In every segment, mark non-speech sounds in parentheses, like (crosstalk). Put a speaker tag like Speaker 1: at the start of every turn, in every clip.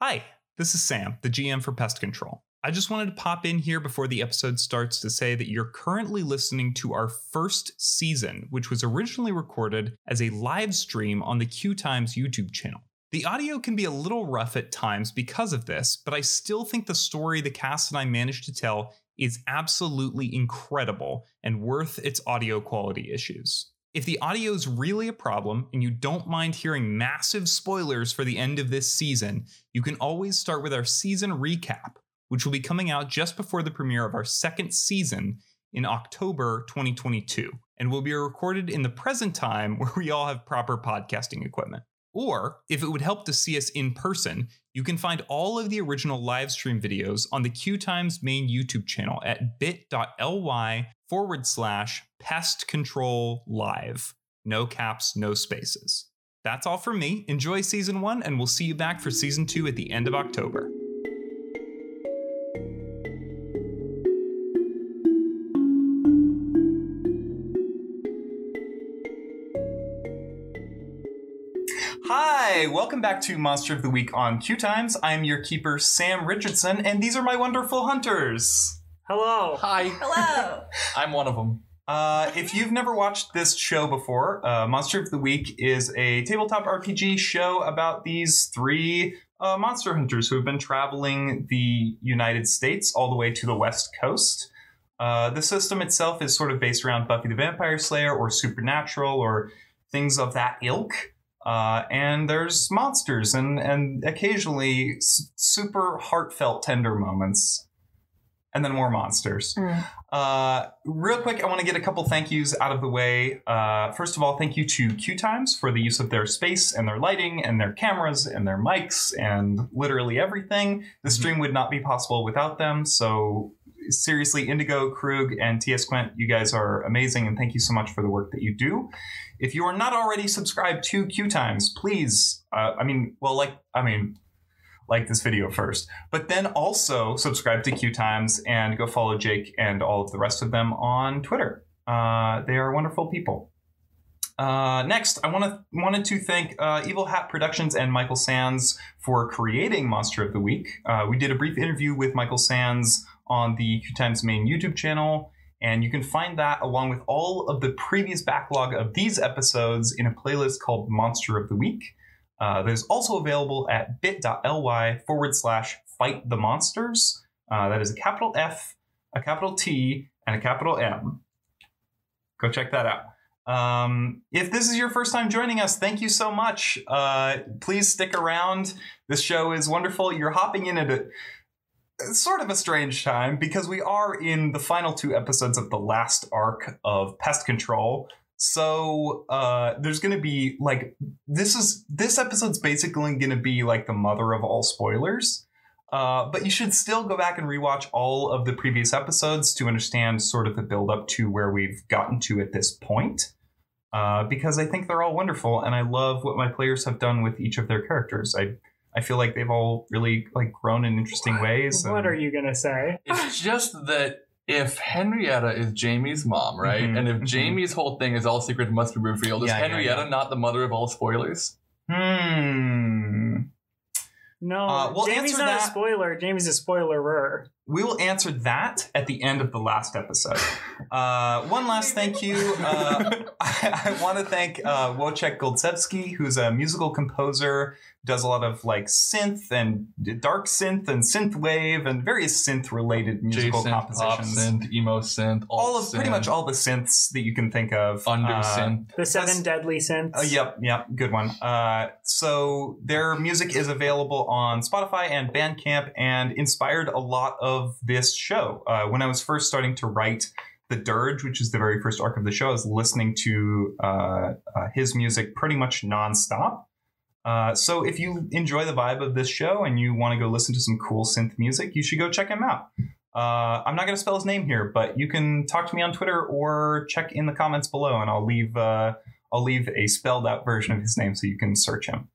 Speaker 1: Hi, this is Sam, the GM for Pest Control. I just wanted to pop in here before the episode starts to say that you're currently listening to our first season, which was originally recorded as a live stream on the Q Times YouTube channel. The audio can be a little rough at times because of this, but I still think the story the cast and I managed to tell is absolutely incredible and worth its audio quality issues. If the audio is really a problem and you don't mind hearing massive spoilers for the end of this season, you can always start with our season recap, which will be coming out just before the premiere of our second season in October 2022, and will be recorded in the present time (laughs) where we all have proper podcasting equipment. Or, if it would help to see us in person, you can find all of the original live stream videos on the Q Times main YouTube channel at bit.ly forward slash pest control live. No caps, no spaces. That's all from me. Enjoy season one, and we'll see you back for season two at the end of October. Hi, welcome back to Monster of the Week on Q Times. I'm your keeper, Sam Richardson, and these are my wonderful hunters.
Speaker 2: Hello.
Speaker 3: Hi,
Speaker 4: Hello.
Speaker 3: I'm one of them.
Speaker 1: Uh, if you've never watched this show before, uh, Monster of the Week is a tabletop RPG show about these three uh, monster hunters who have been traveling the United States all the way to the West Coast. Uh, the system itself is sort of based around Buffy the Vampire Slayer or Supernatural or things of that ilk. Uh, and there's monsters and, and occasionally s- super heartfelt, tender moments. And then more monsters. Uh, real quick, I want to get a couple thank yous out of the way. Uh, first of all, thank you to Q Times for the use of their space and their lighting and their cameras and their mics and literally everything. The stream would not be possible without them. So, seriously, Indigo, Krug, and TS Quint, you guys are amazing and thank you so much for the work that you do. If you are not already subscribed to Q Times, please, uh, I mean, well, like, I mean, like this video first, but then also subscribe to Q Times and go follow Jake and all of the rest of them on Twitter. Uh, they are wonderful people. Uh, next, I want to wanted to thank uh, Evil Hat Productions and Michael Sands for creating Monster of the Week. Uh, we did a brief interview with Michael Sands on the Q Times main YouTube channel, and you can find that along with all of the previous backlog of these episodes in a playlist called Monster of the Week. Uh, that is also available at bit.ly forward slash fight the monsters. Uh, that is a capital F, a capital T, and a capital M. Go check that out. Um, if this is your first time joining us, thank you so much. Uh, please stick around. This show is wonderful. You're hopping in at a sort of a strange time because we are in the final two episodes of the last arc of Pest Control. So uh, there's going to be like this is this episode's basically going to be like the mother of all spoilers. Uh, but you should still go back and rewatch all of the previous episodes to understand sort of the build up to where we've gotten to at this point. Uh, because I think they're all wonderful, and I love what my players have done with each of their characters. I I feel like they've all really like grown in interesting ways.
Speaker 2: What are you gonna say?
Speaker 3: (sighs) It's just that if Henrietta is Jamie's mom, right,
Speaker 1: Mhm,
Speaker 3: and if
Speaker 1: mhm.
Speaker 3: Jamie's whole thing is all secrets must be revealed, is
Speaker 1: Yeah, yeah,
Speaker 3: Henrietta not the mother of all spoilers?
Speaker 1: Hmm.
Speaker 2: No,
Speaker 1: Uh, we'll
Speaker 2: Jamie's
Speaker 1: answer
Speaker 2: not a
Speaker 1: that-
Speaker 2: spoiler. Jamie's a spoilerer.
Speaker 1: we will answer that at the end of the last episode. Uh, one last thank you. Uh, (laughs) I, I want to thank uh, Wojciech Goldsevsky, who's a musical composer, does a lot of like synth and dark synth and synth wave and various synth related musical
Speaker 3: J synth, pop
Speaker 1: compositions.
Speaker 3: synth, emo synth, alt
Speaker 1: all of pretty
Speaker 3: synth,
Speaker 1: much all the synths that you can think of.
Speaker 3: under
Speaker 1: Uh,
Speaker 3: synth.
Speaker 2: The seven
Speaker 1: That's-
Speaker 2: deadly sins.
Speaker 1: Oh, yep, yep, good one. Uh, so their music is available on Spotify and Bandcamp, and inspired a lot of this show. Uh, when I was first starting to write the Dirge, which is the very first arc of the show, I was listening to uh, uh, his music pretty much nonstop. Uh, so if you enjoy the vibe of this show and you want to go listen to some cool synth music, you should go check him out. Uh, I'm not going to spell his name here, but you can talk to me on Twitter or check in the comments below, and I'll leave. Uh, I'll leave a spelled out version of his name so you can search him.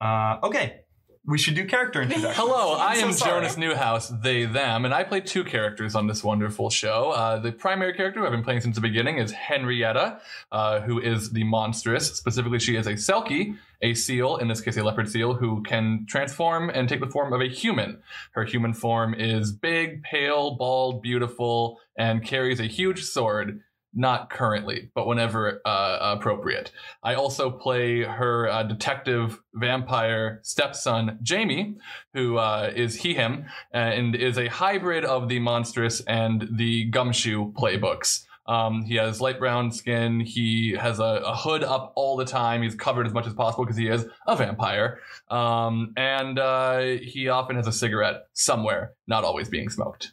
Speaker 1: Uh, okay. we should do character introductions.
Speaker 3: (laughs) Hello, I
Speaker 1: I'm
Speaker 3: am
Speaker 1: so sorry.
Speaker 3: Jonas Newhouse, they, them, and I play two characters on this wonderful show. Uh, the primary character who I've been playing since the beginning is Henrietta, uh, who is the monstrous. Specifically, she is a Selkie, a seal, in this case, a leopard seal, who can transform and take the form of a human. Her human form is big, pale, bald, beautiful, and carries a huge sword. Not currently, but whenever uh, appropriate. I also play her uh, detective vampire stepson, Jamie, who uh, is he him and is a hybrid of the monstrous and the gumshoe playbooks um, he has light brown skin he has a, a hood up all the time he's covered as much as possible because he is a vampire um, and uh, he often has a cigarette somewhere not always being smoked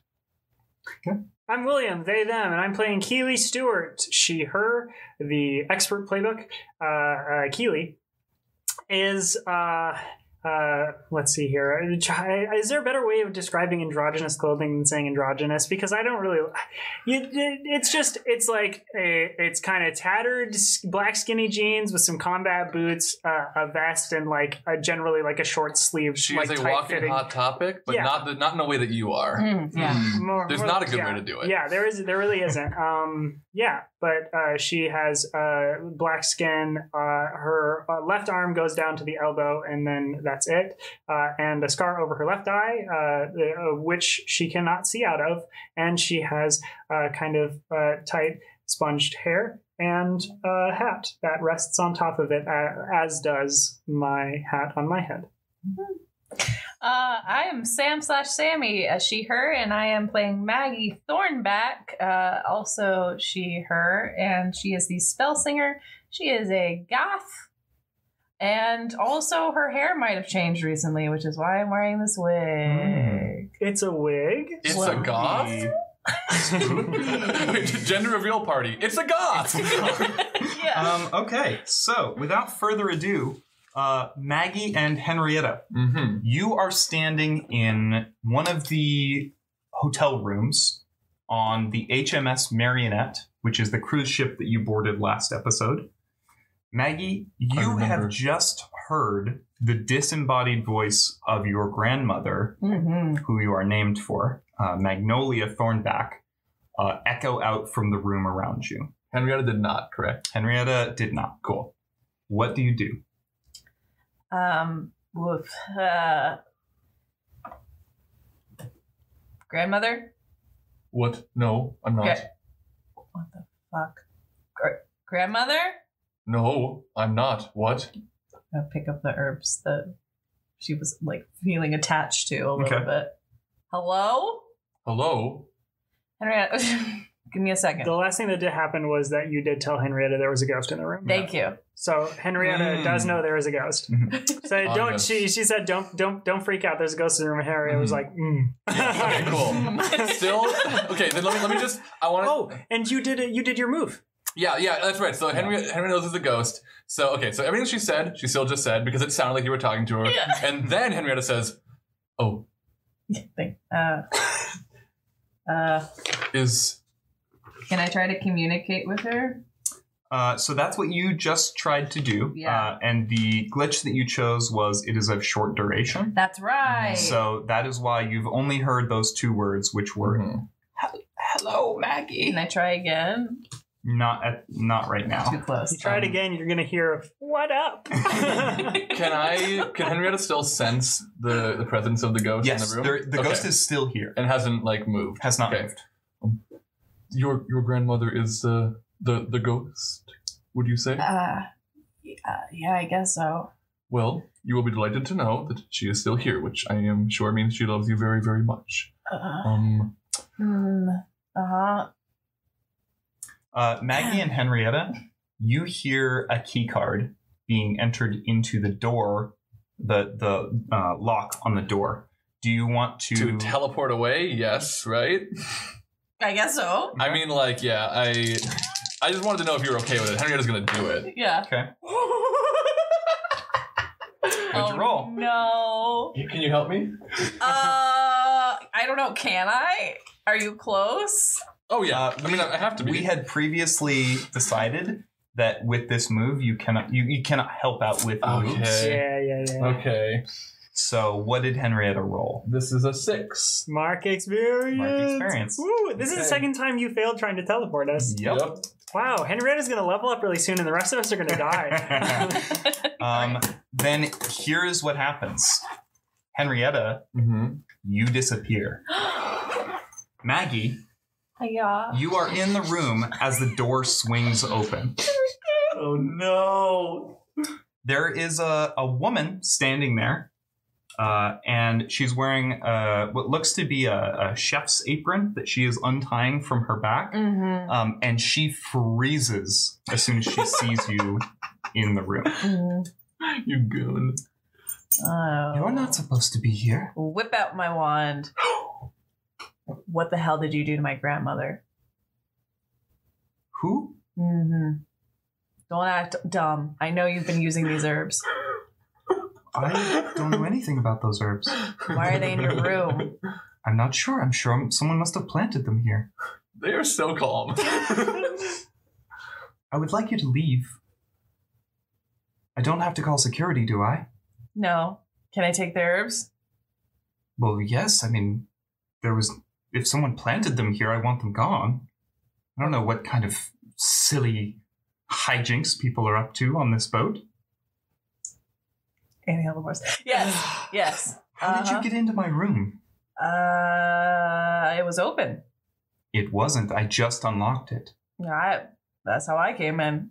Speaker 2: I'm William, they, them, and I'm playing Keely Stewart, she, her, the expert playbook. Uh, uh, Keely is, uh, uh, let's see here. Is there a better way of describing androgynous clothing than saying androgynous? Because I don't really. You, it, it's just, it's like, a, it's kind of tattered s- black skinny jeans with some combat boots, uh, a vest, and like a, generally like a short sleeve.
Speaker 3: she
Speaker 2: like,
Speaker 3: is a
Speaker 2: tight
Speaker 3: walking
Speaker 2: fitting-
Speaker 3: hot topic but
Speaker 2: Yeah.
Speaker 3: not the, not in a way that you are
Speaker 4: Mm, yeah.
Speaker 3: Mm.
Speaker 2: more,
Speaker 3: There's
Speaker 2: more
Speaker 3: not a
Speaker 2: like-
Speaker 3: good
Speaker 2: yeah.
Speaker 3: way to do it.
Speaker 2: Yeah, there is. There really
Speaker 3: (laughs)
Speaker 2: isn't. Um, yeah, but uh, she has uh, black skin. Uh, her uh, left arm goes down to the elbow, and then that's it. Uh, and a scar over her left eye, uh, the- uh, which she cannot see out of, and she has uh, kind of uh, tight sponged hair and a hat that rests on top of it, uh, as does my hat on my head.
Speaker 4: Uh, I am Sam slash Sammy, uh, she, her, and I am playing Maggie Thornback, uh, also she, her, and she is the spell singer. She is a goth, and also her hair might have changed recently, which is why I'm wearing this wig.
Speaker 2: It's a wig.
Speaker 3: it's
Speaker 4: Well,
Speaker 3: a goth Wait, (laughs) gender reveal party it's a goth
Speaker 4: (laughs)
Speaker 3: (laughs)
Speaker 4: yeah.
Speaker 1: um, okay, so without further ado, uh, Maggie and Henrietta,
Speaker 3: hmm
Speaker 1: you are standing in one of the hotel rooms on the HMS Marionette, which is the cruise ship that you boarded last episode. Maggie,
Speaker 3: I
Speaker 1: you
Speaker 3: remember.
Speaker 1: have just heard the disembodied voice of your grandmother
Speaker 4: hmm
Speaker 1: who you are named for, uh, Magnolia Thornback, uh, echo out from the room around you.
Speaker 3: henrietta did not correct
Speaker 1: Henrietta did not. Cool. What do you do?
Speaker 4: Um, woof. Uh, grandmother?
Speaker 3: what no i'm not
Speaker 4: Okay. What the fuck? Gr- grandmother?
Speaker 3: no i'm not what
Speaker 4: uh, pick up the herbs that she was like feeling attached to a little
Speaker 1: Okay.
Speaker 4: bit. Hello,
Speaker 3: hello
Speaker 4: Henrietta. (laughs) Give me a second.
Speaker 2: The last thing that did happen was that you did tell Henrietta there was a ghost in the room.
Speaker 4: Thank (laughs) you.
Speaker 2: So Henrietta
Speaker 3: Mm.
Speaker 2: does know there is a ghost. (laughs) So
Speaker 3: Ah,
Speaker 2: don't
Speaker 3: yes.
Speaker 2: she? She said, "Don't don't don't freak out. There's a ghost in the room." And Henrietta was
Speaker 3: Mhm.
Speaker 2: like, mm. (laughs)
Speaker 3: Okay, cool. Still (laughs) okay. Then let me let me just. I want to.
Speaker 2: "Oh, and you did it. You did your move."
Speaker 3: Yeah, yeah, that's right. So Henry Henry knows is a ghost. So okay, so everything she said, she still just said because it sounded like you were talking to her.
Speaker 4: Yeah.
Speaker 3: And then Henrietta says, "Oh,
Speaker 4: Thank- uh, uh,
Speaker 3: is
Speaker 4: can I try to communicate with her?
Speaker 1: Uh, so that's what you just tried to do.
Speaker 4: Yeah.
Speaker 1: Uh, and the glitch that you chose was it is of short duration.
Speaker 4: That's right.
Speaker 1: So that is why you've only heard those two words, which were
Speaker 3: Mhm.
Speaker 1: "Hello, Maggie."
Speaker 4: can I try again?
Speaker 1: Not at, not right
Speaker 4: Too
Speaker 1: now.
Speaker 4: close.
Speaker 2: You try
Speaker 3: Um,
Speaker 2: it again. You're gonna hear, "What up?"
Speaker 3: (laughs) can I can Henrietta still sense the the presence of the ghost
Speaker 1: yes,
Speaker 3: in the room?
Speaker 1: there- the
Speaker 3: Okay.
Speaker 1: ghost is still here.
Speaker 3: and hasn't like moved.
Speaker 1: Has not
Speaker 3: Okay.
Speaker 1: moved.
Speaker 3: Your your grandmother is the the the ghost. Would you say?
Speaker 4: Uh, yeah, yeah, I guess so.
Speaker 3: Well, you will be delighted to know that she is still here, which I am sure means she loves you very very much.
Speaker 4: Uh hmm, uh-huh.
Speaker 3: Um.
Speaker 4: huh.
Speaker 1: Uh, Maggie and Henrietta, you hear a key card being entered into the door, the the uh, lock on the door. Do you want to?
Speaker 3: To teleport away, yes, right?
Speaker 4: I guess so.
Speaker 3: I mean, like, yeah, I, I just wanted to know if you were okay with it. Henrietta's gonna do it.
Speaker 4: Yeah. (laughs)
Speaker 1: okay.
Speaker 4: What'd
Speaker 1: roll?
Speaker 4: Oh, No.
Speaker 3: Can you help me?
Speaker 4: Uh, I don't know. Can I? Are you close?
Speaker 3: Oh yeah.
Speaker 1: Uh,
Speaker 3: I mean, I have to be.
Speaker 1: We had previously decided that with this move, you cannot you, you cannot help out with moves.
Speaker 3: Okay.
Speaker 2: yeah, yeah, yeah.
Speaker 3: okay.
Speaker 1: So what did Henrietta roll?
Speaker 3: This is a six.
Speaker 2: Mark experience.
Speaker 1: Mark experience.
Speaker 2: Woo, this is the
Speaker 3: Okay. Mm-hmm.
Speaker 2: second time you failed trying to teleport us.
Speaker 1: Yep.
Speaker 2: Wow, Henrietta's gonna level up really soon, and the rest of us are
Speaker 3: (laughs)
Speaker 2: gonna die.
Speaker 1: Um, then here is what happens. Henrietta,
Speaker 3: Mm-hmm. (laughs)
Speaker 1: you disappear. Maggie,
Speaker 4: yeah.
Speaker 1: you are in the room as the door swings open.
Speaker 2: oh no!
Speaker 1: There is a, a woman standing there, uh, and she's wearing uh, what looks to be a, a chef's apron that she is untying from her back.
Speaker 4: Mm-hmm.
Speaker 1: Um, and she freezes as soon as she sees you in the room.
Speaker 3: You goon.
Speaker 4: Oh.
Speaker 1: You're not supposed to be here.
Speaker 4: Whip out my wand. (gasps) what the hell did you do to my grandmother?
Speaker 1: Who?
Speaker 4: Mm-hmm. Don't act dumb. I know you've been using these herbs.
Speaker 1: I don't know anything about those herbs.
Speaker 4: Why are they
Speaker 3: (laughs)
Speaker 4: in your room?
Speaker 1: I'm not sure. I'm sure someone must have planted them here.
Speaker 3: They are so
Speaker 4: (laughs)
Speaker 3: calm.
Speaker 1: I would like you to leave. I don't have to call security, do I?
Speaker 4: No. Can I take the herbs?
Speaker 1: Well, yes. I mean, there was. If someone planted them here, I want them gone. I don't know what kind of silly hijinks people are up to on this boat.
Speaker 4: Anything else?
Speaker 1: (sighs)
Speaker 4: Yes. Yes.
Speaker 1: How did
Speaker 4: Uh-huh.
Speaker 1: you get into my room?
Speaker 4: Uh, it was open.
Speaker 1: It wasn't. I just unlocked it.
Speaker 4: Yeah, I, that's how I came in.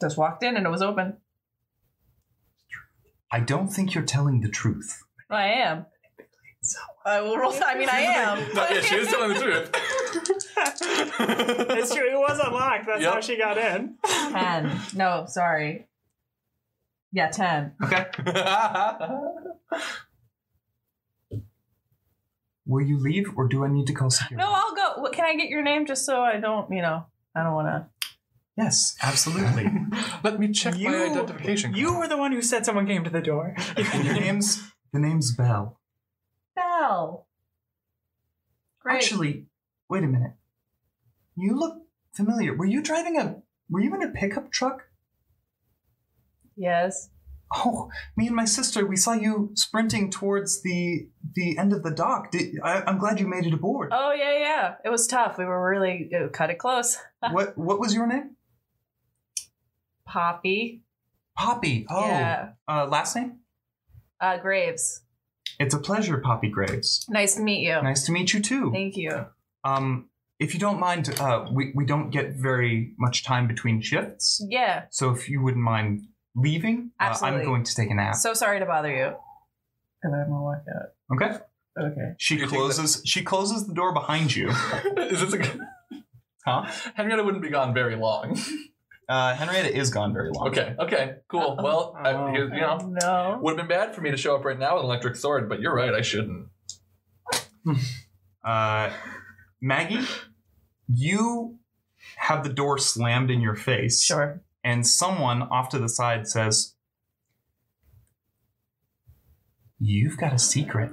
Speaker 4: Just walked in and it was open.
Speaker 1: I don't think you're telling the truth.
Speaker 4: I am. I will uh, roll. I mean, I am.
Speaker 3: No, yeah, she is
Speaker 4: (laughs)
Speaker 3: telling the truth.
Speaker 2: That's true. It was unlocked. That's
Speaker 3: Yep.
Speaker 2: how she got in.
Speaker 3: (laughs)
Speaker 4: ten. No, sorry. Yeah, ten.
Speaker 1: Okay.
Speaker 3: (laughs)
Speaker 1: Will you leave, or do I need to call security?
Speaker 4: No, I'll go. What, can I get your name just so I don't, you know, I don't want to.
Speaker 1: Yes, absolutely.
Speaker 4: (laughs)
Speaker 3: (laughs) Let me check my identification.
Speaker 2: You were the one who said someone came to the
Speaker 3: (laughs)
Speaker 2: door.
Speaker 1: and your name's the name's Bell.
Speaker 4: Bell. Great.
Speaker 1: Actually, wait a minute. You look familiar. Were you driving a? Were you in a pickup truck? (laughs)
Speaker 4: yes.
Speaker 1: Oh, me and my sister, we saw you sprinting towards the the end of the dock. Did, I, I'm glad you made it
Speaker 4: (laughs)
Speaker 1: aboard.
Speaker 4: Oh yeah, yeah. It was tough. We were really it cut it close.
Speaker 1: What What was your name?
Speaker 4: Poppy.
Speaker 1: Poppy. Oh,
Speaker 4: Yeah.
Speaker 1: uh, last name?
Speaker 4: Uh, Graves.
Speaker 1: It's a pleasure, Poppy Graves.
Speaker 4: Nice to meet you.
Speaker 1: Nice to meet you too.
Speaker 4: Thank you.
Speaker 1: Um, if you don't mind, uh, we we don't get very much time between shifts.
Speaker 4: Yeah.
Speaker 1: So if you wouldn't mind leaving, uh, I'm
Speaker 4: Absolutely.
Speaker 1: going to take a nap.
Speaker 4: So sorry to bother you. And I'm gonna walk out.
Speaker 1: okay.
Speaker 4: Okay.
Speaker 1: She
Speaker 3: You take
Speaker 1: closes. She closes the door behind you.
Speaker 3: (laughs) is this a good...
Speaker 1: Huh?
Speaker 3: Henrietta wouldn't be gone very long. (laughs)
Speaker 1: Uh, Henrietta is gone very long.
Speaker 3: Okay, okay, cool. Well,
Speaker 2: Oh,
Speaker 3: I, here, you know,
Speaker 4: No.
Speaker 3: would have been bad for me to show up right now with an electric sword, but you're right, I shouldn't.
Speaker 1: Uh, Maggie, you have the door slammed in your face,
Speaker 4: Sure.
Speaker 1: and someone off to the side says, "You've got a secret."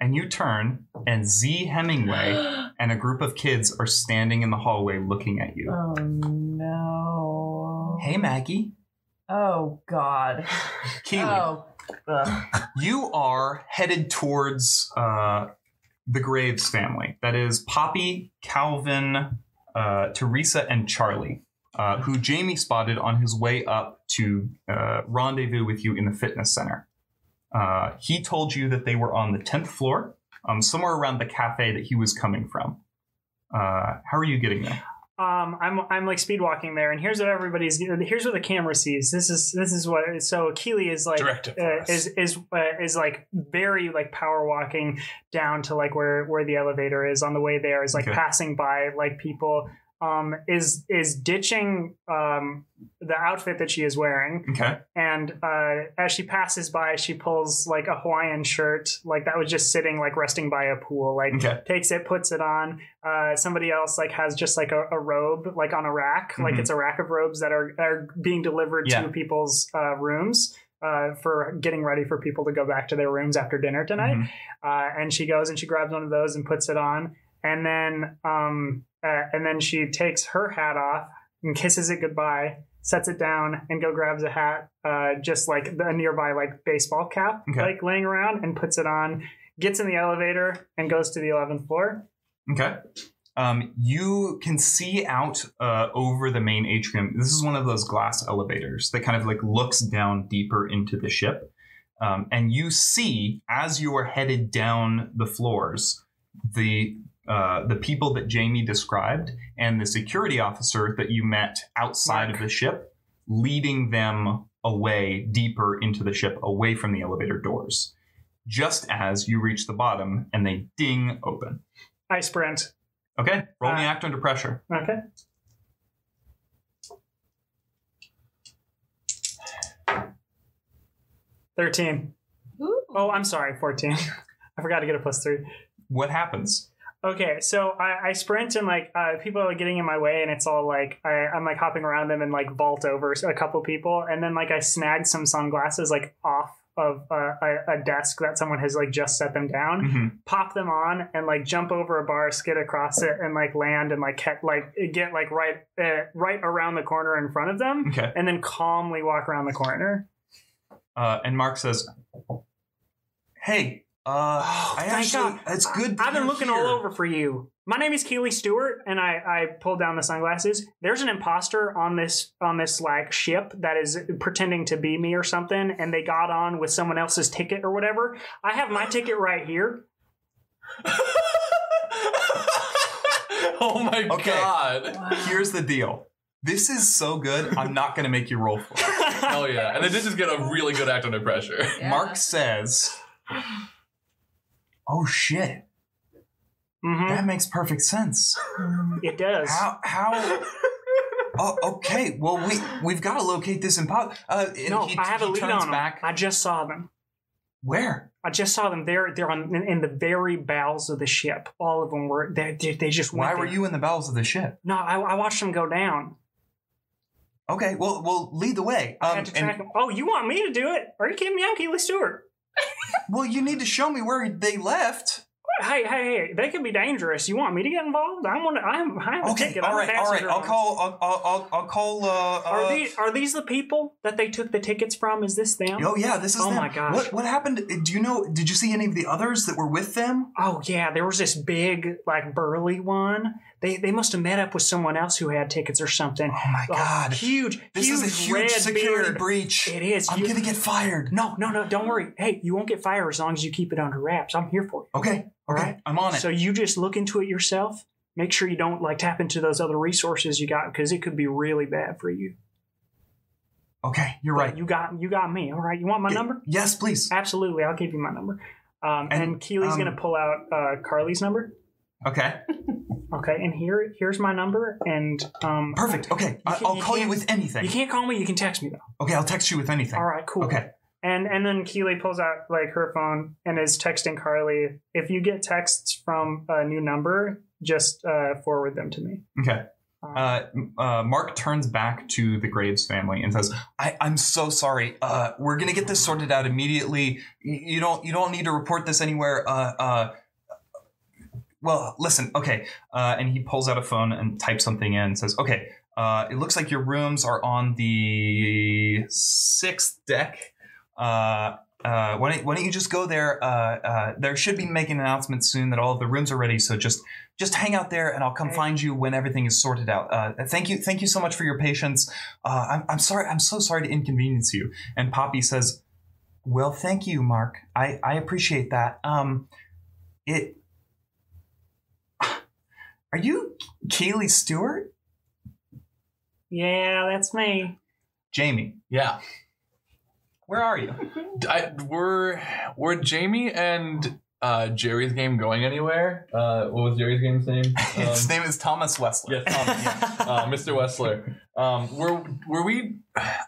Speaker 1: And you turn, and Z
Speaker 3: (gasps)
Speaker 1: Hemingway
Speaker 4: (gasps)
Speaker 1: and a group of kids are standing in the hallway looking at you.
Speaker 4: Oh no.
Speaker 1: Hey, Maggie.
Speaker 4: Oh God.
Speaker 1: Kiwi.
Speaker 4: Oh. Ugh.
Speaker 1: You are headed towards uh, the Graves family. That is Poppy, Calvin, uh, Teresa, and Charlie, uh, who Jamie spotted on his way up to uh, rendezvous with you in the fitness center. Uh, he told you that they were on the 10th floor, um, somewhere around the cafe that he was coming from. Uh, how are you getting there?
Speaker 2: Um, I'm I'm like speed walking there, and here's what everybody's here's what the camera sees. This is this is what so Keely is like
Speaker 3: Directive. for
Speaker 2: uh,
Speaker 3: us.
Speaker 2: is is uh, is like very like power walking down to like where where the elevator is on the way there is like
Speaker 1: Okay.
Speaker 2: passing by like people um is is ditching um the outfit that she is wearing
Speaker 1: Okay.
Speaker 2: and uh as she passes by she pulls like a hawaiian shirt like that was just sitting like resting by a pool like
Speaker 1: Okay.
Speaker 2: takes it puts it on uh somebody else like has just like a, a robe like on a rack like
Speaker 1: Mhm.
Speaker 2: it's a rack of robes that are are being delivered
Speaker 1: Yeah.
Speaker 2: to people's uh rooms uh for getting ready for people to go back to their rooms after dinner tonight
Speaker 1: Mhm.
Speaker 2: uh and she goes and she grabs one of those and puts it on and then um uh, and then she takes her hat off and kisses it goodbye sets it down, and go grabs a hat, uh, just like a nearby like baseball cap,
Speaker 1: Okay.
Speaker 2: like laying around, and puts it on. Gets in the elevator and goes to the eleventh floor.
Speaker 1: Okay. Um, you can see out uh, over the main atrium. This is one of those glass elevators that kind of like looks down deeper into the ship. Um, and you see, as you are headed down the floors, the uh, the people that Jamie described and the security officer that you met outside of the ship, leading them away deeper into the ship, away from the elevator doors. Just as you reach the bottom, and they ding open.
Speaker 2: I sprint.
Speaker 1: Okay, roll me
Speaker 2: Uh,
Speaker 1: act under pressure.
Speaker 2: Okay. Thirteen.
Speaker 4: Ooh.
Speaker 2: Oh, I'm sorry, 14. (laughs) I forgot to get a plus three.
Speaker 1: What happens?
Speaker 2: Okay, so I, I sprint and like uh, people are getting in my way, and it's all like I, I'm like hopping around them and like vault over a couple people, and then like I snagged some sunglasses like off of uh, a, a desk that someone has like just set them down,
Speaker 1: Mhm.
Speaker 2: pop them on, and like jump over a bar, skid across it, and like land and like ke- like get like right uh, right around the corner in front of them,
Speaker 1: (laughs) Okay.
Speaker 2: and then calmly walk around the corner.
Speaker 1: Uh, and Mark says, "Hey, uh,
Speaker 2: Oh,
Speaker 1: I
Speaker 2: thank
Speaker 1: actually,
Speaker 2: God.
Speaker 1: it's good. that
Speaker 2: I've been
Speaker 1: you're
Speaker 2: looking
Speaker 1: here.
Speaker 2: all over for you. My name is Keely Stewart, and I, I pulled down the sunglasses. There's an imposter on this on this like ship that is pretending to be me or something, and they got on with someone else's ticket or whatever. I have my ticket right here.
Speaker 3: (laughs)
Speaker 2: (laughs)
Speaker 3: oh my
Speaker 1: Okay.
Speaker 3: god.
Speaker 1: Here's the deal. This is so good. I'm not going to make you roll for
Speaker 2: (laughs)
Speaker 1: it."
Speaker 2: Mm-hmm.
Speaker 3: Hell yeah. And they did just get a really good act under pressure. (laughs)
Speaker 4: Yeah.
Speaker 1: Mark says, "Oh shit,
Speaker 2: hmm
Speaker 1: that makes perfect sense.
Speaker 2: It does.
Speaker 1: How? How?" Oh, okay. Well, we we've got to locate this imposter. Uh, and
Speaker 2: no,
Speaker 1: he,
Speaker 2: I have a
Speaker 1: he
Speaker 2: lead
Speaker 1: turns
Speaker 2: on them.
Speaker 1: back.
Speaker 2: I just saw them.
Speaker 1: Where?
Speaker 2: I just saw them. They're they're on in, in the very bowels of the ship. All of them were. They they, they just went
Speaker 1: Why were
Speaker 2: there.
Speaker 1: you in the bowels of the ship?
Speaker 2: No, I, I watched them go down.
Speaker 1: Okay, well, well, lead the way.
Speaker 2: I
Speaker 1: Um,
Speaker 2: had to
Speaker 1: and-
Speaker 2: track 'em. Oh, you want me to do it? Are you kidding me? I'm Keely Stewart.
Speaker 1: Well, you need to show me where they left.
Speaker 2: Hey, hey, hey! They could be dangerous. You want me to get involved? I want. to. I'm. I have a
Speaker 1: Okay,
Speaker 2: ticket.
Speaker 1: all
Speaker 2: I'm a
Speaker 1: right, all right.
Speaker 2: passenger
Speaker 1: I'll
Speaker 2: on it.
Speaker 1: call. I'll, I'll, I'll, I'll call. Uh,
Speaker 2: Are
Speaker 1: uh,
Speaker 2: these are these the people that they took the tickets from? Is this them?
Speaker 1: Oh yeah, this is.
Speaker 2: Oh
Speaker 1: them.
Speaker 2: my gosh.
Speaker 1: What what happened? Do you know? Did you see any of the others that were with them?
Speaker 2: Oh yeah, there was this big, like burly one. They they must have met up with someone else who had tickets or something.
Speaker 1: Oh my
Speaker 2: Oh,
Speaker 1: god,
Speaker 2: huge,
Speaker 1: this
Speaker 2: huge,
Speaker 1: is a huge
Speaker 2: red
Speaker 1: security
Speaker 2: beard.
Speaker 1: breach.
Speaker 2: It is.
Speaker 1: I'm
Speaker 2: You-
Speaker 1: gonna get fired.
Speaker 2: (laughs) No, no, no! Don't worry. Hey, you won't get fired as long as you keep it under wraps. I'm here for
Speaker 1: Okay,
Speaker 2: All
Speaker 1: okay,
Speaker 2: right.
Speaker 1: I'm on
Speaker 2: you.
Speaker 1: it.
Speaker 2: So you just look into it yourself. Make sure you don't like tap into those other resources you got because it could be really bad for you.
Speaker 1: okay, you're
Speaker 2: But
Speaker 1: right.
Speaker 2: You got you got me. All right. You want my
Speaker 1: Y-
Speaker 2: number?
Speaker 1: Yes, please.
Speaker 2: Absolutely, I'll give you my number. Um, and,
Speaker 1: And,
Speaker 2: Keely's
Speaker 1: um,
Speaker 2: gonna pull out uh, Carly's number.
Speaker 1: Okay,
Speaker 2: Okay, and here here's my number, and um,
Speaker 1: perfect. Okay, I,
Speaker 2: can't-
Speaker 1: I'll
Speaker 2: you
Speaker 1: call you
Speaker 2: can't-
Speaker 1: with
Speaker 2: you
Speaker 1: anything.
Speaker 2: can't call me. You can text me though.
Speaker 1: Okay, I'll text you with anything.
Speaker 2: All right, cool.
Speaker 1: Okay,
Speaker 2: And and then Keely pulls out like her phone and is texting Carly. If you get texts from a new number, just uh, forward them to me.
Speaker 1: okay.
Speaker 2: Um,
Speaker 1: uh, uh, Mark turns back to the Graves family and says, I, "I'm so sorry. Uh, we're gonna get this sorted out immediately. You, you don't you don't need to report this anywhere. Uh, uh, well, listen, okay." Uh, and he pulls out a phone and types something in and says, "Okay, uh, it looks like your rooms are on the sixth deck." Uh, uh, why, don't, why don't you just go there? Uh, uh, there should be making an announcement soon that all of the rooms are ready. So just just hang out there and I'll come
Speaker 2: Okay.
Speaker 1: find you when everything is sorted out. Uh, thank you. Thank you so much for your patience. Uh, I'm, I'm sorry. I'm so sorry to inconvenience you. And Poppy says, well, thank you, Mark. I, I appreciate that. Um, it, (sighs) are you Kaylee Stewart?
Speaker 2: yeah, that's me.
Speaker 1: Jamie,
Speaker 3: Yeah.
Speaker 1: where are (laughs) you?
Speaker 3: D- I, were were Jamie and uh, Jerry's game going anywhere? Uh, what was Jerry's game's name? Um,
Speaker 1: His name is Thomas Wesley.
Speaker 3: Yeah, Thomas,
Speaker 1: (laughs)
Speaker 3: uh, Mr. Wessler. Um, were were we?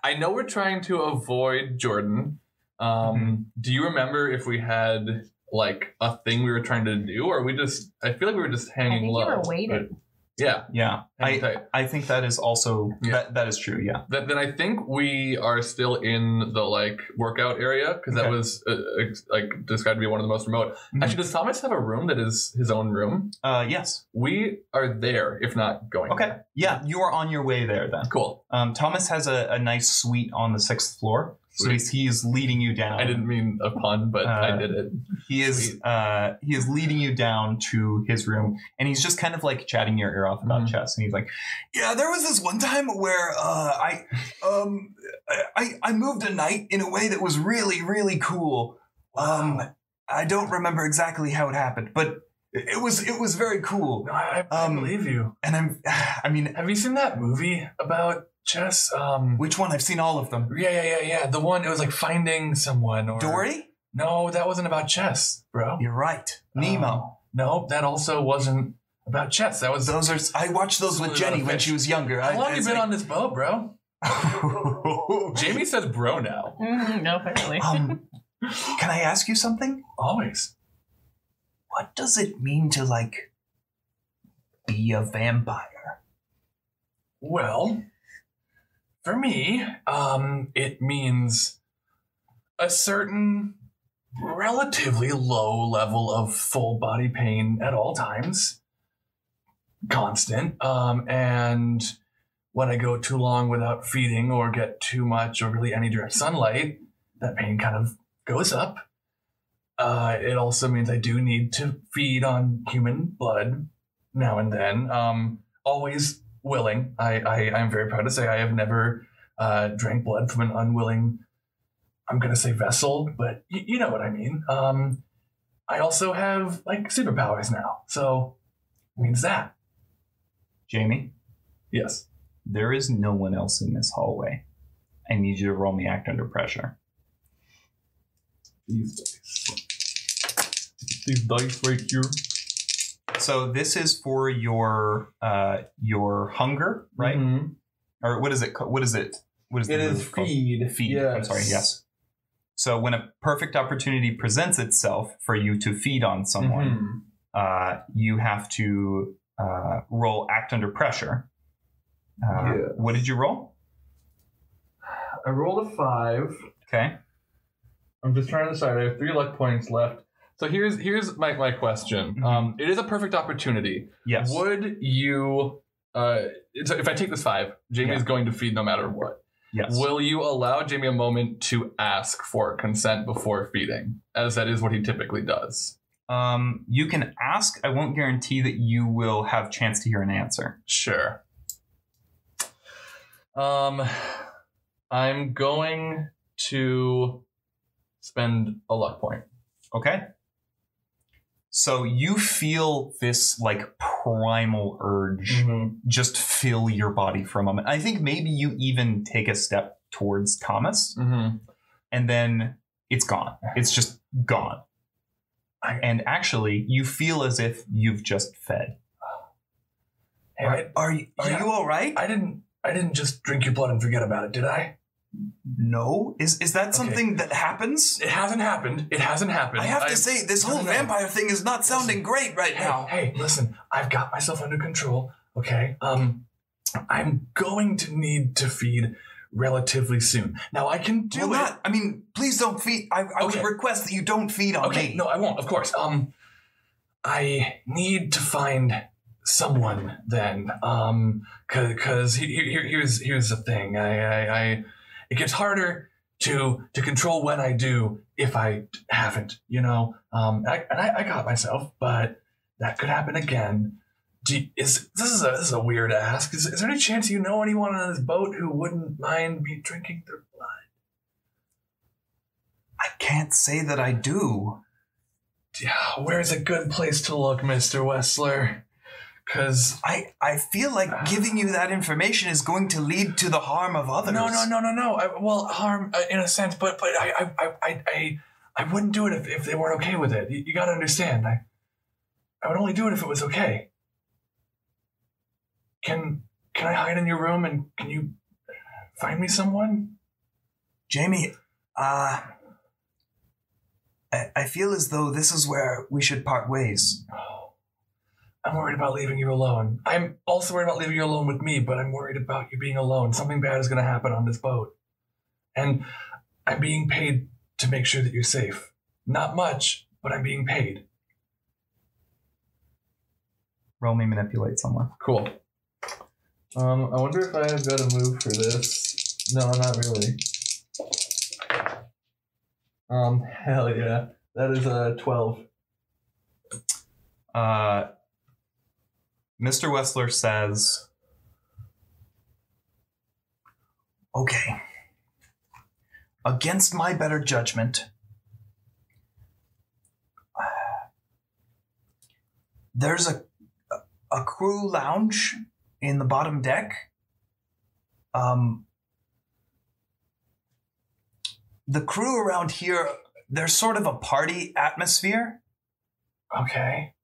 Speaker 3: I know we're trying to avoid Jordan. Um,
Speaker 1: Mm-hmm.
Speaker 3: Do you remember if we had like a thing we were trying to do, or we just? I feel like we were just hanging
Speaker 4: think you
Speaker 3: low.
Speaker 4: were waiting.
Speaker 3: Yeah.
Speaker 1: Yeah,
Speaker 3: hang
Speaker 1: I
Speaker 3: tight.
Speaker 1: I think that is also
Speaker 3: Yeah.
Speaker 1: that that is true. Yeah,
Speaker 3: Th- then I think we are still in the like workout area because that
Speaker 1: Okay.
Speaker 3: was uh, ex- like described to be one of the most remote.
Speaker 1: Mhm.
Speaker 3: Actually, does Thomas have a room that is his own room?
Speaker 1: uh, yes.
Speaker 3: We are there, if not going.
Speaker 1: Okay,
Speaker 3: there.
Speaker 1: yeah, you are on your way there then.
Speaker 3: Cool.
Speaker 1: Um, Thomas has a, a nice suite on the sixth floor, so
Speaker 3: Sweet.
Speaker 1: he's, he is leading you down.
Speaker 3: I didn't mean a pun, but I
Speaker 1: Uh,
Speaker 3: did it.
Speaker 1: He is uh, he is leading you down to his room, and he's just kind of like chatting your ear off about
Speaker 3: Mhm.
Speaker 1: chess, and he's like, "Yeah, there was this one time where uh, I um I I moved a knight in a way that was really really cool. Um, I don't remember exactly how it happened, but it was it was very cool,
Speaker 3: I,
Speaker 1: I Um, believe
Speaker 3: you.
Speaker 1: and I'm (sighs) I mean."
Speaker 3: Have you seen that movie about chess? Um,
Speaker 1: Which one? I've seen all of them.
Speaker 3: yeah, yeah, yeah, yeah. The one it was like finding someone or
Speaker 1: Dory?
Speaker 3: No, that wasn't about chess, bro.
Speaker 1: You're right.
Speaker 3: Oh.
Speaker 1: Nemo.
Speaker 3: No, that also wasn't about chess. That was.
Speaker 1: Those are. I watched those with
Speaker 3: Absolutely not
Speaker 1: Jenny
Speaker 3: a
Speaker 1: when
Speaker 3: fish.
Speaker 1: she was younger.
Speaker 3: How long
Speaker 1: I,
Speaker 3: have you been on this boat, bro?
Speaker 1: (laughs) on?
Speaker 3: Jamie says bro now.
Speaker 4: Mm, no, apparently.
Speaker 1: um, (laughs) can I ask you something?
Speaker 3: Always.
Speaker 1: What does it mean to like be a vampire?
Speaker 3: Well, for me, um, it means a certain relatively low level of full body pain at all times, constant. Um, and when I go too long without feeding or get too much or really any direct sunlight, that pain kind of goes up. Uh, it also means I do need to feed on human blood now and then. Um, always willing. I, I I'm very proud to say I have never uh, drank blood from an unwilling. I'm gonna say vessel, but y- you know what I mean. Um, I also have like superpowers now, so it means that.
Speaker 1: Jamie,
Speaker 3: Yes.
Speaker 1: there is no one else in this hallway. I need you to roll me act under pressure.
Speaker 3: These dice. These dice right here.
Speaker 1: So this is for your uh your hunger, right?
Speaker 3: Mm-hmm.
Speaker 1: Or what is it? ca- What is Mm-hmm. it? What is the move called? feed. I'm sorry. Yes. So when a perfect opportunity presents itself for you to feed on someone,
Speaker 3: Mm-hmm.
Speaker 1: uh, you have to uh, roll act under pressure. Uh,
Speaker 3: Yes.
Speaker 1: What did you roll?
Speaker 3: I rolled a five.
Speaker 1: Okay.
Speaker 3: I'm just trying to decide. I have three luck points left. So here's here's my, my question.
Speaker 1: Mhm.
Speaker 3: Um, it is a perfect opportunity.
Speaker 1: Yes.
Speaker 3: Would you, uh, so if I take this five, Jamie
Speaker 1: Yeah.
Speaker 3: is going to feed no matter what.
Speaker 1: yes.
Speaker 3: Will you allow Jamie a moment to ask for consent before feeding, as that is what he typically does?
Speaker 1: um, you can ask. I won't guarantee that you will have chance to hear an answer.
Speaker 3: Sure. Um, I'm going to spend a luck point.
Speaker 1: Okay. So you feel this like primal urge.
Speaker 3: Mm-hmm.
Speaker 1: just fill your body for a moment. I think maybe you even take a step towards Thomas
Speaker 3: Mm-hmm.
Speaker 1: and then it's gone. It's just gone. And actually, you feel as if you've just fed.
Speaker 3: Hey, I,
Speaker 1: Are you, are
Speaker 3: Yeah.
Speaker 1: you all right?
Speaker 3: I didn't, I didn't just drink your blood and forget about it, did I?
Speaker 1: no. Is is that something that happens?
Speaker 3: It hasn't happened. It hasn't happened.
Speaker 1: I have to
Speaker 3: I've-
Speaker 1: say, this
Speaker 3: No,
Speaker 1: whole
Speaker 3: no, no.
Speaker 1: vampire thing is not sounding great right
Speaker 3: hey,
Speaker 1: now.
Speaker 3: Hey, listen, I've got myself under control. Okay. Um, I'm going to need to feed relatively soon. Now I can
Speaker 1: well,
Speaker 3: do it.
Speaker 1: not. I mean, please don't feed. I, I
Speaker 3: Okay.
Speaker 1: would request that you don't feed on
Speaker 3: okay.
Speaker 1: me.
Speaker 3: No, I won't. Of course. Um, I need to find someone then. Um, cause, 'cause he- he- here- here's here's the thing. I, I, I, it gets harder to to control when I do if I haven't. You know. Um, I, and I, I got myself, but that could happen again. Do, is this is a this is a weird ask? Is, is there any chance you know anyone on this boat who wouldn't mind me drinking their blood?
Speaker 1: I can't say that I do.
Speaker 3: Yeah, where's a good place to look, Mr. Wessler? Cause
Speaker 1: I, I feel
Speaker 3: (sighs)
Speaker 1: like giving you that information is going to lead to the harm of others.
Speaker 3: no, no, no, no, no. I, well, harm uh, in a sense, but but I I I I, I, I wouldn't do it if, if they weren't okay with it. You, you gotta understand. I I would only do it if it was okay. Can can I hide in your room and can you find me someone?
Speaker 1: Jamie, uh, I, I feel as though this is where we should part ways.
Speaker 3: Oh, I'm worried
Speaker 5: about leaving you alone. I'm also worried about leaving you alone with me, but I'm worried about you being alone. Something bad is going to happen on this boat. And I'm being paid to make sure that you're safe. Not much, but I'm being paid.
Speaker 1: Roll me manipulate someone.
Speaker 3: Cool.
Speaker 6: Um, I wonder if I've got a move for this. No, not really. Um, hell yeah. That is a 12.
Speaker 1: Uh, Mr. Wessler says, Okay. Against my better judgment, there's a, a crew lounge in the bottom deck. Um, the crew around here, they're sort of a party atmosphere
Speaker 5: Okay.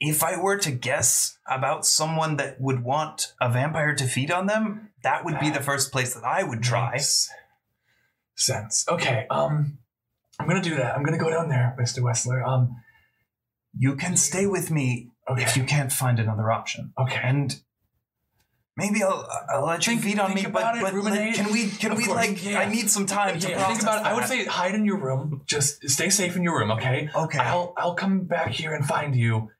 Speaker 1: if I were to guess about someone that would want a vampire to feed on them, that would be the first place that I would try.
Speaker 5: Makes Sense. Okay. Um, I'm going to do that. I'm going to go down there, Mr. Wessler. Um,
Speaker 1: You can stay with me if
Speaker 5: okay.
Speaker 1: you can't find another option,
Speaker 5: Okay.
Speaker 1: and maybe I'll, I'll let you
Speaker 5: Think-
Speaker 1: feed on
Speaker 5: think
Speaker 1: me.
Speaker 5: about
Speaker 1: But,
Speaker 5: it,
Speaker 1: but like,
Speaker 5: ruminate.
Speaker 1: can we can
Speaker 5: Of
Speaker 1: we
Speaker 5: course,
Speaker 1: like?
Speaker 5: yeah.
Speaker 1: I need some time to
Speaker 5: Yeah,
Speaker 1: process.
Speaker 5: think about it. I would
Speaker 1: that.
Speaker 5: say hide in your room. Just stay safe in your room, okay?
Speaker 1: Okay.
Speaker 5: I'll I'll come back here and find you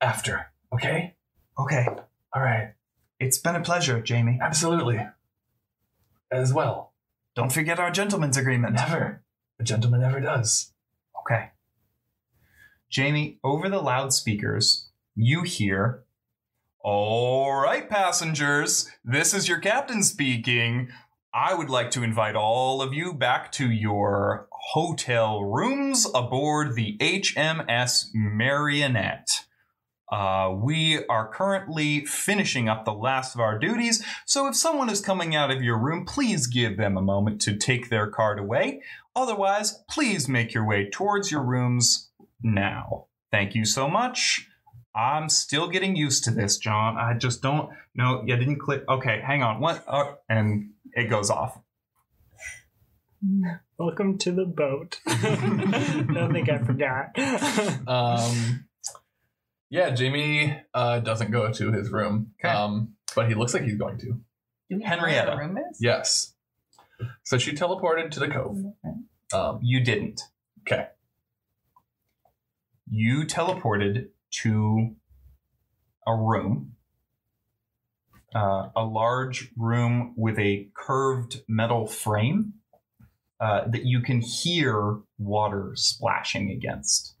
Speaker 5: after, okay?
Speaker 1: okay.
Speaker 5: All right.
Speaker 1: It's been a pleasure, Jamie.
Speaker 5: Absolutely. As well.
Speaker 1: Don't forget our gentleman's agreement.
Speaker 5: Never. A gentleman never does.
Speaker 1: Okay. Jamie, over the loudspeakers, you hear, All right, passengers, this is your captain speaking. I would like to invite all of you back to your hotel rooms aboard the HMS Marionette. Uh, we are currently finishing up the last of our duties, so if someone is coming out of your room, please give them a moment to take their card away. Otherwise, please make your way towards your rooms now. Thank you so much. I'm still getting used to this, John. I just don't know. Yeah, didn't click. Okay, hang on. What? Uh, and it goes off.
Speaker 2: Welcome to the boat. (laughs) I don't think I forgot. (laughs)
Speaker 3: Um, yeah, Jamie uh, doesn't go to his room,
Speaker 1: Okay.
Speaker 3: um, but he looks like he's going to.
Speaker 4: Do we
Speaker 1: Henrietta.
Speaker 4: Know where the room is?
Speaker 3: Yes. So she teleported to the cove. Um,
Speaker 1: You didn't.
Speaker 3: Okay.
Speaker 1: You teleported to a room, uh, a large room with a curved metal frame uh, that you can hear water splashing against.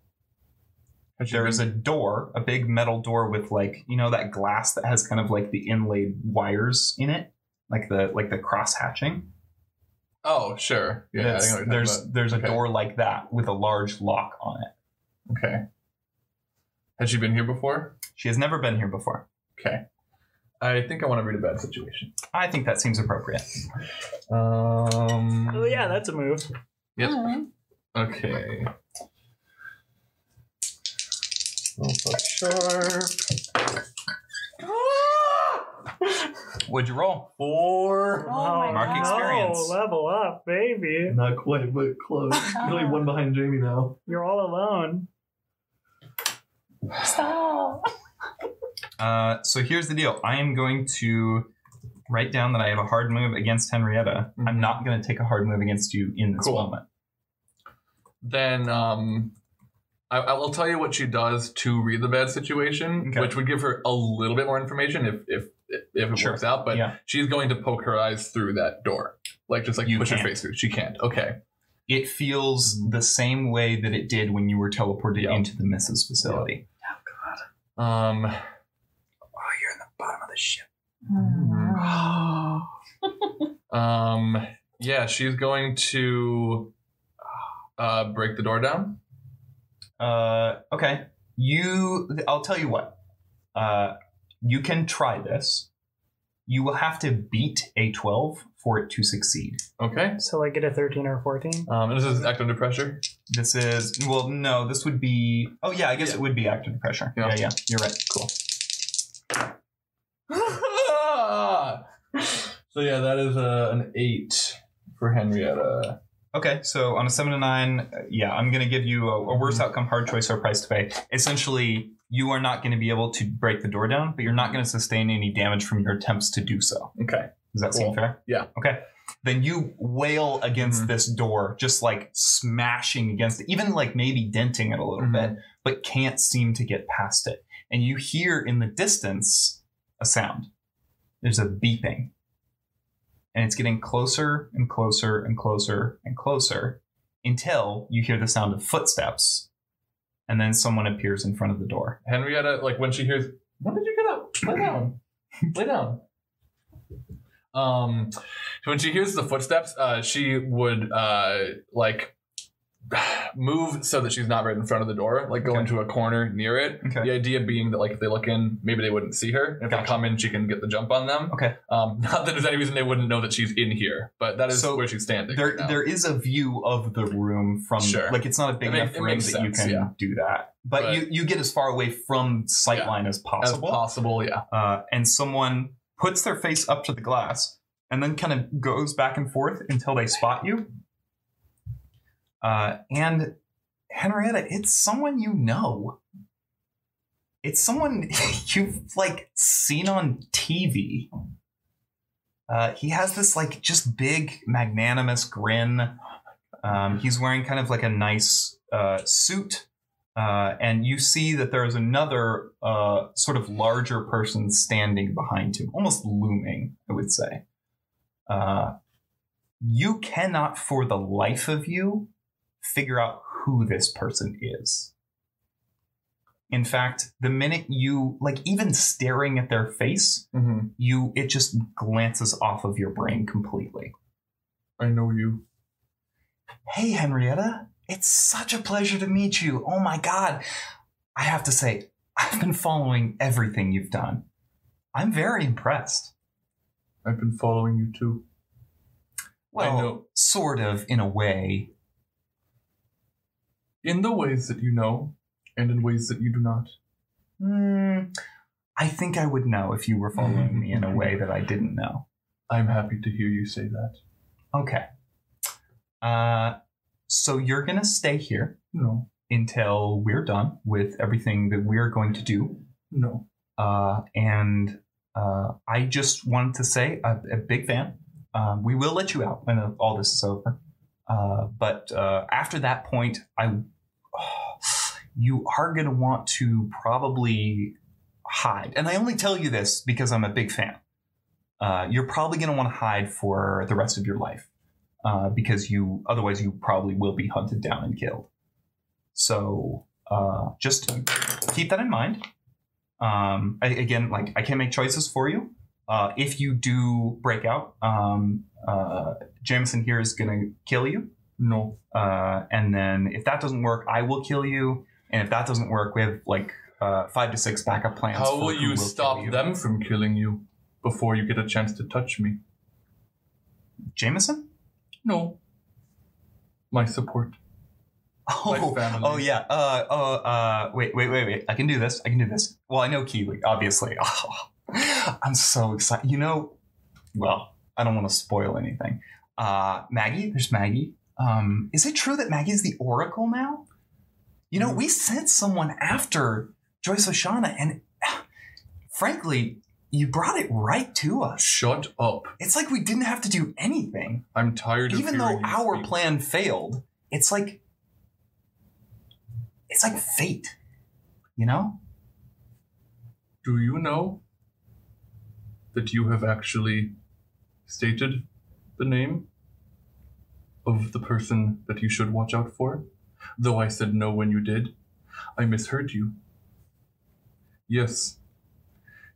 Speaker 3: has she
Speaker 1: There
Speaker 3: been-
Speaker 1: is a door, a big metal door with like you know that glass that has kind of like the inlaid wires in it, like the like the cross hatching.
Speaker 3: oh, sure. Yeah, I
Speaker 1: That's-
Speaker 3: think I know what you're
Speaker 1: there's
Speaker 3: talking
Speaker 1: there's a
Speaker 3: Okay.
Speaker 1: door like that with a large lock on it.
Speaker 3: about. okay. Has she been here before?
Speaker 1: She has never been here before.
Speaker 3: Okay. I think I want to read a bad situation.
Speaker 1: I think that seems appropriate.
Speaker 3: Um,
Speaker 2: well, Oh, yeah, that's a move.
Speaker 3: Yep.
Speaker 4: Mhm.
Speaker 3: Okay.
Speaker 6: Oh, fuck.
Speaker 3: Sharp.
Speaker 1: What'd you roll?
Speaker 4: Oh,
Speaker 6: Four.
Speaker 4: my
Speaker 2: Oh,
Speaker 1: Mark
Speaker 4: God.
Speaker 1: experience.
Speaker 2: Oh, level up, baby.
Speaker 6: Not quite, but close. There's only one behind Jamie now.
Speaker 2: You're all alone.
Speaker 4: Stop.
Speaker 1: Uh, so here's the deal. I am going to write down that I have a hard move against Henrietta. I'm
Speaker 3: Mhm.
Speaker 1: not going to take a hard move against you in this
Speaker 3: Cool.
Speaker 1: moment.
Speaker 3: then um, I, I will tell you what she does to read the bad situation,
Speaker 1: Okay.
Speaker 3: which would give her a little bit more information if if if it
Speaker 1: Sure.
Speaker 3: works out. But
Speaker 1: Yeah.
Speaker 3: she's going to poke her eyes through that door, like just like
Speaker 1: You
Speaker 3: push her
Speaker 1: can't.
Speaker 3: face through. She can't. Okay.
Speaker 1: It feels the same way that it did when you were teleported
Speaker 3: Mm-hmm. Yeah.
Speaker 1: into the Mrs. facility.
Speaker 3: Um,
Speaker 5: Bottom of the ship.
Speaker 4: Mm-hmm.
Speaker 3: um, yeah, she's going to uh, break the door down.
Speaker 1: Uh, okay. You, I'll tell you what. Uh, you can try this. You will have to beat a 12 for it to succeed.
Speaker 3: Okay.
Speaker 2: So like get a 13 or 14.
Speaker 3: Um, and this is act under pressure.
Speaker 1: This is, well, no, this would be, oh yeah, I guess it would be active pressure.
Speaker 3: Yeah.
Speaker 1: yeah, you're right. Cool.
Speaker 3: (laughs) so yeah, that is uh, an eight for Henrietta.
Speaker 1: Okay, so
Speaker 3: Mm-hmm.
Speaker 1: on a seven to nine, uh, yeah, I'm gonna give you a, a worse outcome, hard choice, or price to pay. Essentially, you are not going to be able to break the door down, but you're not going to sustain any damage from your attempts to do so.
Speaker 3: Okay.
Speaker 1: Does that seem
Speaker 3: Cool.
Speaker 1: fair?
Speaker 3: Yeah.
Speaker 1: Okay. Then you wail against
Speaker 3: Mhm.
Speaker 1: this door, just like smashing against it, even like maybe denting it a little
Speaker 3: Mhm.
Speaker 1: bit, but can't seem to get past it. And you hear in the distance a sound. There's a beeping. And it's getting closer and closer and closer and closer until you hear the sound of footsteps. And then someone appears in front of the door.
Speaker 3: Henrietta, like when she hears, when did you get up? Lay down. Lay down. Um, when she hears the footsteps, uh, she would uh, like move so that she's not right in front of the door, like go
Speaker 1: Okay.
Speaker 3: into a corner near it.
Speaker 1: Okay.
Speaker 3: The idea being that like if they look in, maybe they wouldn't see her. If they
Speaker 1: Gotcha.
Speaker 3: come in, she can get the jump on them.
Speaker 1: Okay.
Speaker 3: Um, (laughs) not that there's any reason they wouldn't know that she's in here, but that is
Speaker 1: So
Speaker 3: where she's standing.
Speaker 1: There,
Speaker 3: right now.
Speaker 1: there is a view of the room from
Speaker 3: Sure.
Speaker 1: like it's not a big
Speaker 3: It make-
Speaker 1: enough
Speaker 3: it
Speaker 1: room that
Speaker 3: makes
Speaker 1: you
Speaker 3: sense,
Speaker 1: can
Speaker 3: yeah.
Speaker 1: do that. But,
Speaker 3: But-
Speaker 1: you you get as far away from
Speaker 3: Yeah.
Speaker 1: sightline line as
Speaker 3: as
Speaker 1: possible.
Speaker 3: possible. Yeah.
Speaker 1: uh, and someone puts their face up to the glass and then kind of goes back and forth until they spot you. Uh, and Henrietta, it's someone you know. It's someone (laughs) you've like seen on TV. Uh, he has this like just big magnanimous grin. Um, he's wearing kind of like a nice uh, suit, uh, and you see that there is another uh, sort of larger person standing behind him, almost looming, I would say. Uh, you cannot, for the life of you, figure out who this person is. In fact, the minute you, like, even staring at their face,
Speaker 3: Mm-hmm.
Speaker 1: you it just glances off of your brain completely.
Speaker 3: I know you.
Speaker 1: Hey, Henrietta, it's such a pleasure to meet you. Oh my God. I have to say, I've been following everything you've done. I'm very impressed.
Speaker 3: I've been following you too.
Speaker 1: Well,
Speaker 3: know.
Speaker 1: sort of in a way.
Speaker 3: in the ways that you know and in ways that you do not.
Speaker 1: Hmm, I think I would know if you were following me in a way that I didn't know.
Speaker 3: I'm happy to hear you say that.
Speaker 1: Okay. Uh, so you're going to stay here
Speaker 3: No,
Speaker 1: until we're done with everything that we're going to do
Speaker 3: no.
Speaker 1: uh, and uh, I just wanted to say a, a big fan. Um, we will let you out when all this is over, uh, but uh, after that point, I (sighs) you are going to want to probably hide. And I only tell you this because I'm a big fan. Uh, you're probably going to want to hide for the rest of your life uh, because you otherwise you probably will be hunted down and killed. So uh, just keep that in mind um I, again like i can't make choices for you uh if you do break out um uh jameson here is gonna kill you no uh and then if that doesn't work i will kill you and if that doesn't work we have like uh five to six backup plans
Speaker 3: How
Speaker 1: for
Speaker 3: will
Speaker 1: who
Speaker 3: you
Speaker 1: will kill
Speaker 3: stop them from killing you before you get a chance to touch me?
Speaker 1: jameson (laughs)
Speaker 3: No. My support. My
Speaker 1: oh
Speaker 3: family.
Speaker 1: Oh yeah. Uh, oh. Uh, wait. Wait. Wait. Wait. I can do this. I can do this. Well, I know Kiwi, obviously. (laughs) Oh, I'm so excited. You know. Well, I don't want to spoil anything. Uh, Maggie, there's Maggie. Um, is it true that Maggie's the Oracle now? You know, we sent someone after Joyce Oshana, and (sighs) frankly, you brought it right to us.
Speaker 3: Shut up.
Speaker 1: It's like we didn't have to do anything
Speaker 3: I'm tired of
Speaker 1: even
Speaker 3: hearing
Speaker 1: though
Speaker 3: you
Speaker 1: our
Speaker 3: speak.
Speaker 1: plan failed, it's like it's like fate, you know?
Speaker 3: Do you know that you have actually stated the name of the person that you should watch out for? Though I said no when you did, I misheard you. Yes.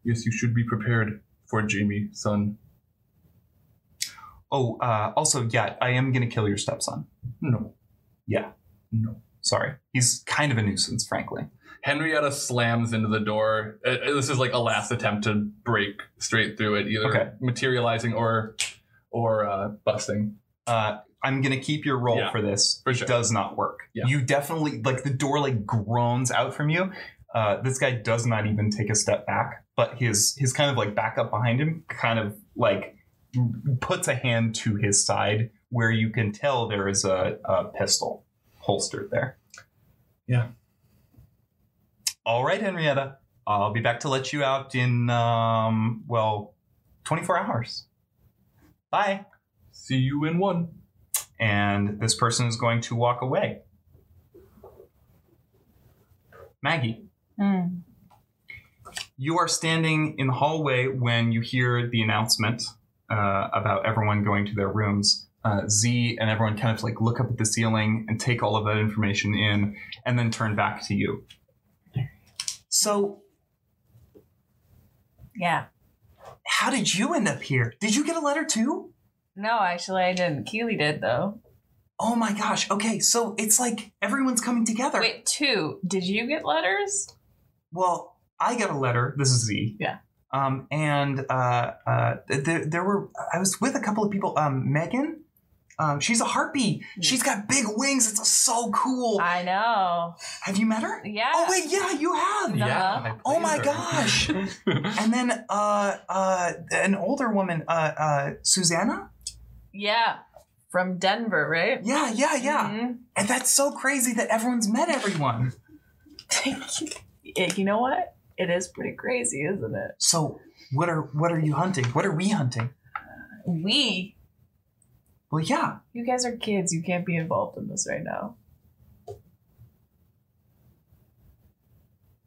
Speaker 3: Yes, you should be prepared for Jamie, son.
Speaker 1: Oh, uh, also, yeah, I am gonna kill your stepson.
Speaker 3: No.
Speaker 1: Yeah.
Speaker 3: No.
Speaker 1: Sorry, he's kind of a nuisance, frankly.
Speaker 3: Henrietta slams into the door. Uh, uh, This is like a last attempt to break straight through it, either
Speaker 1: Okay.
Speaker 3: materializing or or uh, busting.
Speaker 1: Uh, I'm gonna keep your role
Speaker 3: Yeah,
Speaker 1: for this.
Speaker 3: for
Speaker 1: It
Speaker 3: sure.
Speaker 1: does not work.
Speaker 3: Yeah.
Speaker 1: You definitely like the door like groans out from you. Uh, this guy does not even take a step back, but his his kind of like back up behind him kind of like puts a hand to his side where you can tell there is a, a pistol holstered there.
Speaker 3: Yeah.
Speaker 1: All right, Henrietta. I'll be back to let you out in, um, well, 24 hours. Bye.
Speaker 3: See you in one.
Speaker 1: And this person is going to walk away. Maggie.
Speaker 4: Mm.
Speaker 1: you are standing in the hallway when you hear the announcement uh, about everyone going to their rooms. Uh, Z and everyone kind of like look up at the ceiling and take all of that information in and then turn back to you. So,
Speaker 4: Yeah.
Speaker 1: how did you end up here? Did you get a letter too?
Speaker 4: No, actually, I didn't. Keely did, though.
Speaker 1: Oh my gosh. Okay, so it's like everyone's coming together.
Speaker 4: Wait, two. Did you get letters?
Speaker 1: Well, I got a letter. This is Z.
Speaker 4: Yeah.
Speaker 1: Um, and uh, uh, th- there, there were I was with a couple of people. Um, Megan, um, she's a harpy. She's got big wings. It's so cool.
Speaker 4: I know.
Speaker 1: have you met her?
Speaker 4: Yeah.
Speaker 1: Oh wait, yeah, you have.
Speaker 4: No.
Speaker 3: Yeah.
Speaker 1: Oh my
Speaker 3: I
Speaker 1: gosh.
Speaker 3: please (laughs) her.
Speaker 1: And then uh, uh, an older woman, uh, uh, Susanna.
Speaker 4: Yeah. From Denver, right?
Speaker 1: Yeah, yeah, yeah.
Speaker 4: Mhm.
Speaker 1: And that's so crazy that everyone's met everyone.
Speaker 4: It- (laughs) you know what? It is pretty crazy, isn't it?
Speaker 1: So what are what are you hunting? What are we hunting?
Speaker 4: We.
Speaker 1: Well, yeah.
Speaker 4: You guys are kids. You can't be involved in this right now.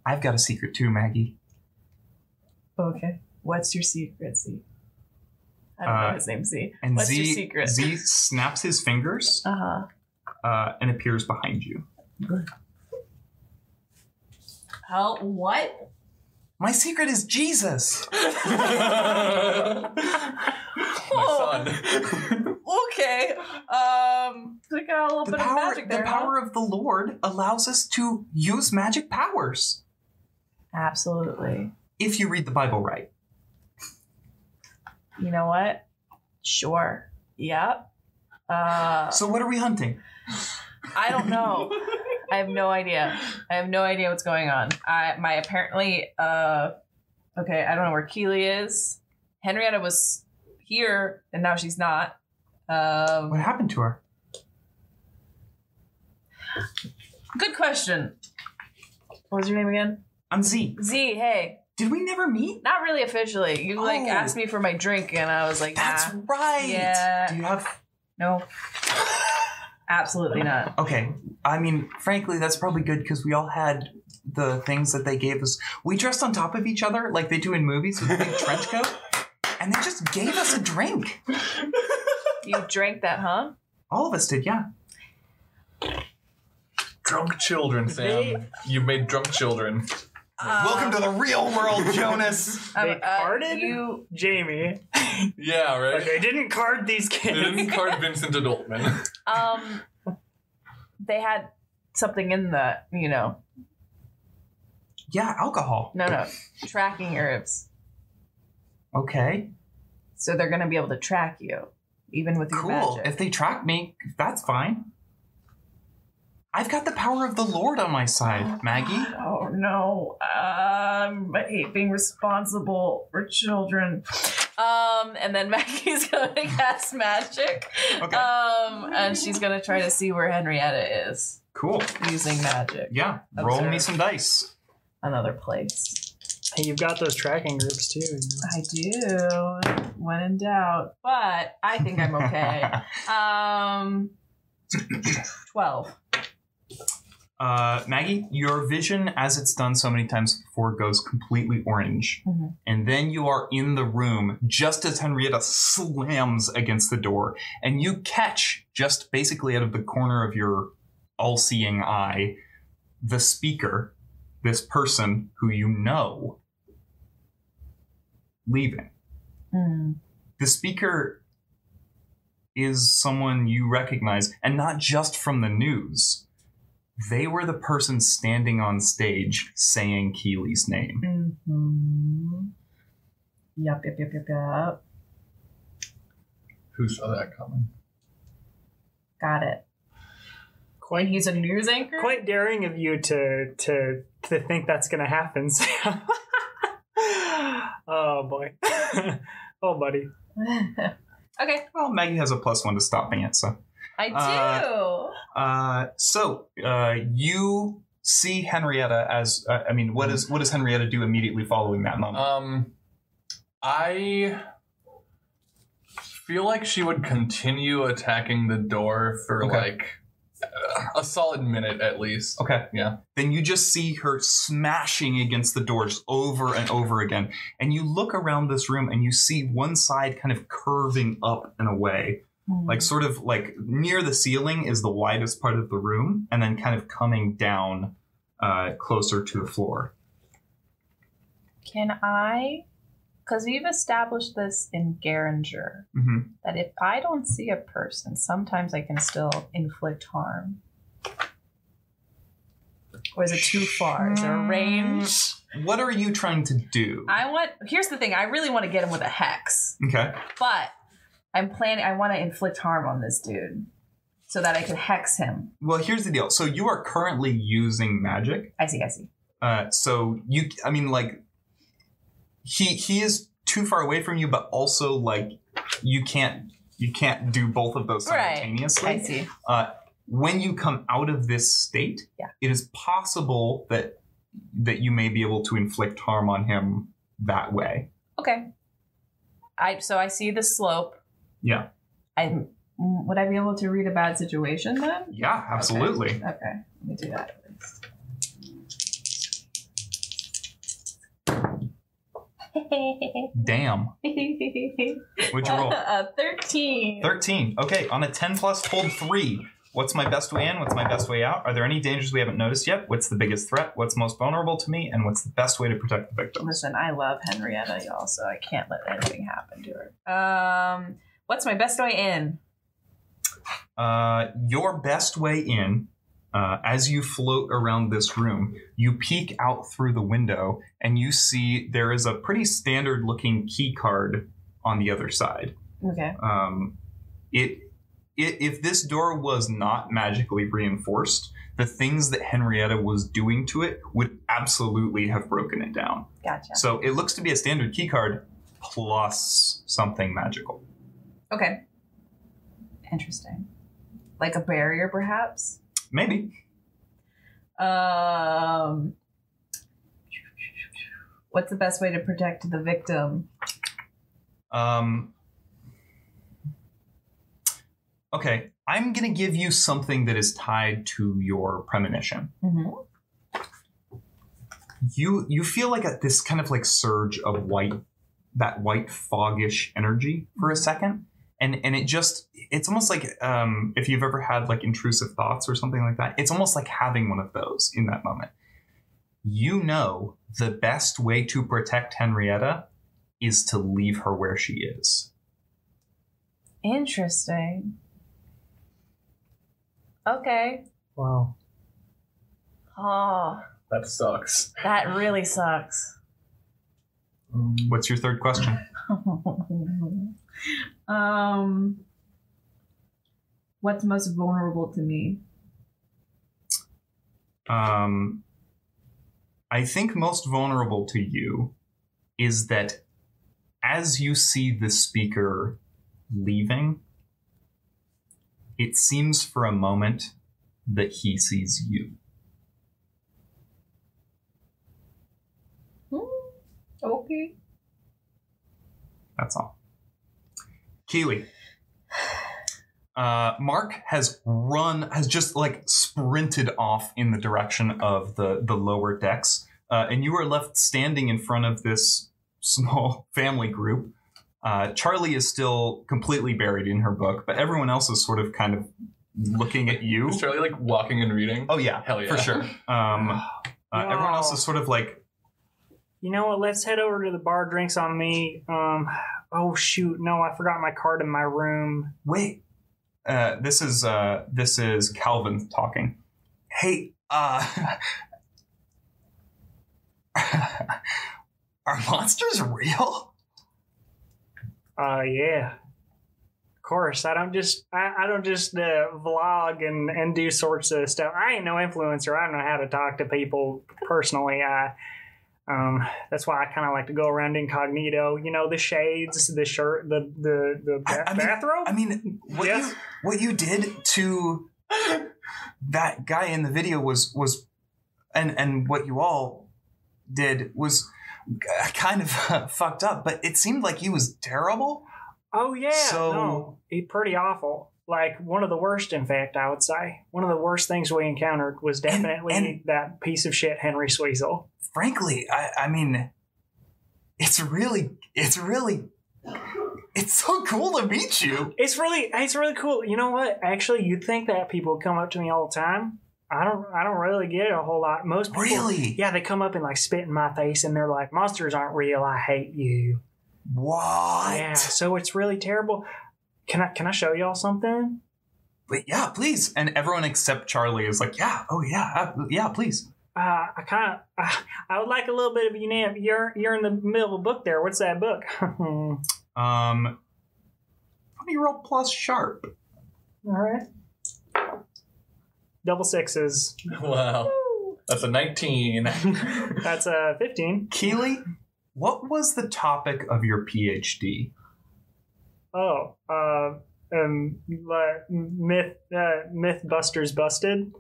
Speaker 1: I've got a secret too, Maggie.
Speaker 4: Okay. What's your secret, Z? I don't
Speaker 1: Uh,
Speaker 4: know his name, Z.
Speaker 1: And
Speaker 4: What's
Speaker 1: Z,
Speaker 4: your secret?
Speaker 1: Z snaps his fingers
Speaker 4: Uh huh.
Speaker 1: uh, and appears behind you.
Speaker 4: How? What?
Speaker 1: My secret is Jesus.
Speaker 3: my son.
Speaker 4: Okay. Um. We got a little
Speaker 1: The
Speaker 4: bit of
Speaker 1: power,
Speaker 4: magic
Speaker 1: the
Speaker 4: there. huh?
Speaker 1: power of the Lord allows us to use magic powers
Speaker 4: Absolutely.
Speaker 1: if you read the Bible right.
Speaker 4: You know what? Sure. Yep. Uh,
Speaker 1: So what are we hunting?
Speaker 4: I don't know. I have no idea. I have no idea what's going on. I my apparently uh okay, I don't know where Keely is. Henrietta was here and now she's not.
Speaker 1: What
Speaker 4: Um
Speaker 1: happened to her?
Speaker 4: good question. What was your name again?
Speaker 1: I'm Z.
Speaker 4: Z, hey.
Speaker 1: Did we never meet?
Speaker 4: Not really officially. You like
Speaker 1: Oh.
Speaker 4: asked me for my drink and I was like,
Speaker 1: That's
Speaker 4: nah,
Speaker 1: right.
Speaker 4: Yeah.
Speaker 1: Do you have?
Speaker 4: no. Absolutely not.
Speaker 1: Okay. I mean, frankly, that's probably good because we all had the things that they gave us. We dressed on top of each other like they do in movies with a big trench coat, and they just gave us a drink.
Speaker 4: You drank that, huh?
Speaker 1: All of us did, yeah.
Speaker 3: drunk children, Sam. You made drunk children.
Speaker 4: Uh,
Speaker 1: to the real (laughs) world, Jonas.
Speaker 4: um,
Speaker 2: They farted?
Speaker 4: you
Speaker 2: Jamie.
Speaker 3: Yeah, right.
Speaker 2: But they didn't card these
Speaker 3: They
Speaker 1: Mm-hmm.
Speaker 2: kids.
Speaker 3: didn't card Vincent Adultman.
Speaker 4: Um, they had something in the, you know,
Speaker 1: yeah, alcohol.
Speaker 4: no, no, tracking herbs.
Speaker 1: Okay,
Speaker 4: So they're going to be able to track you, even with your
Speaker 1: cool.
Speaker 4: magic.
Speaker 1: If they track me, that's fine. I've got the power of the Lord on my side, (gasps) Maggie.
Speaker 4: oh no, um, I hate being responsible for children. Um, and then (laughs) Maggie's going to cast magic.
Speaker 1: Okay.
Speaker 4: Um, and she's going to try to see where Henrietta is
Speaker 1: Cool.
Speaker 4: using magic.
Speaker 1: Yeah, roll me
Speaker 4: Observe.
Speaker 1: some dice.
Speaker 4: Another place.
Speaker 2: Hey, you've got those tracking groups too. You know.
Speaker 4: I do. When in doubt, but I think
Speaker 1: (laughs)
Speaker 4: I'm okay. um, twelve.
Speaker 1: Uh, Maggie, your vision, as it's done so many times before, goes completely orange.
Speaker 4: Mhm.
Speaker 1: And then you are in the room just as Henrietta slams against the door. And you catch, just basically out of the corner of your all seeing eye, the speaker, this person who you know, leaving the speaker is someone you recognize and not just from the news they were the person standing on stage saying Keeley's name.
Speaker 4: Mm-hmm. Yup, yup, yup, yup, yup.
Speaker 3: Who saw that coming?
Speaker 4: Got it.
Speaker 2: Quite
Speaker 4: And he's a news anchor.
Speaker 2: quite daring of you to to to think that's gonna happen. (laughs) Sam. oh boy. (laughs) oh buddy.
Speaker 4: (laughs) okay,
Speaker 1: Well, Maggie has a plus one to stopping it, so.
Speaker 4: I do.
Speaker 1: Uh, Uh, so uh, you see Henrietta as uh, I mean, what is what does Henrietta do immediately following that moment?
Speaker 3: Um, I feel like she would continue attacking the door for
Speaker 1: Okay.
Speaker 3: like a solid minute at least.
Speaker 1: Okay.
Speaker 3: Yeah.
Speaker 1: Then you just see her smashing against the doors over and over again. And you look around this room and you see one side kind of curving up and away. Like, sort of like near the ceiling is the widest part of the room, and then kind of coming down uh, closer to the floor.
Speaker 4: Can I? Because we've established this in Garinger
Speaker 1: hmm
Speaker 4: that if I don't see a person, sometimes I can still inflict harm. Or is it too far? Is there a range?
Speaker 1: What are you trying to do?
Speaker 4: I want. Here's the thing. I really want to get him with a hex,
Speaker 1: okay.
Speaker 4: but I'm planning. I want to inflict harm on this dude so that I can hex him.
Speaker 1: Well, here's the deal. So you are currently using magic.
Speaker 4: I see. I see.
Speaker 1: Uh, so you, I mean, like he he is too far away from you, but also like you can't you can't do both of those
Speaker 4: Right.
Speaker 1: simultaneously.
Speaker 4: I see.
Speaker 1: When you come out of this state,
Speaker 4: Yeah.
Speaker 1: it is possible that that you may be able to inflict harm on him that way.
Speaker 4: Okay. I so I see the slope.
Speaker 1: Yeah.
Speaker 4: I would I be able to read a bad situation then?
Speaker 1: Yeah, absolutely.
Speaker 4: Okay, let me do that. (laughs)
Speaker 1: Damn, what'd you
Speaker 4: (laughs)
Speaker 1: roll?
Speaker 4: Uh, Thirteen.
Speaker 1: 13. Okay, on a 10 plus, hold three. What's my best way in? What's my best way out? Are there any dangers we haven't noticed yet? What's the biggest threat? What's most vulnerable to me? And what's the best way to protect the victim?
Speaker 4: Listen, I love Henrietta, y'all, so I can't let anything happen to her. Um, what's my best way in?
Speaker 1: Uh, your best way in, uh, as you float around this room, you peek out through the window and you see there is a pretty standard looking key card on the other side.
Speaker 4: Okay.
Speaker 1: um, it, it if this door was not magically reinforced the things that henrietta was doing to it would absolutely have broken it down
Speaker 4: Gotcha.
Speaker 1: so it looks to be a standard key card plus something magical
Speaker 4: Okay. Interesting. Like a barrier, perhaps.
Speaker 1: maybe
Speaker 4: Um, what's the best way to protect the victim?
Speaker 1: um, okay i'm gonna give you something that is tied to your premonition
Speaker 4: Mm-hmm.
Speaker 1: you you feel like a, this kind of like surge of white that white foggish energy for a second and and it just it's almost like um, if you've ever had like intrusive thoughts or something like that it's almost like having one of those in that moment you know the best way to protect henrietta is to leave her where she is
Speaker 4: Interesting. Okay.
Speaker 2: Wow.
Speaker 4: Oh,
Speaker 6: That sucks.
Speaker 4: that really sucks.
Speaker 6: Um,
Speaker 1: what's your third question
Speaker 4: (laughs) um, what's most vulnerable to me?
Speaker 1: um, I think most vulnerable to you is that as you see the speaker leaving, it seems for a moment that he sees you.
Speaker 4: Hmm. Okay.
Speaker 1: That's all. Keely. Uh, Mark has run, has just like sprinted off in the direction of the the lower decks, uh, and you are left standing in front of this (laughs) small family group. Uh, Charlie is still completely buried in her book, but everyone else is sort of kind of looking at you.
Speaker 3: Is Charlie like walking and reading? (laughs)
Speaker 1: Oh yeah,
Speaker 3: Hell yeah.
Speaker 1: for sure. Um, uh, Everyone else is sort of like,
Speaker 2: You know what? Let's head over to the bar. Drinks on me. Um. Oh shoot! No, I forgot my card in my room.
Speaker 1: wait uh, this is uh, this is calvin talking hey uh (laughs) are monsters real
Speaker 2: Uh, yeah. Of course, I don't just I, I don't just uh, vlog and and do sorts of stuff. I ain't no influencer. I don't know how to talk to people personally. I um that's why I kind of like to go around incognito. You know, the shades, the shirt, the the the
Speaker 1: I-
Speaker 2: ba-
Speaker 1: I mean-
Speaker 2: bathrobe.
Speaker 1: i mean what
Speaker 2: Yes.
Speaker 1: you what you did to that guy in the video was was and and what you all did was uh, kind of (laughs) uh, fucked up, but it seemed like he was terrible.
Speaker 2: Oh yeah,
Speaker 1: So-
Speaker 2: no, he pretty awful. Like one of the worst, in fact, I would say. One of the worst things we encountered was
Speaker 1: And-
Speaker 2: definitely
Speaker 1: and-
Speaker 2: that piece of shit Henry Sweezel.
Speaker 1: Frankly, I, I mean, it's really, it's really, it's so cool to meet you.
Speaker 2: It's really, it's really cool. You know what? Actually, you'd think that people come up to me all the time. I don't, I don't really get it a whole lot. Most people,
Speaker 1: Really?
Speaker 2: yeah, they come up and like spit in my face, and they're like, "Monsters aren't real. I hate you."
Speaker 1: What?
Speaker 2: Yeah, so it's really terrible. Can I, can I show y'all something?
Speaker 1: But yeah, please. And everyone except Charlie is like, yeah, oh yeah, uh, yeah, please.
Speaker 2: Uh, I kind of, I, (laughs) I would like a little bit of you know, you're, you're in the middle of a book there. What's that book? (laughs) all
Speaker 1: Um, twenty roll plus sharp.
Speaker 2: right. Double sixes.
Speaker 5: Wow. That's a
Speaker 3: (laughs)
Speaker 5: 19.
Speaker 2: That's a fifteen.
Speaker 1: Keely, what was the topic of your PhD?
Speaker 2: Oh, uh, um, uh, myth, uh, Mythbusters busted,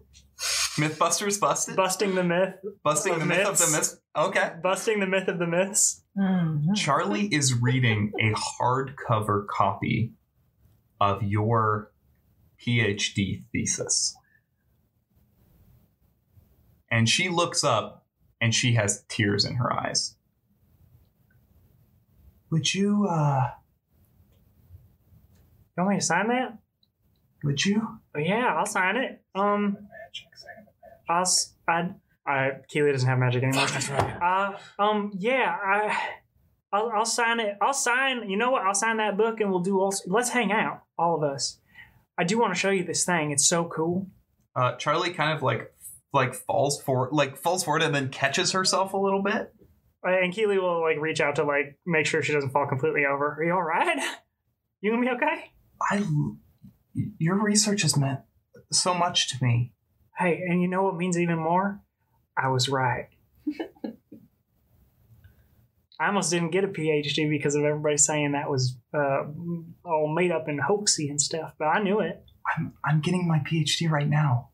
Speaker 1: Mythbusters busted.
Speaker 2: busting the myth,
Speaker 1: Busting
Speaker 2: Of
Speaker 1: the myth of
Speaker 2: myths.
Speaker 1: the myth. Okay.
Speaker 2: busting the myth of the myths.
Speaker 4: Mm-hmm.
Speaker 1: Charlie is reading a hardcover copy of your PhD thesis. And she looks up and she has tears in her eyes. Would you, uh,
Speaker 2: You want me to sign that? Oh,
Speaker 1: would you?
Speaker 2: Yeah, I'll sign it. Um, I'll, s- I, I, Keely doesn't have magic
Speaker 3: (laughs)
Speaker 2: anymore.
Speaker 5: Fuck, that's right.
Speaker 2: Uh, um, yeah, I, I'll, I'll sign it. I'll sign. You know what? I'll sign that book, and we'll do all. Let's hang out, all of us. I do want to show you this thing. It's so cool.
Speaker 1: Uh, Charlie kind of like, like falls for, like falls forward and then catches herself a little bit.
Speaker 2: Uh, And Keely will like reach out to like make sure she doesn't fall completely over. Are you all right? You gonna be okay?
Speaker 1: I, your research has meant so much to me.
Speaker 2: Hey, and you know what means even more? I was right. (laughs) I almost didn't get a PhD because of everybody saying that was uh, all made up and hoaxy and stuff, but I knew it.
Speaker 1: I'm, I'm getting my PhD right now.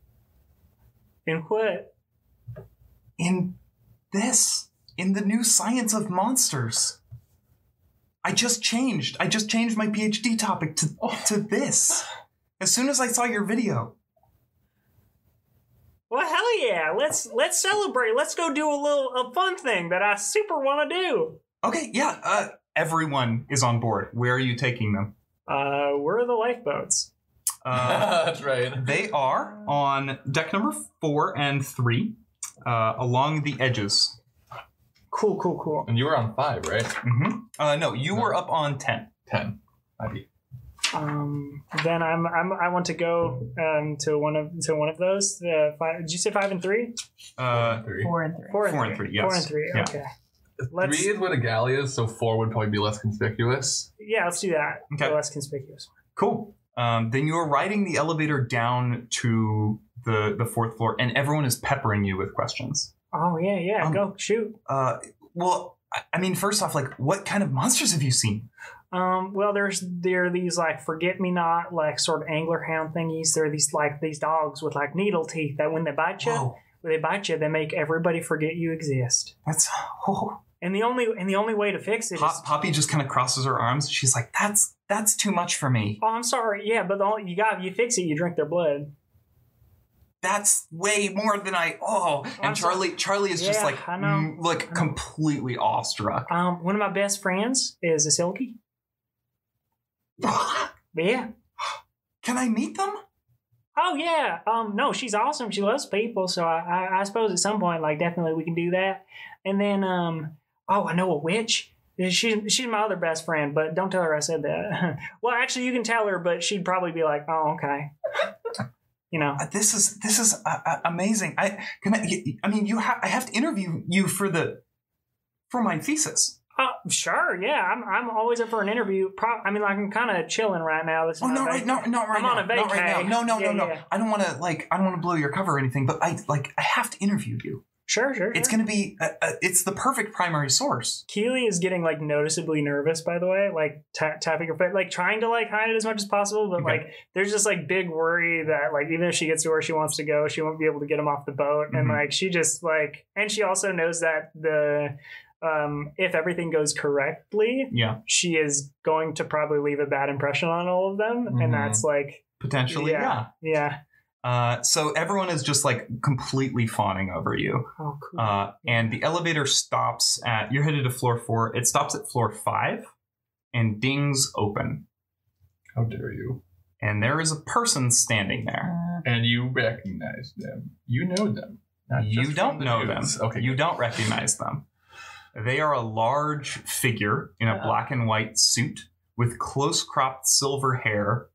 Speaker 2: And what?
Speaker 1: in this in the new science of monsters i just changed i just changed my phd topic to to this as soon as i saw your video
Speaker 2: Well, hell yeah! Let's let's celebrate. Let's go do a little a fun thing that I super want to do.
Speaker 1: okay yeah uh everyone is on board where are you taking them
Speaker 2: Uh, where are the lifeboats?
Speaker 3: (laughs)
Speaker 1: uh
Speaker 5: that's right.
Speaker 1: they are on deck number four and three uh along the edges
Speaker 2: Cool, cool, cool.
Speaker 3: And you were on five, right?
Speaker 1: hmm uh no you were up on 10
Speaker 3: Ten. I beat.
Speaker 2: Um, then I'm, I'm I want to go um to one of to one of those. Uh, five, did you say five and three?
Speaker 1: uh
Speaker 3: three.
Speaker 4: Four and three.
Speaker 2: Four and
Speaker 1: Four
Speaker 2: three.
Speaker 1: and three, yes.
Speaker 2: Four and three.
Speaker 1: Yeah.
Speaker 2: Okay. Let's
Speaker 3: Three is where the galley is, so four would probably be less conspicuous.
Speaker 2: yeah, let's do that.
Speaker 1: Okay.
Speaker 2: The less conspicuous.
Speaker 1: Cool. Um, then you are riding the elevator down to the the fourth floor, and everyone is peppering you with questions.
Speaker 2: Oh yeah, yeah.
Speaker 1: Um,
Speaker 2: go shoot.
Speaker 1: Uh, well, I, I mean, first off, like, what kind of monsters have you seen?
Speaker 2: Um, well, there's there are these like forget me not like sort of angler hound thingies. There are these like these dogs with like needle teeth that when they bite you,
Speaker 1: Whoa,
Speaker 2: when they bite you, they make everybody forget you exist.
Speaker 1: that's (laughs) whoa.
Speaker 2: And the only and the only way to fix it is
Speaker 1: Pop, Poppy just kind of crosses her arms. She's like, "That's that's too much for me.
Speaker 2: oh, I'm sorry, yeah, but the only, you got you fix it, you drink their blood.
Speaker 1: That's way more than I." Oh,
Speaker 2: I'm
Speaker 1: and Charlie, Charlie is just
Speaker 2: Yeah,
Speaker 1: like,
Speaker 2: I know.
Speaker 1: mm, like completely awestruck. (laughs)
Speaker 2: Um, one of my best friends is a silky. But yeah.
Speaker 1: Can I meet them?
Speaker 2: Oh yeah. Um, no, she's awesome. She loves people. So I, I, I suppose at some point, like definitely we can do that. And then, um, oh, I know a witch. She's she's my other best friend, but don't tell her I said that. (laughs) well, actually, you can tell her, but she'd probably be like,
Speaker 1: (laughs)
Speaker 2: oh, okay. you know.
Speaker 1: Uh, this is this is uh, uh, amazing. I can I, I mean you ha- I have to interview you for the for my thesis.
Speaker 2: Uh, sure. Yeah, I'm I'm always up for an interview. Pro- I mean, like I'm kind of chilling right now. This is
Speaker 1: Oh
Speaker 2: my
Speaker 1: no, right,
Speaker 2: vac-
Speaker 1: no, not right
Speaker 2: I'm
Speaker 1: now.
Speaker 2: on a
Speaker 1: not right now.
Speaker 2: vacay.
Speaker 1: No, no,
Speaker 2: Yeah,
Speaker 1: no, no.
Speaker 2: yeah.
Speaker 1: I don't want to like I don't want to blow your cover or anything, but I like I have to interview you.
Speaker 2: Sure, sure.
Speaker 1: It's
Speaker 2: sure.
Speaker 1: going to be, uh, uh, it's the perfect primary source.
Speaker 2: Keely is getting like noticeably nervous, by the way, like ta- tapping her foot, like trying to like hide it as much as possible. But
Speaker 1: Okay.
Speaker 2: like, there's just like big worry that like even if she gets to where she wants to go, she won't be able to get him off the boat. And
Speaker 1: Mhm.
Speaker 2: like, she just like, and she also knows that the um, if everything goes correctly,
Speaker 1: Yeah,
Speaker 2: she is going to probably leave a bad impression on all of them,
Speaker 1: Mhm.
Speaker 2: and that's like,
Speaker 1: potentially.
Speaker 2: Yeah.
Speaker 1: Yeah.
Speaker 2: yeah,
Speaker 1: Uh, so everyone is just like completely fawning over you.
Speaker 2: oh cool.
Speaker 1: Uh, and the elevator stops at, you're headed to floor four. It stops at floor five and dings open.
Speaker 6: How dare you?
Speaker 1: And there is a person standing there.
Speaker 4: Uh,
Speaker 3: And you recognize them. You know them.
Speaker 1: You don't know them.
Speaker 3: Okay.
Speaker 1: You don't recognize them. They are a large figure in a
Speaker 4: Uh-oh.
Speaker 1: black and white suit with close cropped silver hair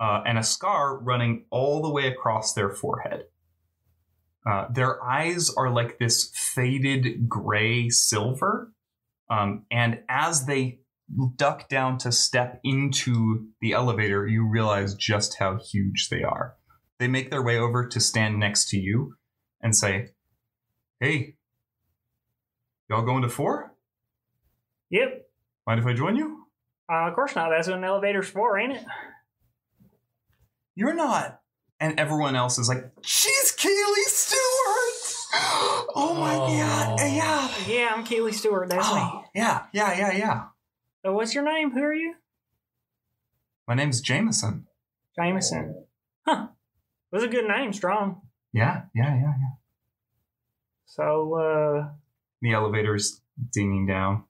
Speaker 1: uh, and a scar running all the way across their forehead. Uh, their eyes are like this faded gray silver. Um, and as they duck down to step into the elevator, you realize just how huge they are. They make their way over to stand next to you and say, Hey, y'all going to four?
Speaker 2: yep.
Speaker 1: Mind if I join you?
Speaker 2: Uh, of course not. That's what an elevator's for, ain't it?
Speaker 1: You're not. And everyone else is like, she's Keely Stewart. (gasps) Oh my god.
Speaker 5: Oh.
Speaker 1: Yeah.
Speaker 2: Yeah, I'm Keely Stewart. That's
Speaker 1: (gasps)
Speaker 2: me.
Speaker 1: Oh, yeah. Yeah. Yeah. Yeah.
Speaker 2: Uh, what's your name? Who are you?
Speaker 1: My name's Jameson.
Speaker 2: Jameson. Huh. Was a good name, strong.
Speaker 1: Yeah. Yeah. Yeah. Yeah.
Speaker 2: So, uh,
Speaker 1: The elevator's dinging down.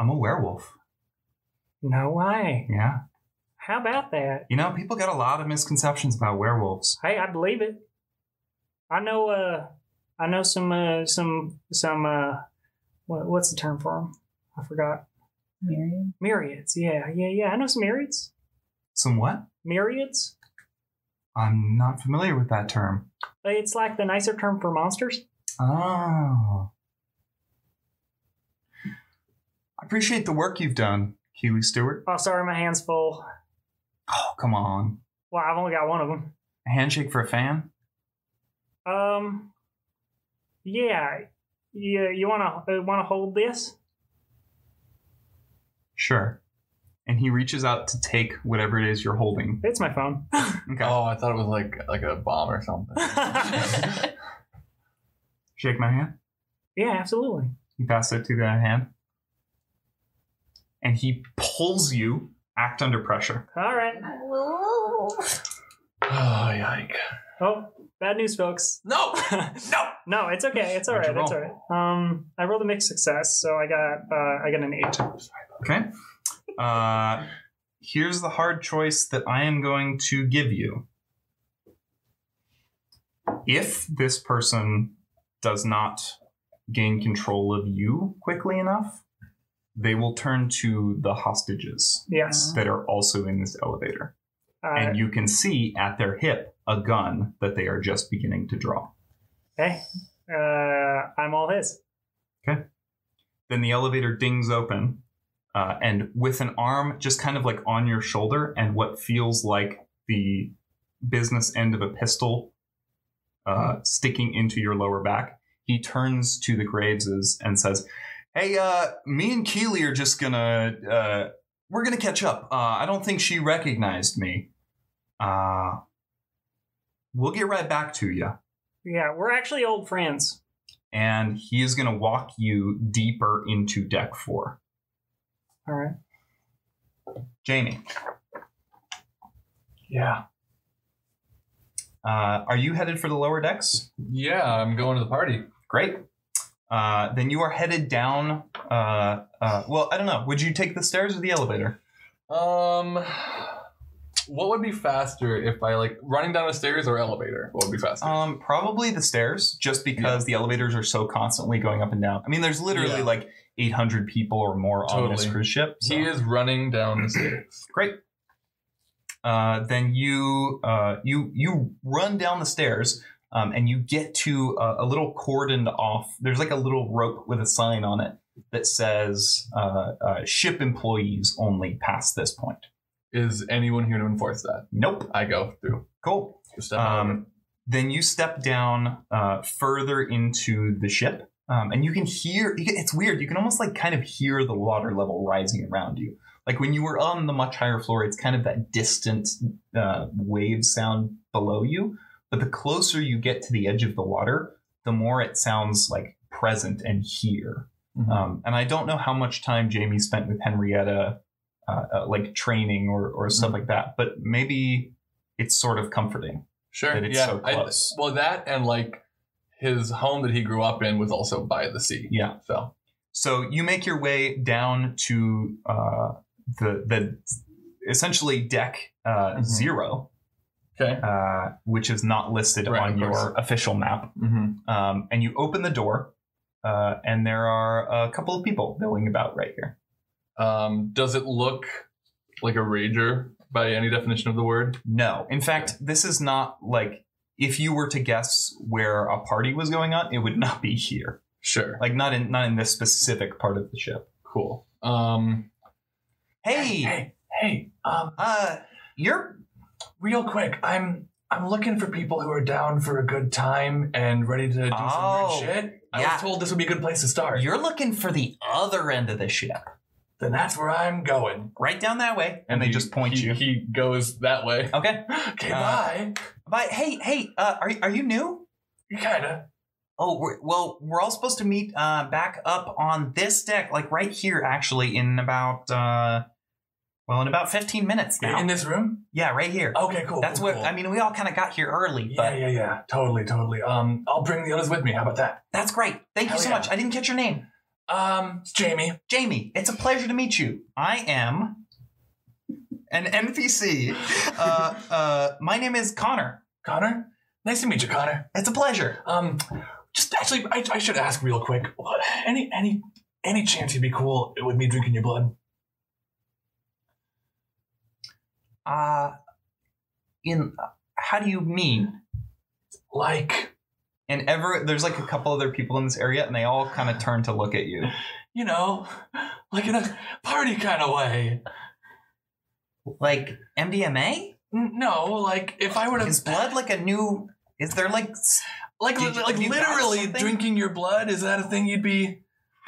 Speaker 1: I'm a werewolf.
Speaker 2: no way.
Speaker 1: Yeah.
Speaker 2: How about that?
Speaker 1: You know, people got a lot of misconceptions about werewolves.
Speaker 2: Hey, I believe it. I know, uh, I know some, uh, some, some, uh, what, what's the term for them? I forgot.
Speaker 4: Miriam.
Speaker 2: Myriads. Yeah, yeah, yeah. I know some myriads.
Speaker 1: Some what?
Speaker 2: Myriads.
Speaker 1: I'm not familiar with that term.
Speaker 2: It's like the nicer term for monsters.
Speaker 1: Oh. I appreciate the work you've done, Keely Stewart.
Speaker 2: Oh, sorry, my hand's full.
Speaker 1: Oh, come on.
Speaker 2: Well, I've only got one of them.
Speaker 1: A handshake for a fan?
Speaker 2: Um, yeah. Yeah, you wanna uh, wanna hold this?
Speaker 1: Sure. And he reaches out to take whatever it is you're holding.
Speaker 2: It's my phone. (laughs)
Speaker 1: Okay.
Speaker 3: Oh, I thought it was like like a bomb or something. (laughs)
Speaker 1: Shake my hand.
Speaker 2: yeah, absolutely.
Speaker 1: He passes it to the other hand. And he pulls you, act under pressure.
Speaker 2: All right.
Speaker 5: Oh, yike.
Speaker 2: Oh, bad news, folks. (laughs)
Speaker 5: No! No!
Speaker 2: no, it's okay. It's all
Speaker 1: What'd
Speaker 2: right.
Speaker 1: you
Speaker 2: It's all right. Um, I rolled a mixed success, so I got uh, I got an eight.
Speaker 1: Okay? Uh, here's the hard choice that I am going to give you. If this person does not gain control of you quickly enough, they will turn to the hostages
Speaker 2: Yes.
Speaker 1: that are also in this elevator.
Speaker 2: Uh,
Speaker 1: Uh-huh. and you can see at their hip a gun that they are just beginning to draw.
Speaker 2: hey, uh, I'm all his.
Speaker 1: Then the elevator dings open, uh, and with an arm just kind of like on your shoulder, and what feels like the business end of a pistol uh, sticking into your lower back, he turns to the Graveses and says, "Hey, uh, me and Keely are just gonna uh, we're gonna catch up. Uh, I don't think she recognized me. Uh, we'll get right back to you."
Speaker 2: Yeah, we're actually old friends.
Speaker 1: and he is going to walk you deeper into deck four.
Speaker 2: All right.
Speaker 1: Jamie,
Speaker 5: Yeah.
Speaker 1: uh, are you headed for the lower decks?
Speaker 3: yeah, I'm going to the party.
Speaker 1: Great. Uh, then you are headed down. Uh, uh, well, I don't know. Would you take the stairs or the elevator?
Speaker 3: Um, what would be faster if I like running down the stairs or elevator? What would be faster?
Speaker 1: Um, probably the stairs, just because the elevators are so constantly going up and down. I mean, there's literally
Speaker 3: Yeah.
Speaker 1: like 800 people or more on this
Speaker 3: Totally.
Speaker 1: cruise ship. so-
Speaker 3: he is running down the stairs.
Speaker 1: Great. Uh, then you uh, you you run down the stairs um, and you get to a, a little cordoned off. There's like a little rope with a sign on it that says uh, uh, "Ship employees only past this point."
Speaker 3: Is anyone here to enforce that?
Speaker 1: Nope.
Speaker 3: I go through.
Speaker 1: Cool.
Speaker 3: Just step out of
Speaker 1: Um, Then you step down uh, further into the ship, um, and you can hear. You can, it's weird. You can almost like kind of hear the water level rising around you. Like when you were on the much higher floor, it's kind of that distant uh, wave sound below you. But the closer you get to the edge of the water, the more it sounds like present and here.
Speaker 3: Mm-hmm.
Speaker 1: Um, and I don't know how much time Jamie spent with Henrietta, uh, uh, like training or, or stuff like that, but maybe it's sort of comforting.
Speaker 3: Sure.
Speaker 1: That it's
Speaker 3: yeah.
Speaker 1: so
Speaker 3: I-
Speaker 1: close.
Speaker 3: well, that and like his home that he grew up in was also by the sea.
Speaker 1: Yeah.
Speaker 3: So
Speaker 1: So you make your way down to uh, the the essentially deck uh,
Speaker 3: Mhm.
Speaker 1: zero,
Speaker 3: okay.
Speaker 1: uh, which is not listed
Speaker 3: Right,
Speaker 1: on
Speaker 3: of course.
Speaker 1: your official map.
Speaker 3: Mm-hmm.
Speaker 1: Um, and you open the door, uh, and there are a couple of people milling about right here.
Speaker 3: Um, does it look like a rager by any definition of the word?
Speaker 1: No. In fact, this is not like if you were to guess where a party was going on, it would not be here.
Speaker 3: Sure.
Speaker 1: Like not in not in this specific part of the ship.
Speaker 3: Cool. Um,
Speaker 1: Hey,
Speaker 5: Hey, hey, um,
Speaker 1: uh, you're
Speaker 5: real quick, I'm I'm looking for people who are down for a good time and ready to do
Speaker 1: Oh,
Speaker 5: some weird shit. I
Speaker 1: yeah.
Speaker 5: was told this would be a good place to start.
Speaker 1: you're looking for the other end of the ship,
Speaker 5: then that's where I'm going.
Speaker 1: right down that way, and, they
Speaker 3: he-
Speaker 1: just point
Speaker 3: he-
Speaker 1: you.
Speaker 3: He goes
Speaker 1: (laughs)
Speaker 3: that way.
Speaker 1: okay,
Speaker 5: Okay,
Speaker 1: Uh,
Speaker 5: bye.
Speaker 1: but hey, hey, uh, are are you new?
Speaker 5: You kinda.
Speaker 1: Oh, we're, well, we're all supposed to meet uh, back up on this deck, like right here, actually, in about uh, well, in about fifteen minutes now.
Speaker 5: In this room?
Speaker 1: yeah, right here.
Speaker 5: Okay, cool.
Speaker 1: That's
Speaker 5: cool,
Speaker 1: what
Speaker 5: cool.
Speaker 1: I mean. We all kind of got here early,
Speaker 5: Yeah,
Speaker 1: but
Speaker 5: yeah, yeah. Totally, totally. Um, I'll bring the others with me. How about that?
Speaker 1: that's great. Thank you
Speaker 5: Hell
Speaker 1: so
Speaker 5: yeah.
Speaker 1: much. I didn't catch your name,
Speaker 5: Um, it's
Speaker 1: (laughs)
Speaker 5: Jamie.
Speaker 1: Jamie. It's a pleasure to meet you. I am
Speaker 5: (laughs)
Speaker 1: an NPC. uh, uh, my name is Connor.
Speaker 5: Connor? Nice to meet you, Connor.
Speaker 1: It's a pleasure.
Speaker 5: Um, just actually, I, I should ask real quick. What, any, any, any chance you'd be cool with me drinking your blood?
Speaker 1: Uh, in how do you mean?
Speaker 5: Like,
Speaker 1: And ever there's like a couple other people in this area, and they all kind of turn to look at you.
Speaker 5: you know, like in a party kind of way.
Speaker 1: Like MDMA
Speaker 5: N- No, like if I were to,
Speaker 1: is blood like a new? Is there like s-
Speaker 5: like,
Speaker 1: did you-
Speaker 5: like
Speaker 1: have you got
Speaker 5: literally
Speaker 1: something?
Speaker 5: drinking your blood. Is that a thing you'd be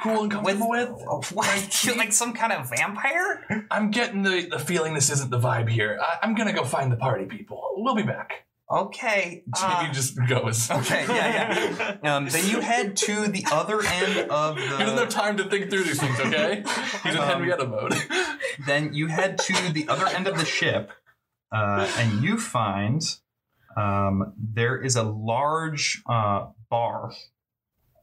Speaker 5: cool and
Speaker 1: with
Speaker 5: comfortable with?
Speaker 1: (laughs) what? like some kind of vampire?
Speaker 5: I'm getting the, the feeling this isn't the vibe here. I, I'm gonna go find the party people. We'll be back.
Speaker 1: Okay. uh,
Speaker 5: Jamie just goes. (laughs)
Speaker 1: (laughs) Okay, (laughs) yeah, yeah. Um, then you head to the other end of the.
Speaker 3: he doesn't have time to think through these things. Okay. He's in
Speaker 1: Um,
Speaker 5: (laughs)
Speaker 3: Henrietta mode.
Speaker 1: then you head to the other end of the ship, uh, and you find um, there is a large uh, bar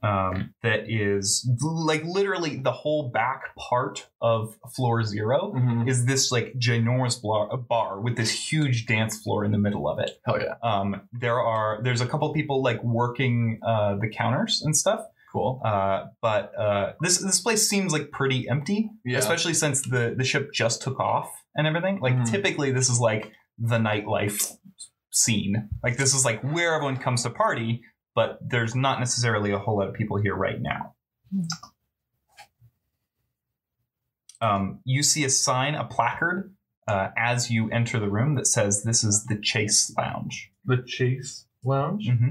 Speaker 1: um, that is like literally the whole back part of floor 0
Speaker 3: Mhm.
Speaker 1: Is this like ginormous bar, bar with this huge dance floor in the middle of it?
Speaker 3: Hell yeah.
Speaker 1: Um, there are there's a couple people like working uh, the counters and stuff.
Speaker 3: Cool.
Speaker 1: Uh, but uh, this this place seems like pretty empty,
Speaker 3: Yeah.
Speaker 1: especially since the the ship just took off and everything. Like
Speaker 3: Mhm.
Speaker 1: typically, this is like the nightlife scene. Like this is like where everyone comes to party, but there's not necessarily a whole lot of people here right now. Um, you see a sign, a placard, uh, as you enter the room that says this is the Chase Lounge.
Speaker 6: The Chase Lounge.
Speaker 1: Mm-hmm.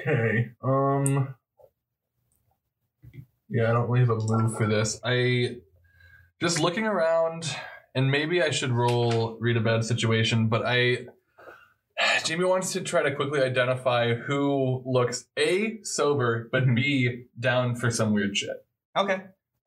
Speaker 6: Okay. Um. Yeah, I don't really have a move
Speaker 3: for
Speaker 6: for
Speaker 3: this. I just looking around, and maybe I should roll read a bad situation, but I Jamie wants to try to quickly identify who looks A sober, but
Speaker 5: Mm-hmm.
Speaker 1: Mhm.
Speaker 3: B down for some weird shit.
Speaker 1: Okay.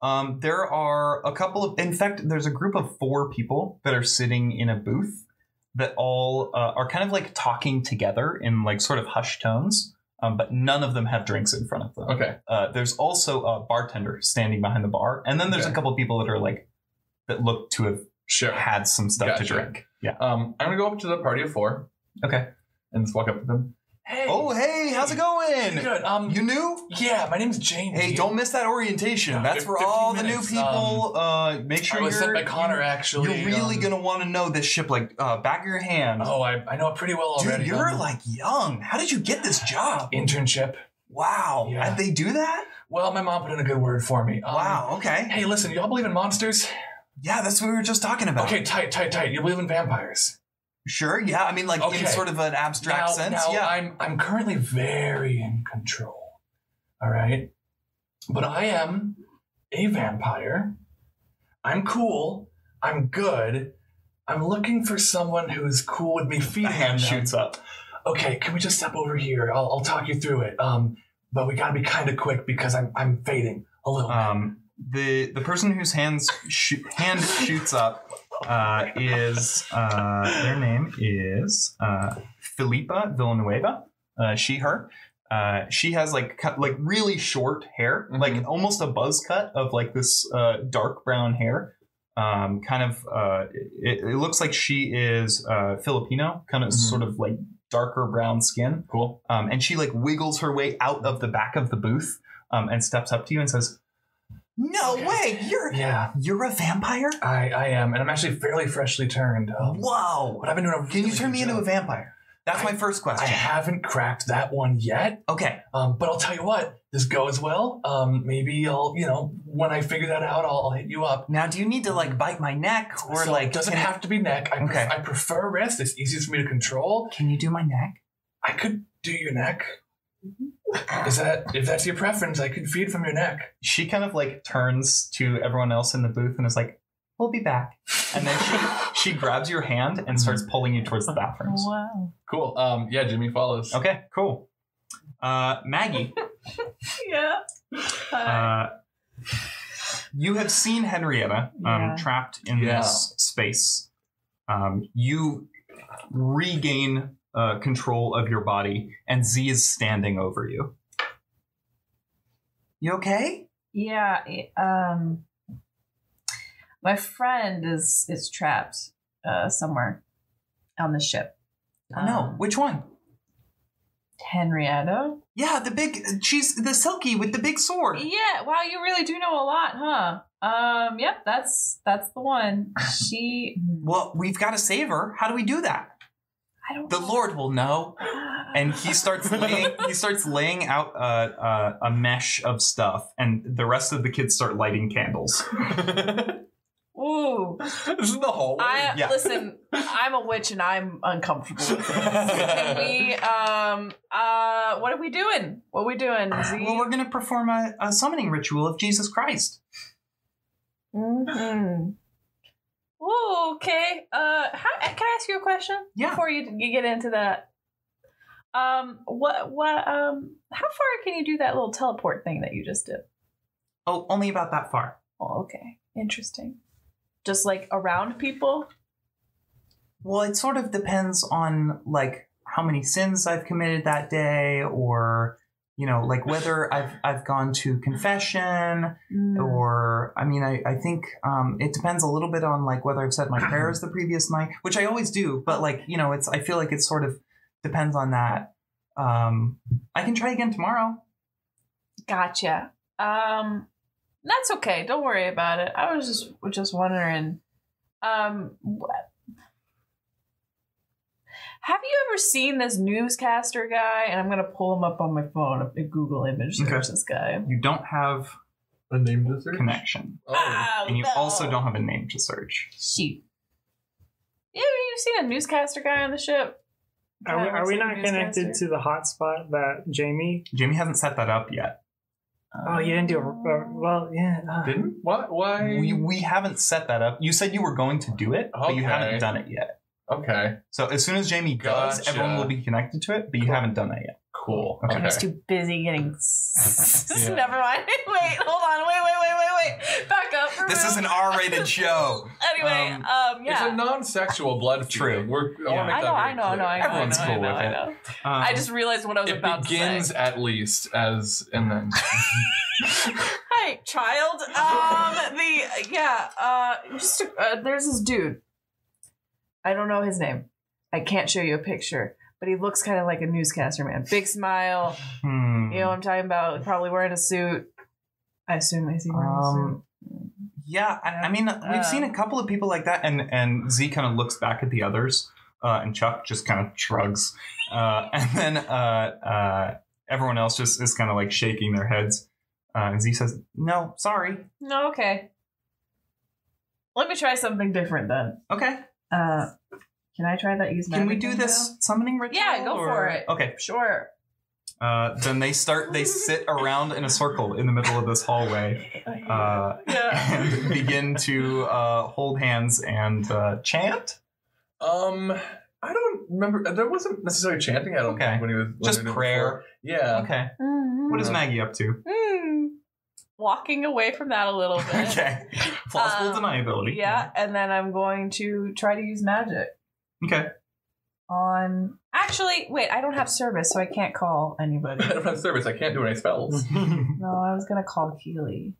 Speaker 1: Um, there are a couple of, in fact, there's a group of four people that are sitting in a booth that all uh, are kind of like talking together in like sort of hushed tones, um, but none of them have drinks in front of them.
Speaker 3: Okay.
Speaker 1: Uh, there's also a bartender standing behind the bar, and then there's
Speaker 3: Okay.
Speaker 1: a couple of people that are like that look to have
Speaker 3: Sure.
Speaker 1: had some stuff
Speaker 3: Gotcha.
Speaker 1: to drink. Yeah.
Speaker 3: Um, I'm gonna go up to the party of four.
Speaker 1: Okay.
Speaker 3: And just walk up to them.
Speaker 5: Hey.
Speaker 1: Oh, hey, how's it going?
Speaker 5: Good. Um.
Speaker 1: You new?
Speaker 5: yeah, my name's Jamie.
Speaker 1: Hey, don't miss that orientation.
Speaker 5: Yeah,
Speaker 1: That's
Speaker 5: fif-
Speaker 1: for
Speaker 5: 15
Speaker 1: all the new
Speaker 5: minutes, Um,
Speaker 1: people. uh, make sure
Speaker 5: I was sent
Speaker 1: you're
Speaker 5: by Connor. Actually,
Speaker 1: You're really
Speaker 5: um,
Speaker 1: gonna want to know this ship, like uh, back of your hand.
Speaker 5: Oh, I, I know it pretty well
Speaker 1: Dude,
Speaker 5: already.
Speaker 1: you're
Speaker 5: Um,
Speaker 1: like young. How did you get this job?
Speaker 5: internship.
Speaker 1: Wow,
Speaker 5: Yeah.
Speaker 1: How'd they do that?
Speaker 5: Well, my mom put in a good word for me. Um,
Speaker 1: wow, okay.
Speaker 5: Hey, listen, y'all believe in monsters?
Speaker 1: Yeah, that's what we were just talking about.
Speaker 5: Okay, tight, tight, tight. You believe in vampires?
Speaker 1: Sure. Yeah. I mean, like
Speaker 5: Okay.
Speaker 1: in sort of an abstract
Speaker 5: now,
Speaker 1: sense.
Speaker 5: now
Speaker 1: yeah.
Speaker 5: I'm I'm currently very in control. All right. But I am a vampire. I'm cool. I'm good. I'm looking for someone who's cool with me
Speaker 1: The
Speaker 5: feeding
Speaker 1: (laughs) hand
Speaker 5: them.
Speaker 1: shoots up.
Speaker 5: Okay, can we just step over here? I'll, I'll talk you through it. Um, but we gotta be kind of quick because I'm I'm fading a little.
Speaker 1: Um, the the person whose hands shoo- hand shoots up uh, is uh, their name is uh, Filipa Villanueva. Uh, she her. Uh, she has like cut, like really short hair, like almost a buzz cut of like this uh, dark brown hair. Um, kind of, uh, it, it looks like she is uh, Filipino, kind of
Speaker 3: Mhm.
Speaker 1: sort of like darker brown skin.
Speaker 3: Cool.
Speaker 1: Um, and she like wiggles her way out of the back of the booth um, and steps up to you and says, "No
Speaker 5: Okay.
Speaker 1: way, you're
Speaker 5: yeah,
Speaker 1: you're a vampire!
Speaker 5: I I am, and I'm actually fairly freshly turned. Um,
Speaker 1: Whoa!
Speaker 5: But I've been doing a really
Speaker 1: Can you turn
Speaker 5: good
Speaker 1: me into
Speaker 5: job.
Speaker 1: a vampire?" That's
Speaker 5: I-
Speaker 1: my first
Speaker 5: I
Speaker 1: question.
Speaker 5: haven't cracked that one yet.
Speaker 1: okay,
Speaker 5: Um, but I'll tell you what, this goes well. Um, maybe I'll, you know, when I figure that out, I'll, I'll hit you up.
Speaker 1: now do you need to like bite my neck or
Speaker 5: So
Speaker 1: like
Speaker 5: it doesn't
Speaker 1: can,
Speaker 5: have to be neck. I, pref-
Speaker 1: Okay.
Speaker 5: I prefer wrist. It's easiest for me to control.
Speaker 1: Can you do my neck?
Speaker 5: I could do your neck.
Speaker 1: Mm-hmm.
Speaker 5: Is that if that's your preference? I could feed from your
Speaker 1: (laughs)
Speaker 5: neck.
Speaker 1: She kind of like turns to everyone else in the booth and is like, "We'll be back." And then she she grabs your hand and starts pulling you towards the bathrooms.
Speaker 4: Wow.
Speaker 3: Cool. Um, yeah, Jimmy follows.
Speaker 1: Okay, cool. Uh, Maggie.
Speaker 4: Yeah. Uh,
Speaker 1: Uh, (laughs) you have seen Henrietta um,
Speaker 4: Yeah.
Speaker 1: trapped in
Speaker 3: Yeah.
Speaker 1: this space. Um, you regain uh, control of your body, and Z is standing over you. You okay?
Speaker 4: yeah. it- Um, my friend is is trapped uh, somewhere on the ship.
Speaker 1: Oh, no.
Speaker 4: Um,
Speaker 1: Which one?
Speaker 4: Henrietta.
Speaker 1: Yeah, the big. She's the Silky with the big sword.
Speaker 4: Yeah. Wow. You really do know a lot, huh? Um. Yep. That's that's
Speaker 1: (laughs)
Speaker 4: the one. She.
Speaker 1: Well, we've got to save her. How do we do that?
Speaker 4: I don't.
Speaker 1: The
Speaker 4: (sighs)
Speaker 1: Lord will know. and he starts laying, he starts laying out a, a, a mesh of stuff, and the rest of the kids start lighting candles.
Speaker 4: (laughs)
Speaker 1: (laughs)
Speaker 4: Ooh.
Speaker 3: this is the whole.
Speaker 4: I
Speaker 1: Yeah.
Speaker 4: listen. I'm a witch, and I'm
Speaker 1: (laughs)
Speaker 4: uncomfortable. With this. Can we? Um. Uh. What are we doing? What are we doing? Z?
Speaker 1: Well, we're gonna perform a, a summoning ritual of Jesus Christ.
Speaker 4: hmm Ooh, okay. Uh, how, can I ask you a question?
Speaker 1: Yeah.
Speaker 4: Before you, you get into that, um, what what um, how far can you do that little teleport thing that you just did?
Speaker 1: Oh, only about that far.
Speaker 4: Oh, okay, interesting. Just like around people.
Speaker 1: Well, it sort of depends on like how many sins I've committed that day, or you know, like whether I've I've gone to confession.
Speaker 4: Mm.
Speaker 1: or I mean, I, I think um, it depends a little bit on like whether I've said my prayers the previous night, which I always do, but like, you know, it's, I feel like it sort of depends on that. Um, I can try again tomorrow.
Speaker 4: Gotcha. Um, that's okay. Don't worry about it. I was just was just wondering. Um, what? Have you ever seen this newscaster guy? And I'm gonna pull him up on my phone. A Google image search
Speaker 1: Okay.
Speaker 4: this guy.
Speaker 1: You don't have
Speaker 6: A name to search?
Speaker 1: connection,
Speaker 3: oh.
Speaker 1: and you
Speaker 4: Ah, no.
Speaker 1: also don't have a name to search.
Speaker 4: Shoot. Yeah, you've seen a newscaster guy on the ship.
Speaker 2: (laughs) Are we,
Speaker 4: Kinda
Speaker 2: are
Speaker 4: looks
Speaker 2: we
Speaker 4: like a
Speaker 2: not connected
Speaker 4: newscaster.
Speaker 2: to the hotspot that Jamie?
Speaker 1: Jamie hasn't set that up yet.
Speaker 2: Oh, you didn't do a,
Speaker 1: Uh-huh.
Speaker 2: uh, well. Yeah. uh,
Speaker 3: Didn't? What? Why?
Speaker 1: We, we haven't set that up. You said you were going to do it, but you
Speaker 3: Okay.
Speaker 1: haven't done it yet.
Speaker 3: okay.
Speaker 1: So as soon as Jamie does,
Speaker 3: Gotcha.
Speaker 1: everyone will be connected to it, but you haven't done that yet.
Speaker 3: Cool.
Speaker 5: Oh,
Speaker 1: Okay.
Speaker 4: I was too busy getting.
Speaker 1: (laughs)
Speaker 4: s-
Speaker 3: Yeah.
Speaker 4: (laughs) Never mind. Wait, hold on. Wait, wait, wait, wait, wait. Back up.
Speaker 1: This is
Speaker 4: (laughs)
Speaker 1: an
Speaker 4: remove.
Speaker 1: R-rated show.
Speaker 4: Anyway,
Speaker 1: Um,
Speaker 4: um,
Speaker 3: It's a
Speaker 4: yeah.
Speaker 3: non-sexual blood
Speaker 1: True.
Speaker 3: feud. We're, I,
Speaker 1: Yeah.
Speaker 3: wanna make
Speaker 4: I
Speaker 3: that
Speaker 4: know, I
Speaker 3: very
Speaker 4: know, I know,
Speaker 3: clear.
Speaker 4: I know.
Speaker 1: Everyone's
Speaker 4: I
Speaker 1: cool
Speaker 4: know, I know,
Speaker 1: with
Speaker 4: I
Speaker 1: it.
Speaker 4: know.
Speaker 1: Um,
Speaker 4: I just realized what I was
Speaker 3: It
Speaker 4: about
Speaker 3: begins
Speaker 4: to say.
Speaker 3: at least as and then
Speaker 4: Hi,
Speaker 1: (laughs)
Speaker 4: child. Um, the yeah. Uh, just uh, there's this dude. I don't know his name. I can't show you a picture, but he looks kind of like a newscaster man. Big smile.
Speaker 1: hmm.
Speaker 4: You know what I'm talking about? Probably wearing a suit. I assume I see wearing a suit.
Speaker 1: Um, yeah, I, I mean, we've
Speaker 4: Um,
Speaker 1: seen a couple of people like that, and and Z kind of looks back at the others, uh, and Chuck just kind of shrugs, uh, (laughs) and then uh, uh, everyone else just is kind of like shaking their heads, uh, and Z says, "No, sorry,
Speaker 4: No, okay. Let me try something different then.
Speaker 1: okay."
Speaker 4: Uh, Can I try that? Use
Speaker 1: Can we
Speaker 4: magic
Speaker 1: do
Speaker 4: thing,
Speaker 1: this summoning ritual?
Speaker 4: Yeah, go
Speaker 1: or-
Speaker 4: for it.
Speaker 1: Okay.
Speaker 4: though? Sure.
Speaker 1: Uh, then they start. They
Speaker 4: (laughs)
Speaker 1: sit around in a circle in the middle of this hallway uh,
Speaker 4: yeah.
Speaker 1: and begin to uh, hold hands and uh, chant.
Speaker 5: (laughs) Um, I don't remember. There wasn't necessarily chanting. I don't
Speaker 1: Okay.
Speaker 5: think when he was when
Speaker 1: Just
Speaker 5: he did it
Speaker 1: prayer.
Speaker 5: before. Yeah. (laughs)
Speaker 1: Okay.
Speaker 4: Mm,
Speaker 1: What is Maggie up to?
Speaker 4: mm. Walking away from that
Speaker 1: (laughs)
Speaker 4: a little bit.
Speaker 1: Okay. Plausible
Speaker 4: Um,
Speaker 1: deniability.
Speaker 4: Yeah, and then I'm going to try to use magic
Speaker 1: Okay.
Speaker 4: on. Actually, wait, I don't have service, so I can't call anybody.
Speaker 5: I don't have service. I can't do any spells.
Speaker 4: No, I was gonna call Keely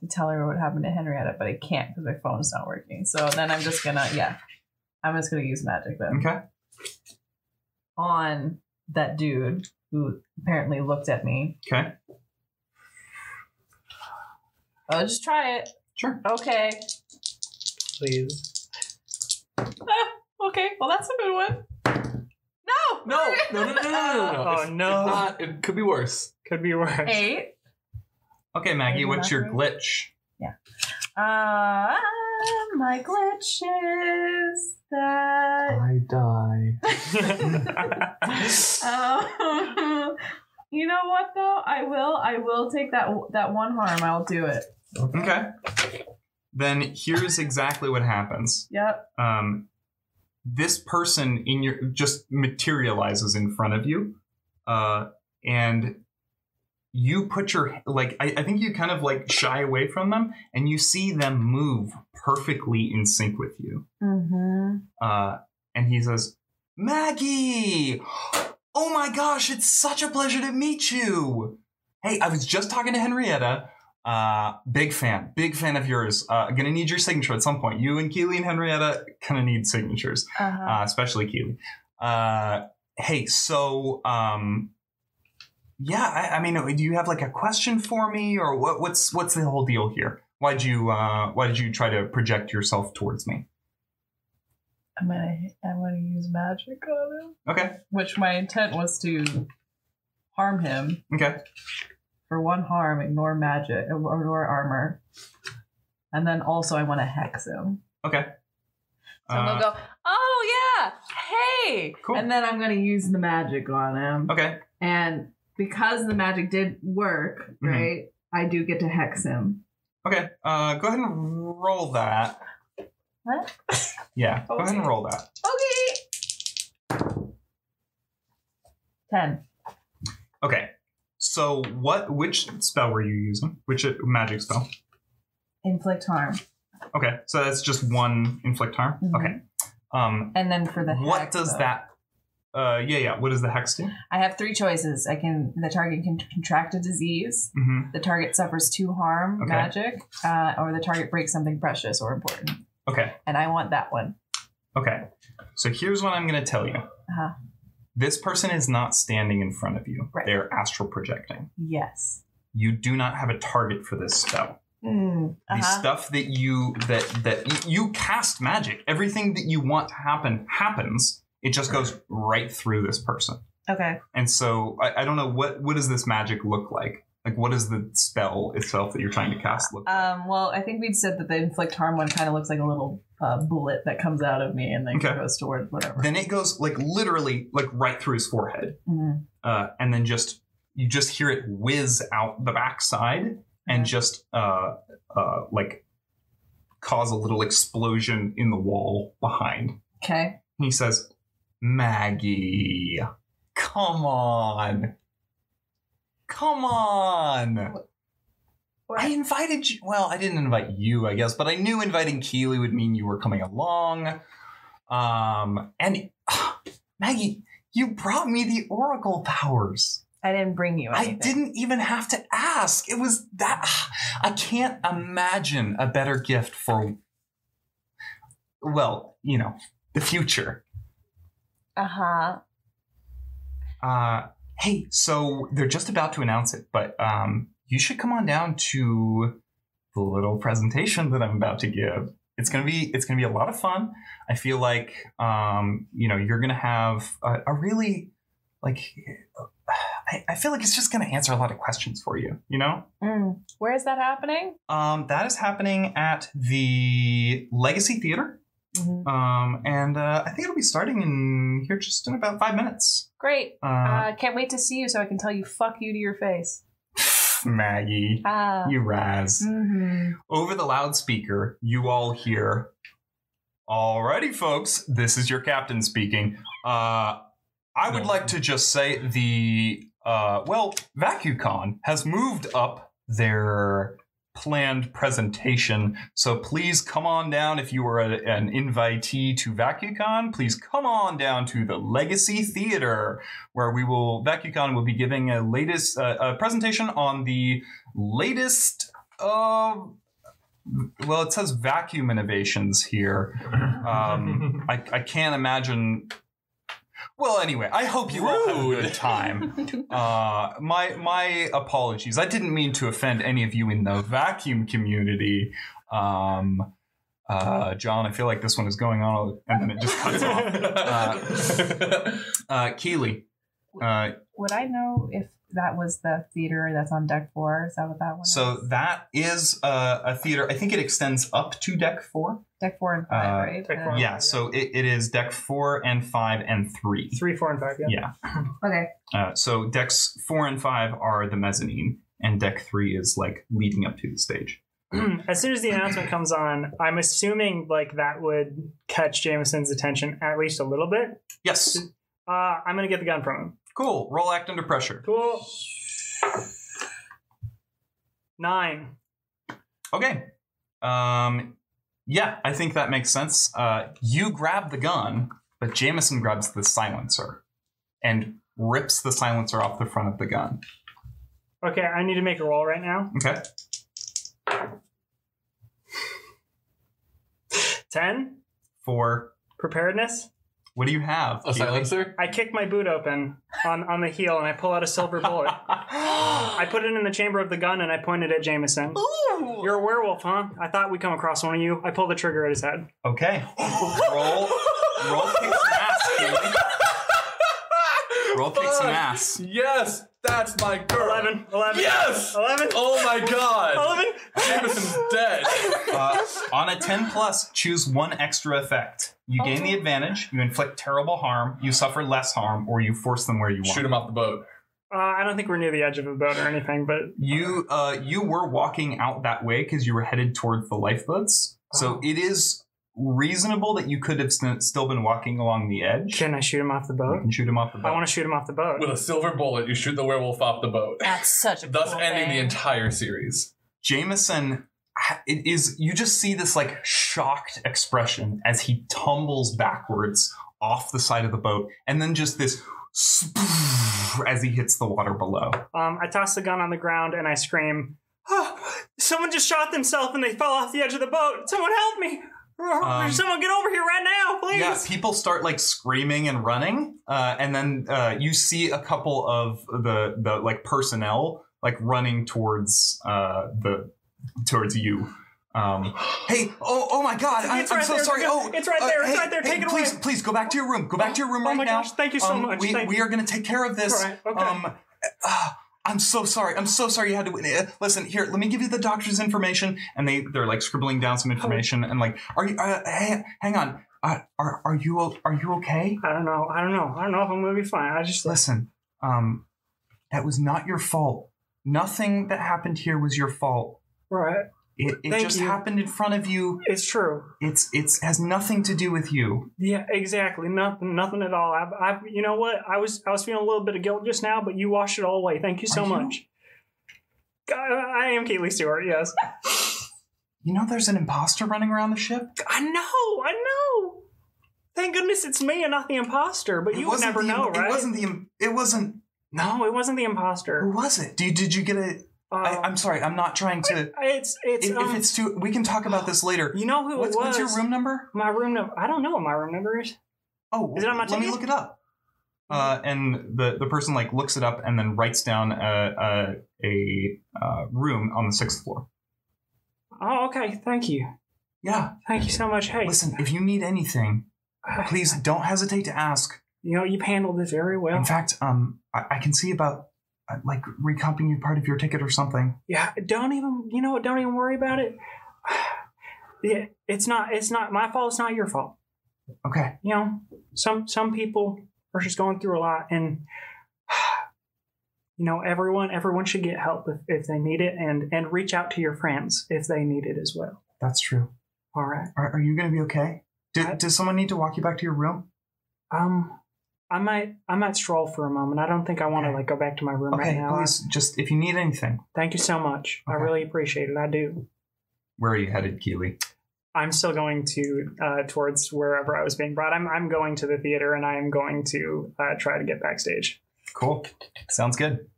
Speaker 4: to tell her what happened to Henrietta, but I can't because my phone's not working. So then I'm just gonna, yeah, I'm just gonna use magic then
Speaker 1: okay.
Speaker 4: on that dude who apparently looked at me.
Speaker 1: (laughs) Okay.
Speaker 4: I'll just try it.
Speaker 1: Sure.
Speaker 4: Okay.
Speaker 2: Please.
Speaker 4: Ah, okay. Well, that's a good one. No.
Speaker 3: (laughs) No, no, no, no, no, no,
Speaker 4: (laughs)
Speaker 3: no.
Speaker 2: Oh,
Speaker 3: It's-
Speaker 2: no.
Speaker 3: it's not- it could be worse.
Speaker 2: Could be worse.
Speaker 4: Eight.
Speaker 1: Okay, Maggie.
Speaker 4: Maybe
Speaker 1: What's your
Speaker 4: nothing.
Speaker 1: glitch?
Speaker 4: Uh, my glitch is that.
Speaker 3: I (laughs) die.
Speaker 4: Um, (laughs) you know what though? I will. I will take that that one harm. I'll do it.
Speaker 1: Okay. Then here's exactly what happens.
Speaker 4: Yep.
Speaker 1: um, this person in your just materializes in front of you uh, and you put your like I, I think you kind of like shy away from them and you see them move perfectly in sync with you
Speaker 4: Mm-hmm.
Speaker 1: uh, and he says maggie oh my gosh it's such a pleasure to meet you hey i was just talking to henrietta uh, big fan big fan of yours uh, gonna need your signature at some point you and keely and henrietta kind of need signatures
Speaker 4: Uh-huh.
Speaker 1: uh, especially Keely. Uh, hey, so um, yeah, I, I mean, do you have like a question for me, or what? What's what's the whole deal here? Why'd you uh, Why did you try to project yourself towards me?
Speaker 4: I'm gonna. I'm gonna use magic on him,
Speaker 1: Okay,
Speaker 4: which my intent was to harm him
Speaker 1: okay,
Speaker 4: for one harm. Ignore magic. Ignore armor. And then also, I want to hex him.
Speaker 1: okay.
Speaker 4: So I'm
Speaker 1: Uh,
Speaker 4: gonna go. Oh yeah. Hey.
Speaker 1: Cool.
Speaker 4: And then I'm gonna use the magic on him.
Speaker 1: okay,
Speaker 4: And because the magic did work,
Speaker 1: Mhm.
Speaker 4: right? I do get to hex him.
Speaker 1: okay. Uh, go ahead and roll that.
Speaker 4: What?
Speaker 1: (laughs) Yeah, go ahead and roll that.
Speaker 4: Okay. Ten.
Speaker 1: Okay. So what? Which spell were you using? Which uh, magic spell?
Speaker 4: Inflict harm.
Speaker 1: Okay, so that's just one inflict harm.
Speaker 4: Mhm.
Speaker 1: Okay. Um,
Speaker 4: And then for the
Speaker 1: what
Speaker 4: hex,
Speaker 1: does
Speaker 4: though,
Speaker 1: that uh yeah yeah what does the hex do
Speaker 4: I have three choices. I can the target can contract a disease.
Speaker 1: mm-hmm.
Speaker 4: The target suffers two harm
Speaker 1: Okay.
Speaker 4: magic, uh, or the target breaks something precious or important.
Speaker 1: okay
Speaker 4: And I want that one.
Speaker 1: okay so here's what i'm gonna tell you uh-huh. this person is not standing in front of you
Speaker 4: Right.
Speaker 1: they're astral projecting
Speaker 4: Yes.
Speaker 1: you do not have a target for this spell
Speaker 4: Mm,
Speaker 1: the
Speaker 4: uh-huh.
Speaker 1: stuff that you that that y- you cast magic everything that you want to happen happens it just goes right through this person
Speaker 4: Okay.
Speaker 1: and so i, I don't know what what does this magic look like like what does the spell itself that you're trying to cast look like?
Speaker 4: Um, well, I think we'd said that the inflict harm one kind of looks like a little uh, bullet that comes out of me and then
Speaker 1: Okay.
Speaker 4: goes toward whatever.
Speaker 1: then it goes like literally like right through his forehead
Speaker 4: Mhm.
Speaker 1: uh, and then just you just hear it whiz out the backside and
Speaker 4: Mhm.
Speaker 1: just uh, uh, like cause a little explosion in the wall behind
Speaker 4: Okay.
Speaker 1: And he says maggie come on come on I invited you. Well, I didn't invite you, I guess, but I knew inviting Keely would mean you were coming along. Um, and (sighs) Maggie, you brought me the Oracle powers.
Speaker 4: I didn't bring you.
Speaker 1: I
Speaker 4: anything.
Speaker 1: didn't even have to ask. It was that. (sighs) I can't imagine a better gift for, well, you know, the future.
Speaker 4: Uh huh.
Speaker 1: Uh, hey, so they're just about to announce it, but um, you should come on down to the little presentation that I'm about to give. It's gonna be it's gonna be a lot of fun. I feel like um, you know you're gonna have a, a really like I, I feel like it's just gonna answer a lot of questions for you. You know,
Speaker 4: Mm. Where is that happening?
Speaker 1: um, that is happening at the Legacy Theater
Speaker 4: Mhm.
Speaker 1: Um, and uh, I think it'll be starting in here just in about five minutes.
Speaker 4: Great.
Speaker 1: Uh,
Speaker 4: Uh, can't wait to see you so I can tell you fuck you to your face.
Speaker 1: (sighs) Maggie,
Speaker 4: Ah.
Speaker 1: you raz.
Speaker 4: Mhm.
Speaker 1: Over the loudspeaker, you all hear. Alrighty, folks, this is your captain speaking. Uh, I would
Speaker 3: No.
Speaker 1: like to just say the uh, well, VacuCon has moved up their planned presentation. So please come on down if you are a- an invitee to VacuCon. Please come on down to the Legacy Theater, where we will VacuCon will be giving a latest uh, a presentation on the latest. Uh, well, it says vacuum innovations here. Um, I, I can't imagine. Well, anyway, I hope you all have a good
Speaker 3: Rude.
Speaker 1: time. Uh, my my apologies. I didn't mean to offend any of you in the vacuum community. Um, uh, John, I feel like this one is going on, and then it just
Speaker 3: (laughs)
Speaker 1: cuts off.
Speaker 5: (laughs)
Speaker 1: Uh, Keely, uh,
Speaker 4: Would I know if that was the theater that's on deck four? Is that what that one?
Speaker 1: so
Speaker 4: is?
Speaker 1: that is uh, a theater. I think it extends up to deck four.
Speaker 4: deck four and five,
Speaker 1: uh,
Speaker 4: right?
Speaker 2: Deck four.
Speaker 1: Yeah, so it, it is deck four and five and three.
Speaker 2: Three, four, and five. Yeah.
Speaker 1: Yeah.
Speaker 4: Okay.
Speaker 1: Uh, so decks four and five are the mezzanine, and deck three is like leading up to the stage.
Speaker 2: (clears throat) as soon as the announcement comes on, I'm assuming like that would catch Jameson's attention at least a little bit.
Speaker 1: Yes.
Speaker 2: Uh, I'm gonna get the gun from him.
Speaker 1: Cool. Roll act under pressure.
Speaker 2: Cool. Nine.
Speaker 1: Okay. Um, yeah, I think that makes sense. Uh, you grab the gun, but Jameson grabs the silencer and rips the silencer off the front of the gun.
Speaker 2: Okay, I need to make a roll right now.
Speaker 1: Okay.
Speaker 2: Ten.
Speaker 1: For
Speaker 2: Preparedness.
Speaker 1: what do you have?
Speaker 3: a silencer?
Speaker 2: I kick my boot open on, on the heel and I pull out a silver bullet. I put it in the chamber of the gun and I point it at Jameson. You're a werewolf, huh? I thought we'd come across one of you. I pull the trigger at his head.
Speaker 1: (gasps) Okay. (laughs) Roll.
Speaker 3: (laughs)
Speaker 1: Roll kick some ass. Keely. Roll kick some
Speaker 3: Fuck.
Speaker 1: ass.
Speaker 3: Yes, that's my girl.
Speaker 2: 11, 11,
Speaker 3: Yes!
Speaker 2: 11,
Speaker 3: Oh my god.
Speaker 2: 11.
Speaker 3: Jameson's dead.
Speaker 1: Uh, on a 10 plus, choose one extra effect. You gain the advantage, you inflict terrible harm, you suffer less harm, or you force them where you want.
Speaker 3: Shoot him off the boat.
Speaker 2: Uh, I don't think we're near the edge of a boat or anything, but
Speaker 1: You uh you were walking out that way because you were headed towards the lifeboats. So
Speaker 2: Oh.
Speaker 1: it is reasonable that you could have st- still been walking along the edge.
Speaker 2: can I shoot him off the
Speaker 1: You
Speaker 2: boat?
Speaker 1: can shoot him off the
Speaker 2: I
Speaker 1: boat.
Speaker 2: want to shoot him off the boat.
Speaker 3: With a silver bullet, you shoot the werewolf off the boat.
Speaker 4: That's such a
Speaker 3: Thus
Speaker 4: cool
Speaker 3: ending
Speaker 4: thing.
Speaker 3: the entire series.
Speaker 1: Jameson ha- it is you just see this like shocked expression as he tumbles backwards off the side of the boat, and then just this (laughs) as he hits the water below.
Speaker 2: Um, I toss the gun on the ground and I scream, "Ah, Someone just shot themselves and they fell off the edge of the boat. Someone help me!
Speaker 1: Um,
Speaker 2: Someone get over here right now, please!
Speaker 1: Yeah, people start like screaming and running, uh, and then uh, you see a couple of the the like personnel like running towards uh, the towards you. Um, hey, oh, oh my God! I'm,
Speaker 2: It's
Speaker 1: I'm
Speaker 2: right
Speaker 1: so
Speaker 2: there,
Speaker 1: sorry.
Speaker 2: it's-
Speaker 1: Oh,
Speaker 2: it's right there, it's
Speaker 1: hey,
Speaker 2: right there,
Speaker 1: hey,
Speaker 2: take it
Speaker 1: please,
Speaker 2: away.
Speaker 1: Please go back to your room. Go back to your room
Speaker 2: oh
Speaker 1: right
Speaker 2: my
Speaker 1: now.
Speaker 2: gosh, thank you so
Speaker 1: Um,
Speaker 2: much.
Speaker 1: We,
Speaker 2: thank
Speaker 1: we are going to take care of this.
Speaker 2: All right, okay.
Speaker 1: Um, uh, I'm so sorry. I'm so sorry you had to witness. uh, Listen, here, let me give you the doctor's information. And they they're like scribbling down
Speaker 2: Oh.
Speaker 1: some information and like, are you? Uh, hey, hang on. Uh, are are you o- are you okay?
Speaker 2: I don't know. I don't know. I don't know if I'm gonna be fine. I just
Speaker 1: Listen, um, that was not your fault. Nothing that happened here was your fault.
Speaker 2: right.
Speaker 1: It, it
Speaker 2: Thank
Speaker 1: just
Speaker 2: you.
Speaker 1: happened in front of you.
Speaker 2: It's true.
Speaker 1: It's it's has nothing to do with you.
Speaker 2: Yeah, exactly. Nothing. Nothing at all. I, I, you know what? I was, I was feeling a little bit of guilt just now, but you washed it all away. Thank you so
Speaker 1: Are you-
Speaker 2: much. God, I am Caitlyn Stewart. Yes.
Speaker 1: You know, there's an imposter running around the ship.
Speaker 2: I know. I know. Thank goodness it's me and not the imposter. But
Speaker 1: It
Speaker 2: you would
Speaker 1: wasn't
Speaker 2: never
Speaker 1: the-
Speaker 2: know, right?
Speaker 1: It wasn't the. im- It wasn't.
Speaker 2: No, it wasn't the
Speaker 1: Who
Speaker 2: imposter.
Speaker 1: was it? Did, did you get a?
Speaker 2: Um,
Speaker 1: I, I'm sorry. I'm not trying to.
Speaker 2: It's it's,
Speaker 1: if,
Speaker 2: um,
Speaker 1: if it's too, we can talk about this later.
Speaker 2: you know who
Speaker 1: What's,
Speaker 2: it
Speaker 1: what's
Speaker 2: was.
Speaker 1: your room number?
Speaker 2: My room number. I don't know what my room number is.
Speaker 1: Oh,
Speaker 2: Is it on my
Speaker 1: let me
Speaker 2: ticket?
Speaker 1: look it up. Uh, and the the person like looks it up and then writes down a a, a uh, room on the sixth floor.
Speaker 2: Oh, okay. Thank you.
Speaker 1: Yeah.
Speaker 2: Thank you so much. Hey,
Speaker 1: Listen, if you need anything, please don't hesitate to ask.
Speaker 2: (sighs) you know you've handled it very well.
Speaker 1: In fact, um, I, I can see about uh, like recomping you part of your ticket or something.
Speaker 2: Yeah, don't even. You know what? Don't even worry about it. (sighs) yeah, it's not it's not my fault. It's not your fault.
Speaker 1: Okay.
Speaker 2: You know, some some people are just going through a lot, and (sighs) you know, everyone everyone should get help if, if they need it, and and reach out to your friends if they need it as well.
Speaker 1: That's true.
Speaker 2: All right.
Speaker 1: Are, are you going to be okay? Did,
Speaker 2: I-
Speaker 1: does someone need to walk you back to your room?
Speaker 2: Um, I might I might stroll for a moment. I don't think I want to like go back to my room right
Speaker 1: Okay,
Speaker 2: now.
Speaker 1: please, just if you need anything.
Speaker 2: Thank you so much. I
Speaker 1: Okay.
Speaker 2: really appreciate it. I do.
Speaker 1: Where are you headed, Keely?
Speaker 2: I'm still going to uh, towards wherever I was being brought. I'm I'm going to the theater and I am going to uh, try to get backstage.
Speaker 1: Cool. Sounds good.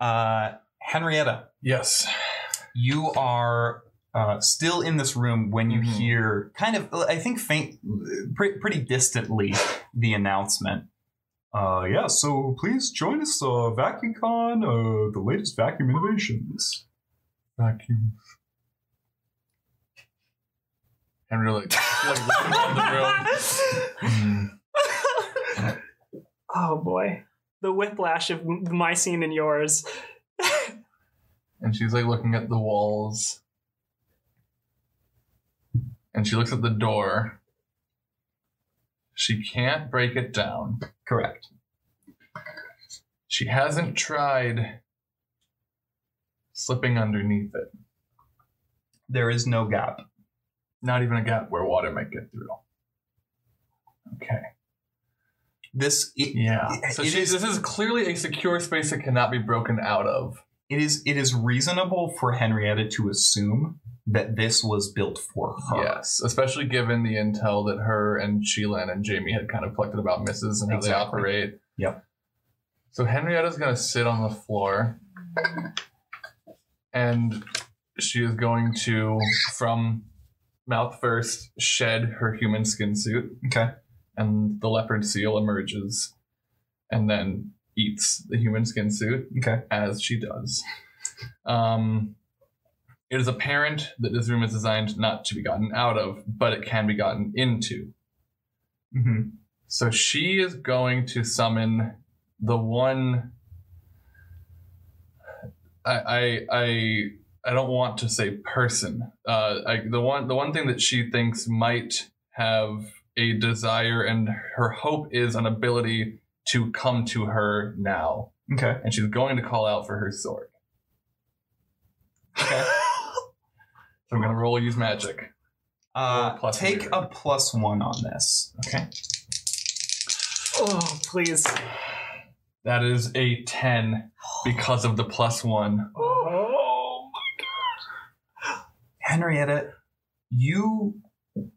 Speaker 1: Uh, Henrietta,
Speaker 5: Yes.
Speaker 1: you are uh, still in this room when you
Speaker 5: Mhm.
Speaker 2: Mm-hmm.
Speaker 1: hear kind of, I think, faint, pre- pretty distantly, the announcement. Uh, yeah, so please join us, uh, VacuumCon, uh, the latest vacuum innovations.
Speaker 5: Vacuum.
Speaker 3: Henry like, like looking around the room.
Speaker 2: (laughs)
Speaker 3: Hmm.
Speaker 2: Oh boy, the whiplash of m- my scene and yours.
Speaker 3: and she's like looking at the walls and she looks at the door she can't break it down
Speaker 1: Correct.
Speaker 3: she hasn't tried slipping underneath it
Speaker 1: There is no gap.
Speaker 3: not even a gap where water might get through okay
Speaker 1: This, it,
Speaker 3: yeah so
Speaker 1: It
Speaker 3: she,
Speaker 1: is-
Speaker 3: this is clearly a secure space that cannot be broken out of
Speaker 1: it is it is reasonable for Henrietta to assume that this was built for her.
Speaker 3: Yes, especially given the intel that her and Sheila and Jamie had kind of collected about Mrs. and how
Speaker 1: Exactly.
Speaker 3: they operate.
Speaker 1: Yep.
Speaker 3: So Henrietta's going to sit on the floor and she is going to, from mouth first, shed her human skin suit
Speaker 1: Okay.
Speaker 3: and the leopard seal emerges and then eats the human skin suit
Speaker 1: Okay.
Speaker 3: as she does. Um, it is apparent that this room is designed not to be gotten out of, but it can be gotten into.
Speaker 1: hmm
Speaker 3: So she is going to summon the one. I I I, I don't want to say person. Uh, I, the one the one thing that she thinks might have a desire and her hope is an ability to come to her now,
Speaker 1: Okay.
Speaker 3: and she's going to call out for her sword.
Speaker 1: Okay.
Speaker 3: So I'm gonna roll use magic.
Speaker 1: Uh,
Speaker 3: Or plus
Speaker 1: take
Speaker 3: whatever.
Speaker 1: a plus one on this.
Speaker 3: Okay.
Speaker 2: Oh please.
Speaker 3: That is a ten because of the plus one.
Speaker 1: Um,
Speaker 2: Oh.
Speaker 1: Henrietta, you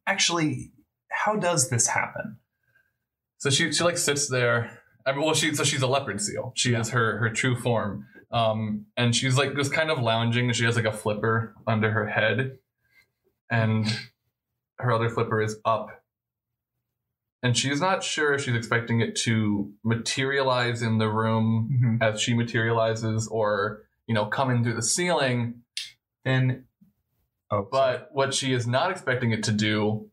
Speaker 1: actually, how does this happen?
Speaker 3: So she she like sits there. I mean, well, she so she's a leopard seal. She is her her true form. Um, and she's like just kind of lounging. She has like a flipper under her head, and her other flipper is up. And she's not sure if she's expecting it to materialize in the room
Speaker 1: Mm-hmm.
Speaker 3: as she materializes, or you know, come in through the ceiling.
Speaker 1: Then, oh, sorry.
Speaker 3: But what she is not expecting it to do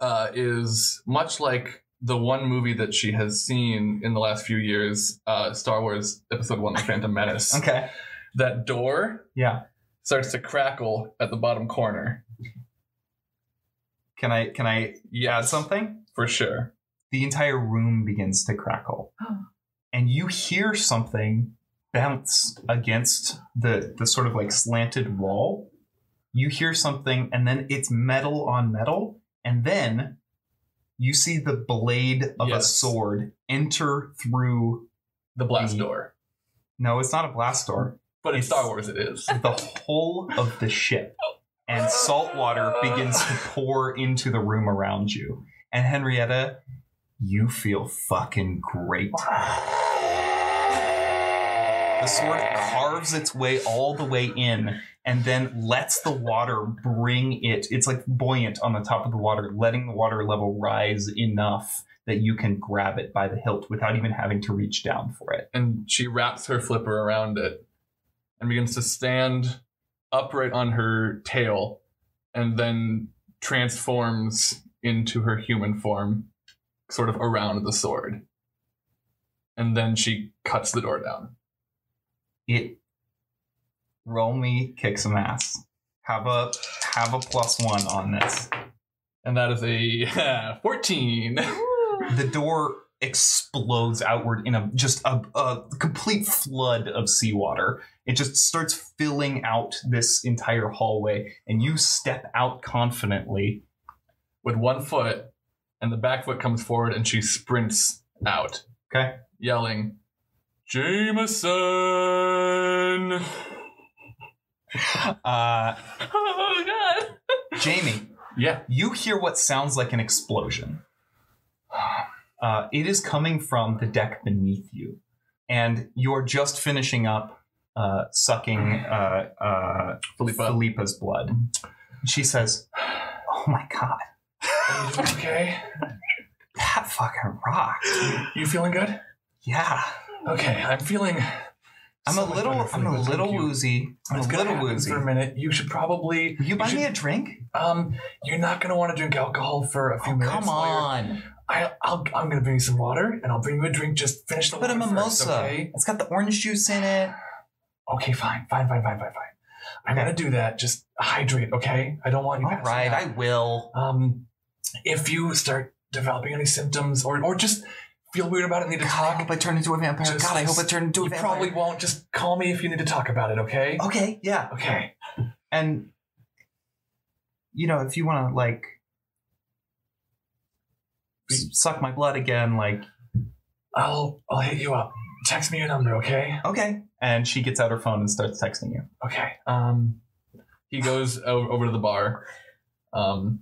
Speaker 3: uh, is much like the one movie that she has seen in the last few years, uh, Star Wars Episode One: The Phantom Menace.
Speaker 1: okay,
Speaker 3: That door
Speaker 1: yeah.
Speaker 3: starts to crackle at the bottom corner.
Speaker 1: Can I can I
Speaker 3: Yeah,
Speaker 1: add something?
Speaker 3: for sure.
Speaker 1: The entire room begins to crackle,
Speaker 4: Oh.
Speaker 1: and you hear something bounce against the the sort of like slanted wall. You hear something, and then it's metal on metal, and then you see the blade of a
Speaker 3: Yes.
Speaker 1: sword enter through
Speaker 3: The blast
Speaker 1: Mhm.
Speaker 3: door,
Speaker 1: No, it's not a blast door.
Speaker 3: but in
Speaker 1: It's-
Speaker 3: Star Wars, it
Speaker 1: (laughs)
Speaker 3: is.
Speaker 1: The whole of the ship and salt water begins to pour into the room around you. And Henrietta, you feel fucking great. The sword carves its way all the way in and then lets the water bring it. It's like buoyant on the top of the water, letting the water level rise enough that you can grab it by the hilt without even having to reach down for it.
Speaker 3: and she wraps her flipper around it and begins to stand upright on her tail and then transforms into her human form sort of around the sword and then she cuts the door down
Speaker 1: It roll me kick some ass. Have a have a plus one on this.
Speaker 3: And that is a (laughs) 14.
Speaker 1: The door explodes outward in a just a, a complete flood of seawater. It just starts filling out this entire hallway, and you step out confidently.
Speaker 4: (laughs)
Speaker 3: with one foot, and the back foot comes forward and she sprints out.
Speaker 1: Okay.
Speaker 3: Yelling, Jameson!
Speaker 1: Uh,
Speaker 4: Oh god.
Speaker 1: Jamie,
Speaker 3: Yeah.
Speaker 1: you hear what sounds like an explosion. (sighs) Uh, it is coming from the deck beneath you, and you are just finishing up uh, sucking uh, uh,
Speaker 3: Philippa.
Speaker 1: Philippa's blood. She says, "Oh my god,
Speaker 5: okay.
Speaker 1: that fucking rocked!
Speaker 5: You feeling good?
Speaker 1: Yeah,
Speaker 5: Okay, I'm feeling.
Speaker 1: I'm
Speaker 5: so
Speaker 1: a
Speaker 5: much
Speaker 1: little,
Speaker 5: better,
Speaker 1: I'm a
Speaker 5: Philippa, thank
Speaker 1: little
Speaker 5: you.
Speaker 1: woozy. I'm
Speaker 5: It's
Speaker 1: a
Speaker 5: gonna
Speaker 1: little
Speaker 5: happen
Speaker 1: woozy.
Speaker 5: for a minute. You should probably.
Speaker 1: Will you buy
Speaker 5: should-
Speaker 1: me a drink?
Speaker 5: Um, you're not gonna want to drink alcohol for a few
Speaker 1: Oh,
Speaker 5: minutes.
Speaker 1: come
Speaker 5: while you're-
Speaker 1: on!
Speaker 5: I, I'll, I'm gonna bring you some water, and I'll bring you a drink. Just finish the
Speaker 1: But a
Speaker 5: water
Speaker 1: mimosa.
Speaker 5: First, okay?
Speaker 1: It's got the orange juice in it.
Speaker 5: Okay, fine, fine, fine, fine, fine, fine. I'm
Speaker 1: Okay.
Speaker 5: gonna do that. Just hydrate, okay? I don't want you.
Speaker 1: All
Speaker 5: passing
Speaker 1: right,
Speaker 5: out.
Speaker 1: I will.
Speaker 5: Um, if you start developing any symptoms or or just feel weird about it, and need to
Speaker 1: God, I
Speaker 5: talk.
Speaker 1: hope I turn into a vampire.
Speaker 5: Just-
Speaker 1: God, I hope I Oh. turn into a
Speaker 5: You
Speaker 1: vampire.
Speaker 5: probably won't. Just call me if you need to talk about it, okay?
Speaker 1: Okay, yeah.
Speaker 5: Okay.
Speaker 1: And you know, if you want to like s- suck my blood again, like
Speaker 5: I'll I'll hit you up. Text me your number, okay?
Speaker 1: okay. And she gets out her phone and starts texting you.
Speaker 5: Okay. Um,
Speaker 3: He goes over, over to the bar. Um,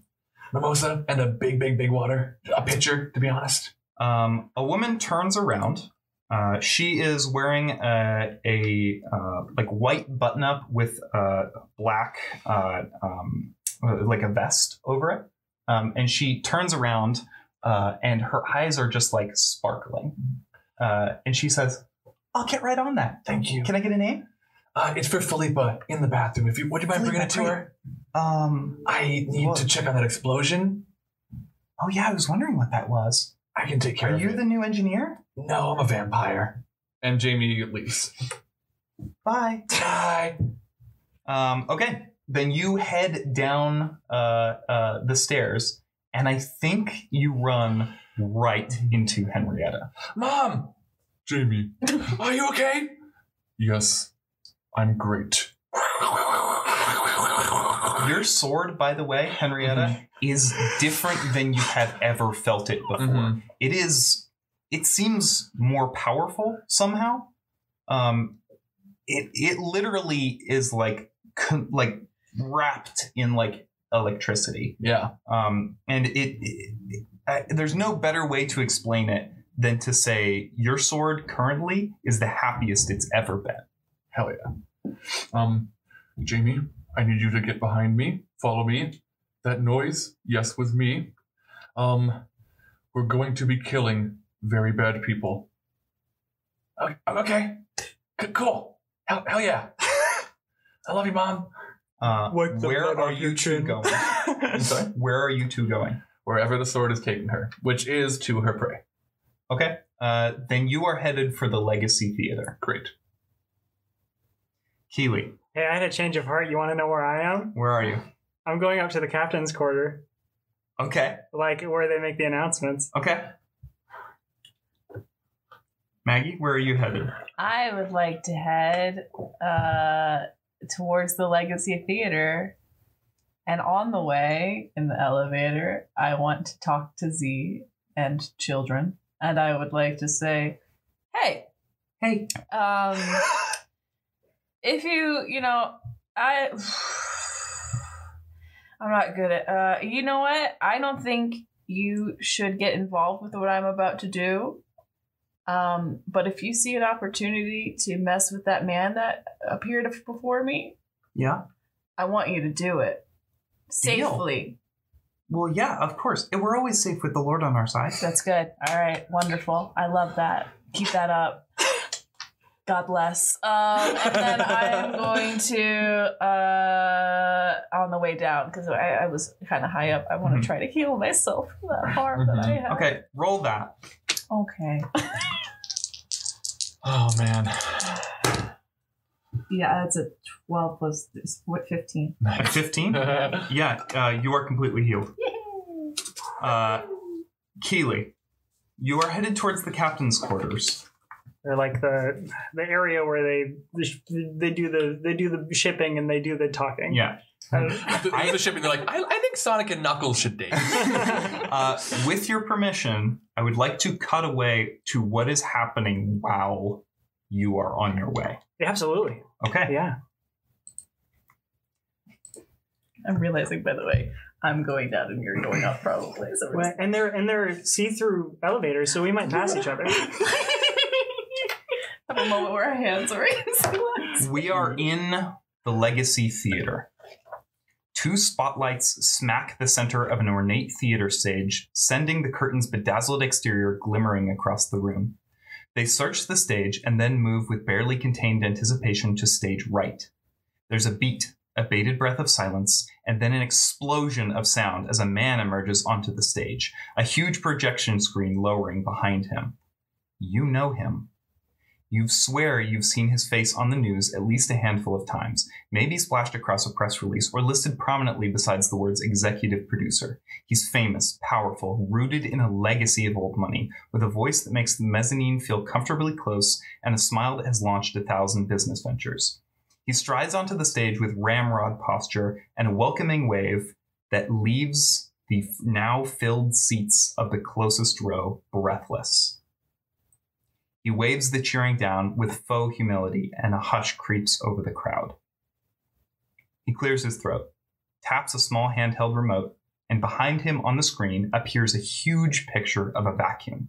Speaker 5: mimosa and a big, big, big water. A pitcher, to be honest.
Speaker 1: Um, a woman turns around. Uh, she is wearing a, a uh, like white button up with a black uh, um, uh, like a vest over it, um, and she turns around uh, and her eyes are just like sparkling. Uh, and she says, "I'll get right on that.
Speaker 5: Thank you.
Speaker 1: Can I get a name?
Speaker 5: Uh, it's for Philippa in the bathroom. If you would you mind bringing it to her?
Speaker 1: Um,
Speaker 5: I need
Speaker 1: What?
Speaker 5: to check on that explosion.
Speaker 1: oh yeah, I was wondering what that was.
Speaker 5: I can take care
Speaker 1: Are
Speaker 5: of
Speaker 1: you
Speaker 5: it.
Speaker 1: the new engineer?
Speaker 5: no, I'm a vampire.
Speaker 3: and Jamie leaves.
Speaker 1: Bye."
Speaker 5: (laughs) Hi.
Speaker 1: Um, okay, then you head down uh, uh, the stairs, and I think you run right into Henrietta.
Speaker 5: Mom,
Speaker 3: Jamie.
Speaker 5: are you okay?
Speaker 3: Yes, I'm great.
Speaker 1: Your sword, by the way, Henrietta, is different than you have ever felt it before.
Speaker 5: Mm-hmm.
Speaker 3: Mhm.
Speaker 1: It is. It seems more powerful somehow. Um, it it literally is like con- like wrapped in like electricity.
Speaker 3: Yeah.
Speaker 1: um, and it, it, it- I, there's no better way to explain it than to say your sword currently is the happiest it's ever been.
Speaker 3: Hell yeah. Um, Jamie, I need you to get behind me. Follow me. That noise, yes, was me. Um, we're going to be killing very bad people.
Speaker 5: Okay. I'm okay. C- cool. Hell, hell yeah. (laughs) I love you, Mom.
Speaker 1: Uh,
Speaker 2: Wipe the
Speaker 1: where
Speaker 2: blood
Speaker 1: are
Speaker 2: off
Speaker 1: you
Speaker 2: your
Speaker 1: two
Speaker 2: chin. (laughs)
Speaker 1: going? I'm sorry. Where are you two going?
Speaker 3: Wherever the sword has taken her, which is to her prey.
Speaker 1: Okay. Uh, then you are headed for the Legacy Theater.
Speaker 3: Great.
Speaker 1: Keely,
Speaker 2: Hey, I had a change of heart. You want to know where I am?
Speaker 1: where are you?
Speaker 2: I'm going up to the captain's quarter,
Speaker 1: Okay.
Speaker 2: like where they make the announcements.
Speaker 1: Okay. Maggie, where are you headed?
Speaker 4: I would like to head uh, towards the Legacy Theater. And on the way in the elevator, I want to talk to Z and children. And I would like to say, hey,
Speaker 1: Hey.
Speaker 4: um, if you, you know, I. (sighs) I'm not good at. Uh, you know what? I don't think you should get involved with what I'm about to do. Um, but if you see an opportunity to mess with that man that appeared before me,
Speaker 1: Yeah.
Speaker 4: I want you to do it
Speaker 1: Deal.
Speaker 4: safely.
Speaker 1: Well, yeah, of course. And we're always safe with the Lord on our side.
Speaker 4: That's good. All right, wonderful. I love that. Keep that up. God bless. Um, and then (laughs) I'm going to uh, on the way down because I, I was kind of high up. I want to
Speaker 1: Mhm.
Speaker 4: try to heal myself from that harm that I had.
Speaker 1: Okay, roll that.
Speaker 4: Okay.
Speaker 3: (laughs) Oh man.
Speaker 7: Yeah, it's a 12 plus, what, 15?
Speaker 1: At
Speaker 3: (laughs)
Speaker 1: 15? yeah, uh, you are completely healed. Uh, Keely, you are headed towards the captain's quarters.
Speaker 2: or like the the area where they they do the they do the shipping and they do the talking.
Speaker 1: Yeah.
Speaker 2: Uh, (laughs)
Speaker 3: the, the shipping, they're like, I, I think Sonic and Knuckles should (laughs) date.
Speaker 1: Uh, with your permission, I would like to cut away to what is happening while you are on your way.
Speaker 2: absolutely.
Speaker 1: Okay.
Speaker 2: Yeah.
Speaker 7: I'm realizing, by the way, I'm going down and you're going up probably. So we're
Speaker 2: Well, And they're and they're see through elevators, so we might pass
Speaker 7: (laughs)
Speaker 2: each other.
Speaker 7: have a moment where our hands are (laughs) raised.
Speaker 1: (laughs) We are in the Legacy Theater. Two spotlights smack the center of an ornate theater stage, sending the curtain's bedazzled exterior glimmering across the room. They search the stage and then move with barely contained anticipation to stage right. There's a beat, a bated breath of silence, and then an explosion of sound as a man emerges onto the stage, a huge projection screen lowering behind him. You know him. You swear you've seen his face on the news at least a handful of times, maybe splashed across a press release or listed prominently besides the words executive producer. He's famous, powerful, rooted in a legacy of old money, with a voice that makes the mezzanine feel comfortably close and a smile that has launched a thousand business ventures. He strides onto the stage with ramrod posture and a welcoming wave that leaves the f- now filled seats of the closest row breathless. He waves the cheering down with faux humility, and a hush creeps over the crowd. He clears his throat, taps a small handheld remote, and behind him on the screen appears a huge picture of a vacuum.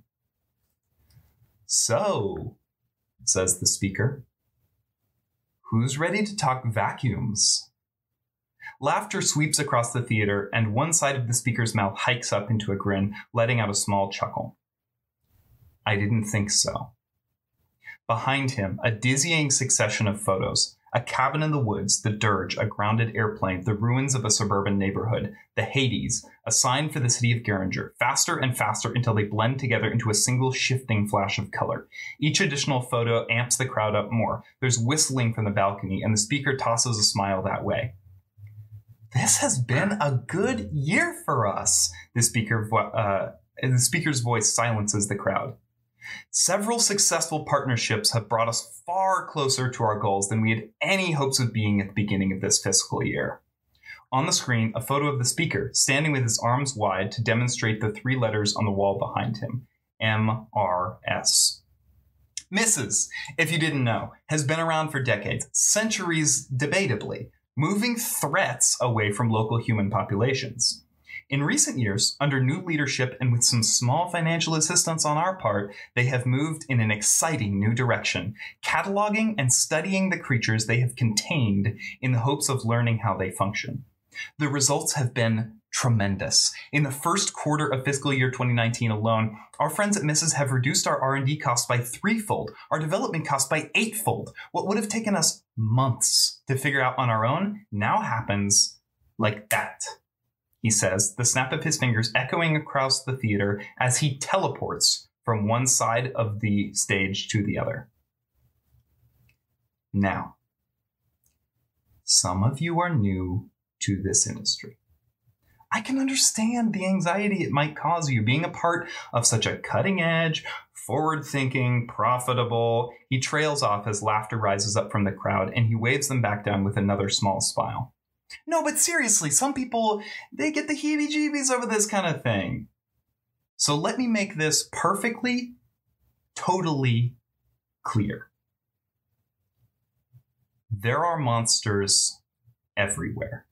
Speaker 1: So, says the speaker, who's ready to talk vacuums? Laughter sweeps across the theater, and one side of the speaker's mouth hikes up into a grin, letting out a small chuckle. I didn't think so. Behind him, a dizzying succession of photos a cabin in the woods, the dirge, a grounded airplane, the ruins of a suburban neighborhood, the Hades, a sign for the city of Geringer, faster and faster until they blend together into a single shifting flash of color. Each additional photo amps the crowd up more. There's whistling from the balcony, and the speaker tosses a smile that way. This has been a good year for us, the, speaker vo- uh, the speaker's voice silences the crowd. Several successful partnerships have brought us far closer to our goals than we had any hopes of being at the beginning of this fiscal year. On the screen, a photo of the speaker standing with his arms wide to demonstrate the three letters on the wall behind him MRS. Mrs., if you didn't know, has been around for decades, centuries debatably, moving threats away from local human populations. In recent years, under new leadership and with some small financial assistance on our part, they have moved in an exciting new direction, cataloging and studying the creatures they have contained in the hopes of learning how they function. The results have been tremendous. In the first quarter of fiscal year 2019 alone, our friends at Mrs. have reduced our R&D costs by threefold, our development costs by eightfold. What would have taken us months to figure out on our own now happens like that he says, the snap of his fingers echoing across the theater as he teleports from one side of the stage to the other. Now, some of you are new to this industry. I can understand the anxiety it might cause you being a part of such a cutting edge, forward thinking, profitable. He trails off as laughter rises up from the crowd and he waves them back down with another small smile. No, but seriously, some people they get the heebie jeebies over this kind of thing. So let me make this perfectly, totally clear. There are monsters everywhere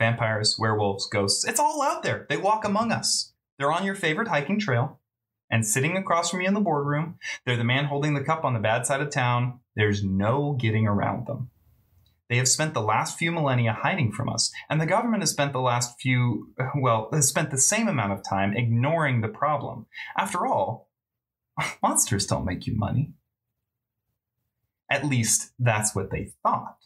Speaker 1: vampires, werewolves, ghosts. It's all out there. They walk among us. They're on your favorite hiking trail and sitting across from you in the boardroom. They're the man holding the cup on the bad side of town. There's no getting around them. They have spent the last few millennia hiding from us, and the government has spent the last few, well, has spent the same amount of time ignoring the problem. After all, (laughs) monsters don't make you money. At least that's what they thought.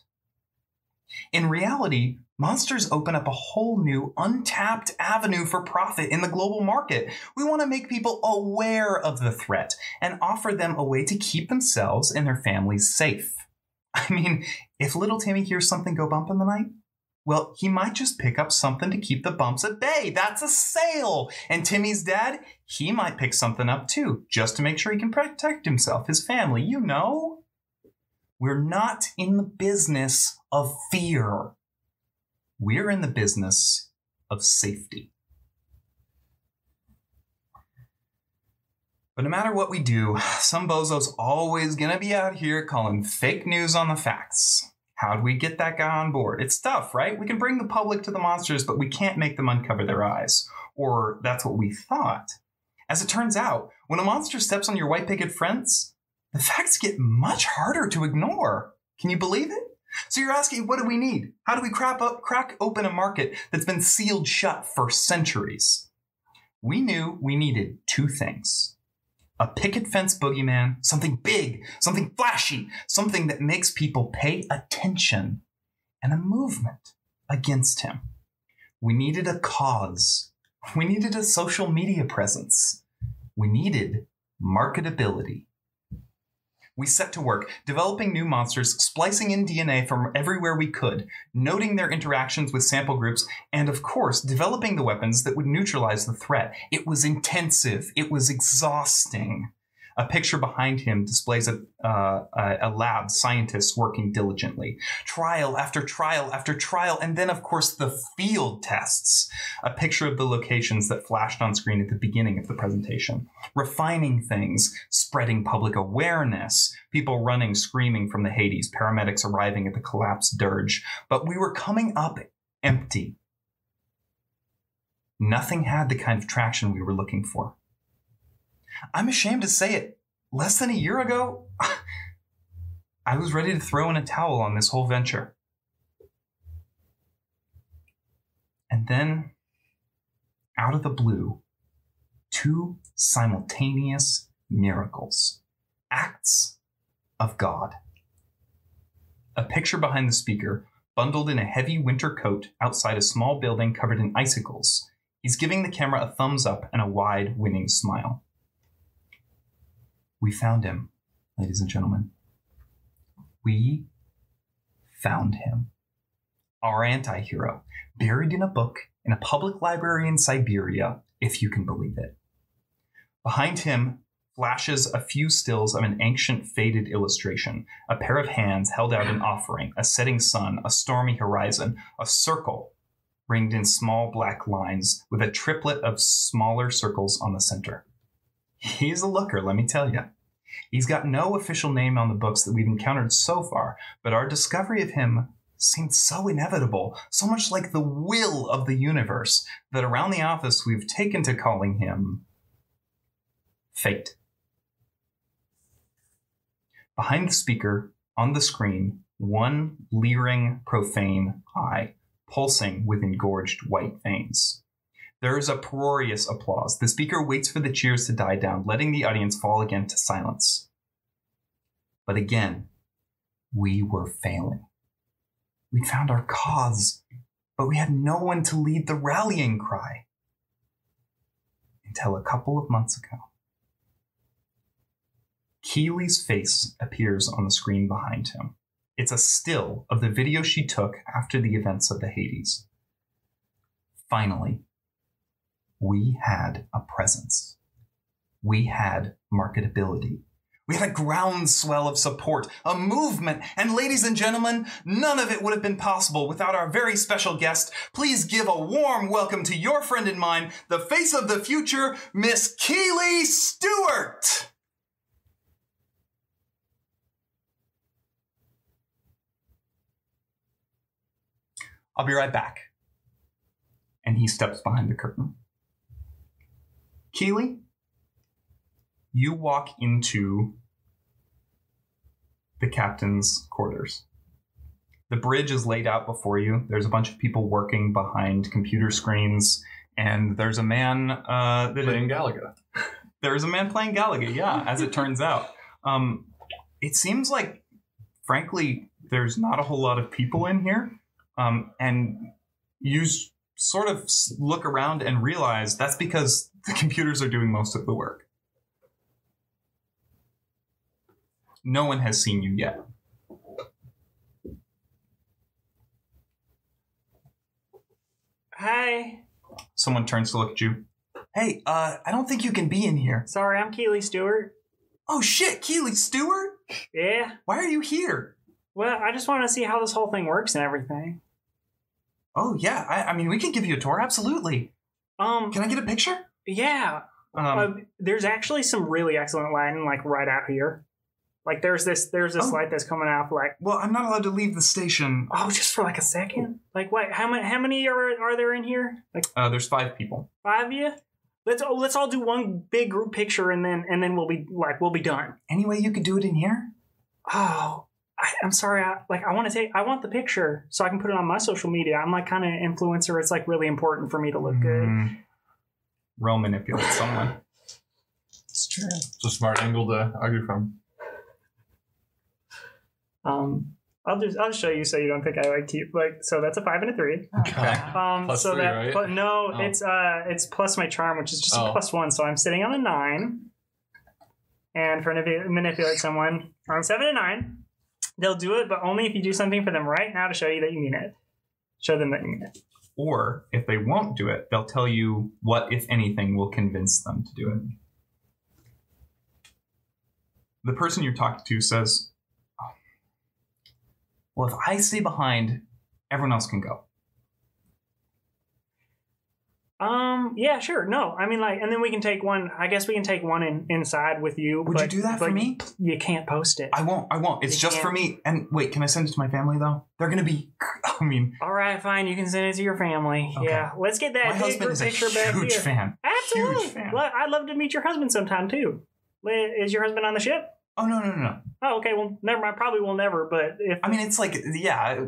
Speaker 1: In reality, monsters open up a whole new, untapped avenue for profit in the global market. We want to make people aware of the threat and offer them a way to keep themselves and their families safe (laughs) I mean, if little Timmy hears something go bump in the night, well, he might just pick up something to keep the bumps at bay. That's a sale. And Timmy's dad, he might pick something up too, just to make sure he can protect himself, his family, you know? We're not in the business of fear. We're in the business of safety. But no matter what we do, some bozo's always gonna be out here calling fake news on the facts. How do we get that guy on board? It's tough, right? We can bring the public to the monsters, but we can't make them uncover their eyes. Or that's what we thought. As it turns out, when a monster steps on your white picket fence, the facts get much harder to ignore. Can you believe it? So you're asking, what do we need? How do we crap up, crack open a market that's been sealed shut for centuries? We knew we needed two things a picket fence boogeyman, something big, something flashy, something that makes people pay attention, and a movement against him. We needed a cause. We needed a social media presence. We needed marketability. We set to work, developing new monsters, splicing in DNA from everywhere we could, noting their interactions with sample groups, and of course, developing the weapons that would neutralize the threat. It was intensive, it was exhausting. A picture behind him displays a, uh, a- a lab, scientists working diligently. Trial after trial after trial, and then, of course, the field tests. A picture of the locations that flashed on screen at the beginning of the presentation refining things, spreading public awareness, people running screaming from the Hades, paramedics arriving at the collapsed dirge. But we were coming up empty. Nothing had the kind of traction we were looking for. I'm ashamed to say it. Less than a year ago, (laughs) I was ready to throw in a towel on this whole venture. And then, out of the blue, two simultaneous miracles, acts of God. A picture behind the speaker, bundled in a heavy winter coat outside a small building covered in icicles, he's giving the camera a thumbs up and a wide, winning smile. We found him, ladies and gentlemen. We found him. Our anti hero, buried in a book in a public library in Siberia, if you can believe it. Behind him flashes a few stills of an ancient faded illustration a pair of hands held out in offering, a setting sun, a stormy horizon, a circle ringed in small black lines with a triplet of smaller circles on the center. He's a looker, let me tell you. He's got no official name on the books that we've encountered so far, but our discovery of him seemed so inevitable, so much like the will of the universe, that around the office we've taken to calling him fate. Behind the speaker, on the screen, one leering, profane eye, pulsing with engorged white veins. There is a uproarious applause. The speaker waits for the cheers to die down, letting the audience fall again to silence. But again, we were failing. We'd found our cause, but we had no one to lead the rallying cry. Until a couple of months ago. Keeley's face appears on the screen behind him. It's a still of the video she took after the events of the Hades. Finally, we had a presence. We had marketability. We had a groundswell of support, a movement, and ladies and gentlemen, none of it would have been possible without our very special guest. Please give a warm welcome to your friend and mine, the face of the future, Miss Keeley Stewart! I'll be right back. And he steps behind the curtain. Keely, you walk into the captain's quarters. The bridge is laid out before you. There's a bunch of people working behind computer screens, and there's a man uh, that
Speaker 3: Playing Galaga.
Speaker 1: there is a man playing Galaga. Yeah, as it turns out, um, it seems like, frankly, there's not a whole lot of people in here, um, and you s- sort of s- look around and realize that's because the computers are doing most of the work. No one has seen you yet.
Speaker 2: Hi.
Speaker 1: Someone turns to look at you. Hey, uh, I don't think you can be in here.
Speaker 2: Sorry, I'm Keeley Stewart.
Speaker 1: Oh shit, Keely Stewart?
Speaker 2: Yeah.
Speaker 1: Why are you here?
Speaker 2: Well, I just want to see how this whole thing works and everything.
Speaker 1: Oh yeah, I, I mean we can give you a tour, absolutely.
Speaker 2: Um,
Speaker 1: Can I get a picture?
Speaker 2: yeah.
Speaker 1: Um,
Speaker 2: uh, there's actually some really excellent lighting, like right out here. Like there's this there's this
Speaker 1: Oh.
Speaker 2: light that's coming out, like
Speaker 1: well, I'm not allowed to leave the station.
Speaker 2: oh, just for like a second. Like wait, how many how many are are there in here? Like
Speaker 1: Uh, there's five people.
Speaker 2: five of you? Let's oh, let's all do one big group picture and then and then we'll be like we'll be done.
Speaker 1: Any way you could do it in here?
Speaker 2: oh I, i'm sorry i like i want to take i want the picture so i can put it on my social media i'm like kind of influencer it's like really important for me to look good
Speaker 1: Mm. Roll manipulate someone.
Speaker 7: It's true.
Speaker 3: It's a smart angle to argue from.
Speaker 2: um I'll just I'll show you so you don't think I like keep like so that's a five and a three.
Speaker 1: Oh,
Speaker 2: Um,
Speaker 3: Plus
Speaker 2: so
Speaker 3: three,
Speaker 2: that
Speaker 3: right?
Speaker 2: but no,
Speaker 3: Oh.
Speaker 2: it's uh it's plus my charm, which is just a
Speaker 3: Oh.
Speaker 2: plus one. So I'm sitting on a nine, and for manipu- manipulate someone on seven and nine, they'll do it, but only if you do something for them right now to show you that you mean it. Show them that you mean it.
Speaker 1: Or if they won't do it, they'll tell you what, if anything, will convince them to do it. The person you talked to says, "Oh, Well, if I stay behind, everyone else can go.
Speaker 2: Um. Yeah. Sure. No. I mean, like, and then we can take one. I guess we can take one in, inside with you.
Speaker 1: Would
Speaker 2: but-
Speaker 1: you do that
Speaker 2: but
Speaker 1: for me?
Speaker 2: You can't post it.
Speaker 1: I won't. I won't. It's
Speaker 2: You
Speaker 1: just for
Speaker 2: can't-
Speaker 1: me. And wait, can I send it to my family though? They're gonna be. (laughs) I mean,
Speaker 2: All right. Fine. You can send it to your family.
Speaker 1: Okay.
Speaker 2: Yeah. Let's get
Speaker 1: my
Speaker 2: that big
Speaker 1: husband
Speaker 2: group
Speaker 1: is a
Speaker 2: picture back
Speaker 1: huge
Speaker 2: here.
Speaker 1: fan.
Speaker 2: Absolutely.
Speaker 1: Huge fan.
Speaker 2: Well, I'd love to meet your husband sometime too. Le- Is your husband on the ship?
Speaker 1: Oh no, no, no, no.
Speaker 2: Oh, okay. Well, never mind. Probably will never. But if
Speaker 1: I mean, it's like, yeah,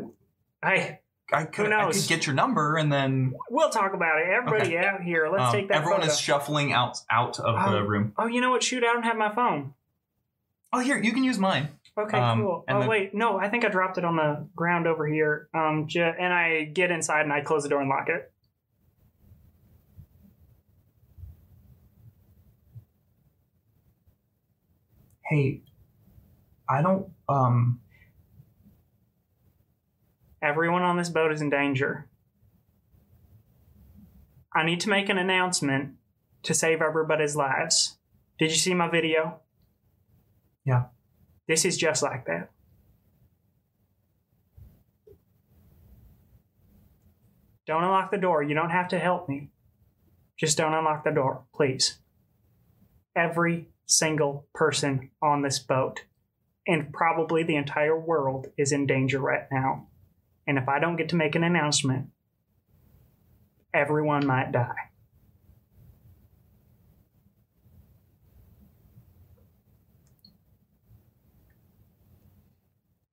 Speaker 2: hey,
Speaker 1: I could,
Speaker 2: Who
Speaker 1: I
Speaker 2: knows?
Speaker 1: could get your number, and then
Speaker 2: we'll talk about it. Everybody out here. Let's
Speaker 1: um,
Speaker 2: take that.
Speaker 1: everyone
Speaker 2: photo.
Speaker 1: is shuffling out out of the
Speaker 2: Oh.
Speaker 1: room.
Speaker 2: oh, you know what? Shoot, I don't have my phone.
Speaker 1: Oh, here, you can use mine.
Speaker 2: Okay,
Speaker 1: Um,
Speaker 2: cool.
Speaker 1: and
Speaker 2: Oh
Speaker 1: the-
Speaker 2: wait, no, I think I dropped it on the ground over here. Um, j- and I get inside and I close the door and lock it.
Speaker 1: Hey, I don't. Um,
Speaker 2: Everyone on this boat is in danger. I need to make an announcement to save everybody's lives. Did you see my video?
Speaker 1: Yeah.
Speaker 2: This is just like that. Don't unlock the door. You don't have to help me. Just don't unlock the door, please. Every single person on this boat and probably the entire world is in danger right now. And if I don't get to make an announcement, everyone might die.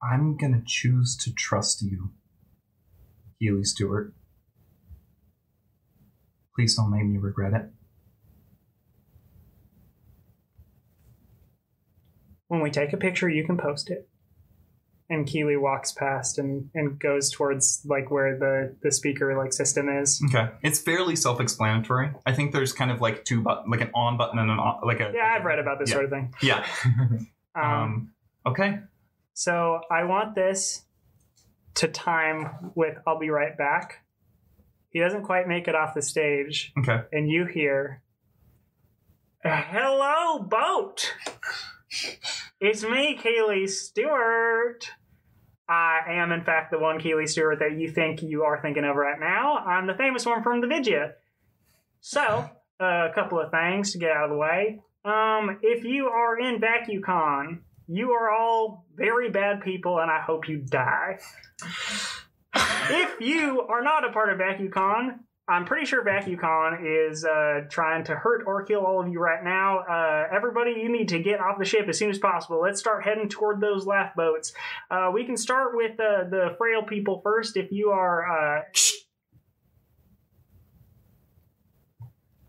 Speaker 1: I'm gonna choose to trust you, Healy Stewart. Please don't make me regret it.
Speaker 2: When we take a picture, you can post it. And Keeley walks past and, and goes towards like where the, the speaker like system is.
Speaker 1: Okay, it's fairly self-explanatory. I think there's kind of like two button, like an on button and an on, like a
Speaker 2: Yeah, I've read about this
Speaker 1: Mm-hmm. Yeah.
Speaker 2: sort of thing.
Speaker 1: yeah.
Speaker 2: Um,
Speaker 1: Um, okay,
Speaker 2: so I want this to time with I'll be right back. He doesn't quite make it off the stage.
Speaker 1: okay.
Speaker 2: and you hear, "Hello, boat. It's me, Keeley Stewart. I am, in fact, the one Keeley Stewart that you think you are thinking of right now. I'm the famous one from the video. So, a couple of things to get out of the way. Um, if you are in VacuCon, you are all very bad people, and I hope you die. if you are not a part of VacuCon, I'm pretty sure VacuCon is uh, trying to hurt or kill all of you right now. Uh, everybody, you need to get off the ship as soon as possible. Let's start heading toward those laugh boats. Uh, we can start with uh, the frail people first. If you are. Uh...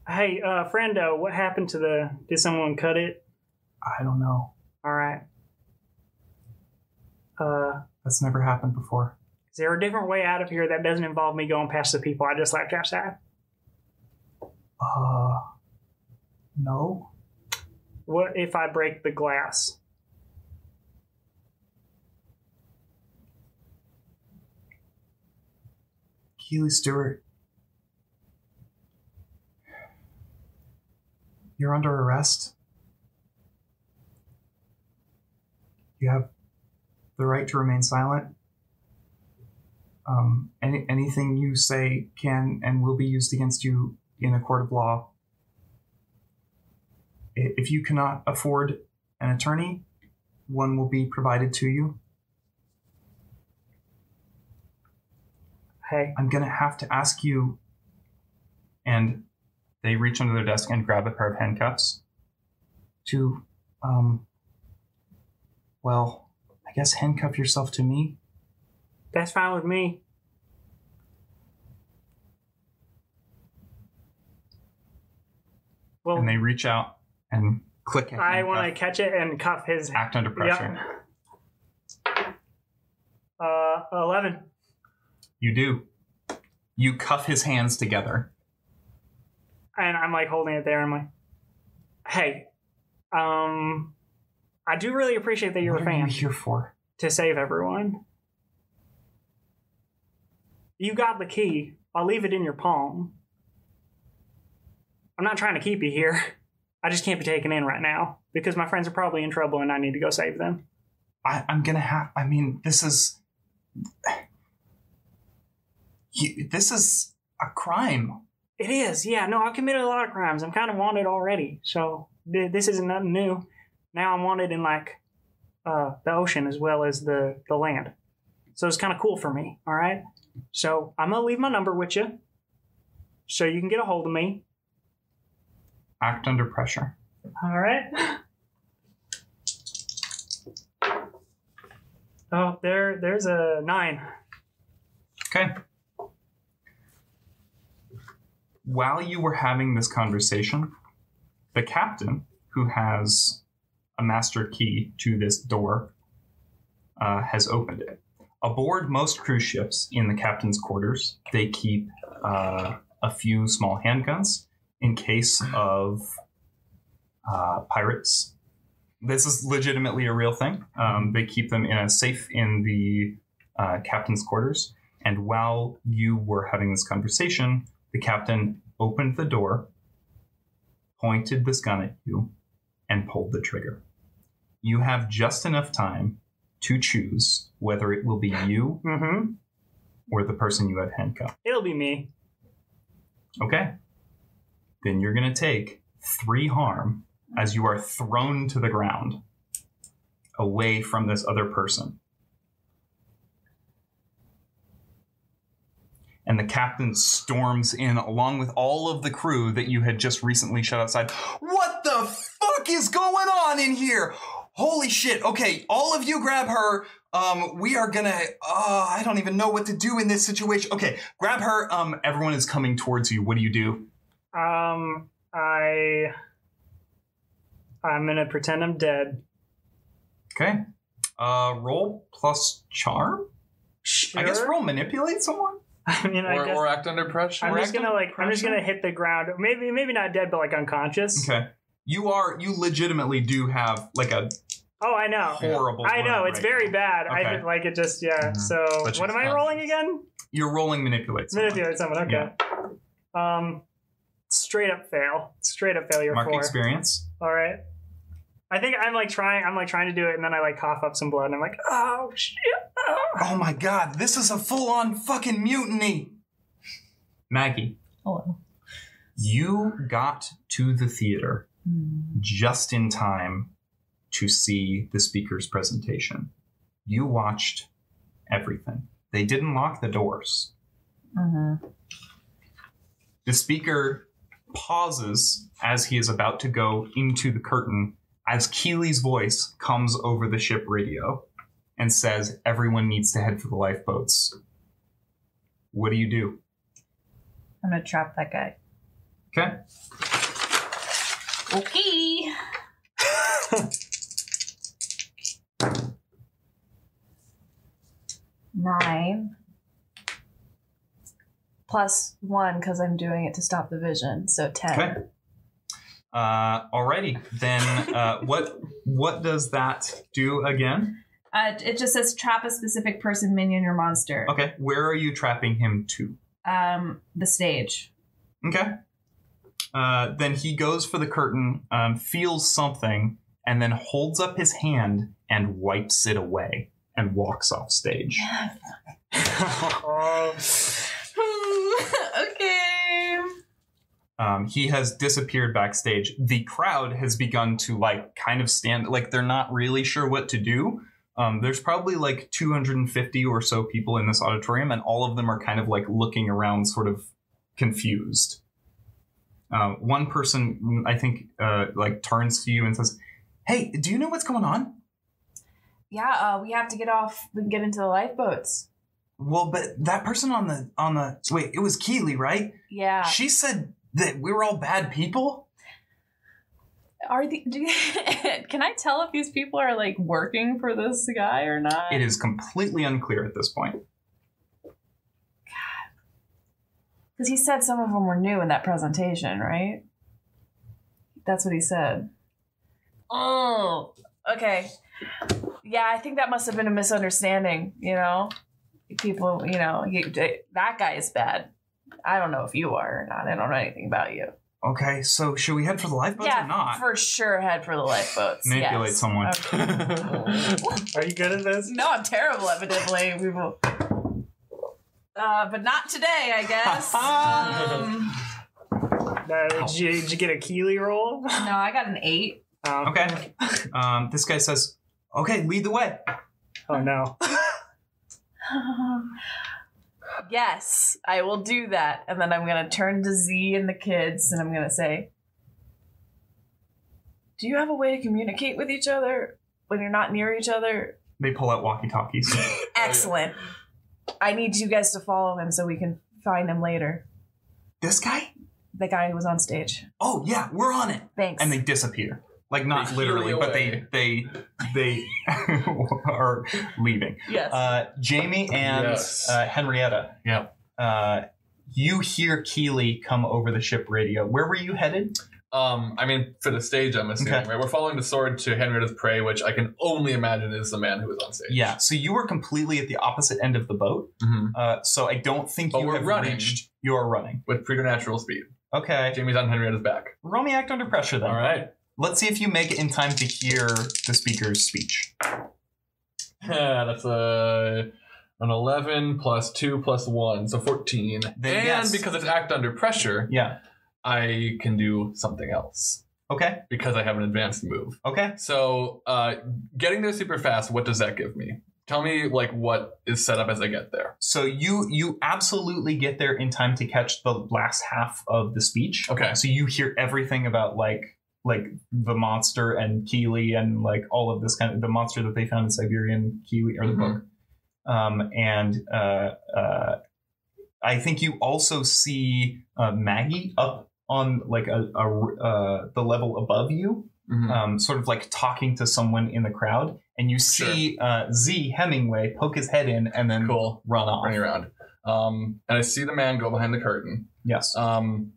Speaker 2: Hey, uh, friendo, what happened to the. Did someone cut it?
Speaker 1: I don't know.
Speaker 2: All right. Uh,
Speaker 1: That's never happened before.
Speaker 2: is there a different way out of here that doesn't involve me going past the people I just left outside?
Speaker 1: Uh, no.
Speaker 2: What if I break the glass?
Speaker 1: Keely Stewart, You're under arrest. You have the right to remain silent. Um, any, anything you say can and will be used against you in a court of law. I- If you cannot afford an attorney, one will be provided to you.
Speaker 2: Hey,
Speaker 1: I'm gonna have to ask you. And they reach under their desk and grab a pair of handcuffs. To, um, well, I guess handcuff yourself to me.
Speaker 2: that's fine with me. Well,
Speaker 1: And they reach out and click. a
Speaker 2: I want to
Speaker 1: handcuff.
Speaker 2: catch it and cuff his.
Speaker 1: act under pressure.
Speaker 2: Uh, eleven.
Speaker 1: You do. You cuff his hands together.
Speaker 2: and I'm like holding it there. I'm like, hey, um, I do really appreciate that you're
Speaker 1: what
Speaker 2: a
Speaker 1: are you
Speaker 2: fan
Speaker 1: here for?
Speaker 2: to save everyone. You got the key. I'll leave it in your palm. I'm not trying to keep you here. (laughs) I just can't be taken in right now because my friends are probably in trouble and I need to go save them.
Speaker 1: I, I'm gonna have. I mean, this is. (sighs) You, this is a crime.
Speaker 2: It is, yeah. No, I've committed a lot of crimes. I'm kind of wanted already, so th- this isn't nothing new. Now I'm wanted in like uh, the ocean as well as the the land, so it's kind of cool for me. All right, so I'm gonna leave my number with you, so you can get a hold of me.
Speaker 1: Act under pressure.
Speaker 2: All right. Oh, there, there's a nine.
Speaker 1: Okay. While you were having this conversation, the captain, who has a master key to this door, uh, has opened it. Aboard most cruise ships in the captain's quarters, they keep uh, a few small handguns in case of uh, pirates. This is legitimately a real thing. Um, they keep them in a safe in the uh, captain's quarters. And while you were having this conversation, the captain opened the door, pointed this gun at you, and pulled the trigger. You have just enough time to choose whether it will be you
Speaker 2: Mm-hmm.
Speaker 1: or the person you have handcuffed.
Speaker 2: It'll be me.
Speaker 1: Okay? Then you're going to take three harm as you are thrown to the ground away from this other person. And the captain storms in along with all of the crew that you had just recently shut outside. What the fuck is going on in here? Holy shit. Okay, all of you grab her. Um, we are gonna. Uh, I don't even know what to do in this situation. Okay, grab her. Um, everyone is coming towards you. What do you do?
Speaker 2: Um, I, I'm gonna pretend I'm dead.
Speaker 1: Okay. Uh, roll plus charm.
Speaker 2: Sure.
Speaker 1: I guess roll manipulate someone.
Speaker 2: (laughs) I mean, I
Speaker 3: or,
Speaker 2: guess
Speaker 3: or act under pressure.
Speaker 2: I'm
Speaker 1: or
Speaker 2: just
Speaker 1: act
Speaker 2: gonna like I'm just
Speaker 1: pressure?
Speaker 2: gonna hit the ground. Maybe maybe not dead, but like unconscious.
Speaker 1: Okay. You are you legitimately do have like a
Speaker 2: Oh, I know.
Speaker 1: horrible.
Speaker 2: I know
Speaker 1: word
Speaker 2: it's
Speaker 1: right
Speaker 2: very
Speaker 1: now.
Speaker 2: bad. I
Speaker 1: Okay. Mm-hmm.
Speaker 2: did- like it just yeah.
Speaker 3: Mhm.
Speaker 2: So
Speaker 3: But she's
Speaker 2: what am I
Speaker 3: conscious.
Speaker 2: rolling again?
Speaker 1: You're rolling manipulate. someone.
Speaker 2: Manipulate someone. Okay. Um, straight up fail. Straight up failure
Speaker 1: Mark
Speaker 2: four.
Speaker 1: experience.
Speaker 2: All right. I think I'm like trying. I'm like trying to do it, and then I like cough up some blood, and I'm like, oh
Speaker 5: (laughs)
Speaker 2: shit.
Speaker 1: Oh my god, this is a full on fucking mutiny. Maggie,
Speaker 4: Hello.
Speaker 1: you got to the theater just in time to see the speaker's presentation. You watched everything. They didn't lock the doors.
Speaker 7: Mm-hmm.
Speaker 1: The speaker pauses as he is about to go into the curtain as Keeley's voice comes over the ship radio and says, Everyone needs to head for the lifeboats. What do you do?
Speaker 4: I'm gonna trap that guy.
Speaker 1: Okay.
Speaker 4: Okay. Nine. Plus one because I'm doing it to stop the vision, so ten.
Speaker 1: Okay. Uh, alrighty. Then uh, what what does that do again?
Speaker 4: Uh, it just says trap a specific person, minion, or monster.
Speaker 1: Okay. Where are you trapping him to?
Speaker 4: Um, the stage.
Speaker 1: Okay. Uh, then he goes for the curtain, um, feels something, and then holds up his hand and wipes it away and walks off stage.
Speaker 4: okay.
Speaker 1: Um, he has disappeared backstage. The crowd has begun to like kind of stand, like they're not really sure what to do. Um, there's probably like 250 or so people in this auditorium, and all of them are kind of like looking around, sort of confused. Um, one person, I think, uh, like turns to you and says, "Hey, do you know what's going on?"
Speaker 4: Yeah, uh, we have to get off. We can get into the lifeboats.
Speaker 1: Well, but that person on the on the wait, it was Keeley, right?
Speaker 4: Yeah.
Speaker 1: She said that we were all bad people.
Speaker 4: Are the, (laughs) do, can I tell if these people are like working for this guy or not?
Speaker 1: It is completely unclear at this point.
Speaker 4: Because he said some of them were new in that presentation, right? That's what he said. Oh, okay. Yeah, I think that must have been a misunderstanding, you know? People, you know, he, that guy is bad. I don't know if you are or not. I don't know anything about you.
Speaker 1: Okay, so should we head for the lifeboats
Speaker 4: yeah,
Speaker 1: or not?
Speaker 4: for sure, head for the lifeboats.
Speaker 1: Manipulate
Speaker 4: yes.
Speaker 1: someone.
Speaker 4: Okay.
Speaker 2: Are you good at this?
Speaker 4: No, I'm terrible, evidently. We will. Uh, but not today, I
Speaker 1: (laughs)
Speaker 4: guess. um,
Speaker 2: Uh, did, you, did you get a Keeley roll?
Speaker 4: no, I got an eight.
Speaker 2: Um,
Speaker 3: (laughs)
Speaker 1: Okay. Um, this guy says, "Okay, lead the way."
Speaker 2: Oh no.
Speaker 4: (sighs) yes, I will do that. And then I'm going to turn to Z and the kids and I'm going to say, Do you have a way to communicate with each other when you're not near each other?
Speaker 1: They pull out
Speaker 3: (laughs)
Speaker 1: walkie-talkies.
Speaker 4: Excellent. I need you guys to follow him so we can find him later.
Speaker 1: this guy?
Speaker 4: The guy who was on stage.
Speaker 1: Oh yeah, we're on it.
Speaker 4: Thanks.
Speaker 1: And they disappear. Like not
Speaker 3: They
Speaker 1: literally,
Speaker 3: hurry
Speaker 1: but they
Speaker 3: away.
Speaker 1: they they (laughs) are leaving.
Speaker 4: yes.
Speaker 1: Uh, Jamie and
Speaker 3: Yes.
Speaker 1: uh, Henrietta.
Speaker 3: Yep.
Speaker 1: Uh, you hear Keeley come over the ship radio. Where were you headed?
Speaker 3: Um, I mean, for the stage, I'm assuming,
Speaker 1: Okay.
Speaker 3: right? We're following the sword to Henrietta's prey, which I can only imagine is the man who was on stage.
Speaker 1: Yeah. So you were completely at the opposite end of the boat.
Speaker 3: Mhm.
Speaker 1: Uh, so I don't think
Speaker 3: But
Speaker 1: you
Speaker 3: we're
Speaker 1: have
Speaker 3: running.
Speaker 1: reached. You are running.
Speaker 3: With preternatural speed.
Speaker 1: Okay.
Speaker 3: Jamie's on Henrietta's back.
Speaker 1: Roll me act under pressure then.
Speaker 3: All right.
Speaker 1: Let's see if you make it in time to hear the speaker's speech.
Speaker 3: That's a. An 11 plus 2 plus 1, so 14.
Speaker 1: Then
Speaker 3: and
Speaker 1: yes.
Speaker 3: because it's act under pressure,
Speaker 1: Yeah.
Speaker 3: I can do something else
Speaker 1: Okay.
Speaker 3: because I have an advanced move.
Speaker 1: Okay.
Speaker 3: So, uh, getting there super fast, what does that give me? Tell me, like, what is set up as I get there.
Speaker 1: So you you absolutely get there in time to catch the last half of the speech.
Speaker 3: Okay.
Speaker 1: Uh, So you hear everything about like like the monster and Keeley and like all of this kind of the monster that they found in Siberian Keeley or the
Speaker 3: Mhm.
Speaker 1: book. Um, and uh, uh, I think you also see uh, Maggie up on like a, a uh, the level above you,
Speaker 3: Mhm.
Speaker 1: um, sort of like talking to someone in the crowd, and you see uh, Z Hemingway poke his head in and then
Speaker 3: Cool.
Speaker 1: run off.
Speaker 3: Running around. Um, and I see the man go behind the curtain.
Speaker 1: Yes.
Speaker 3: Um,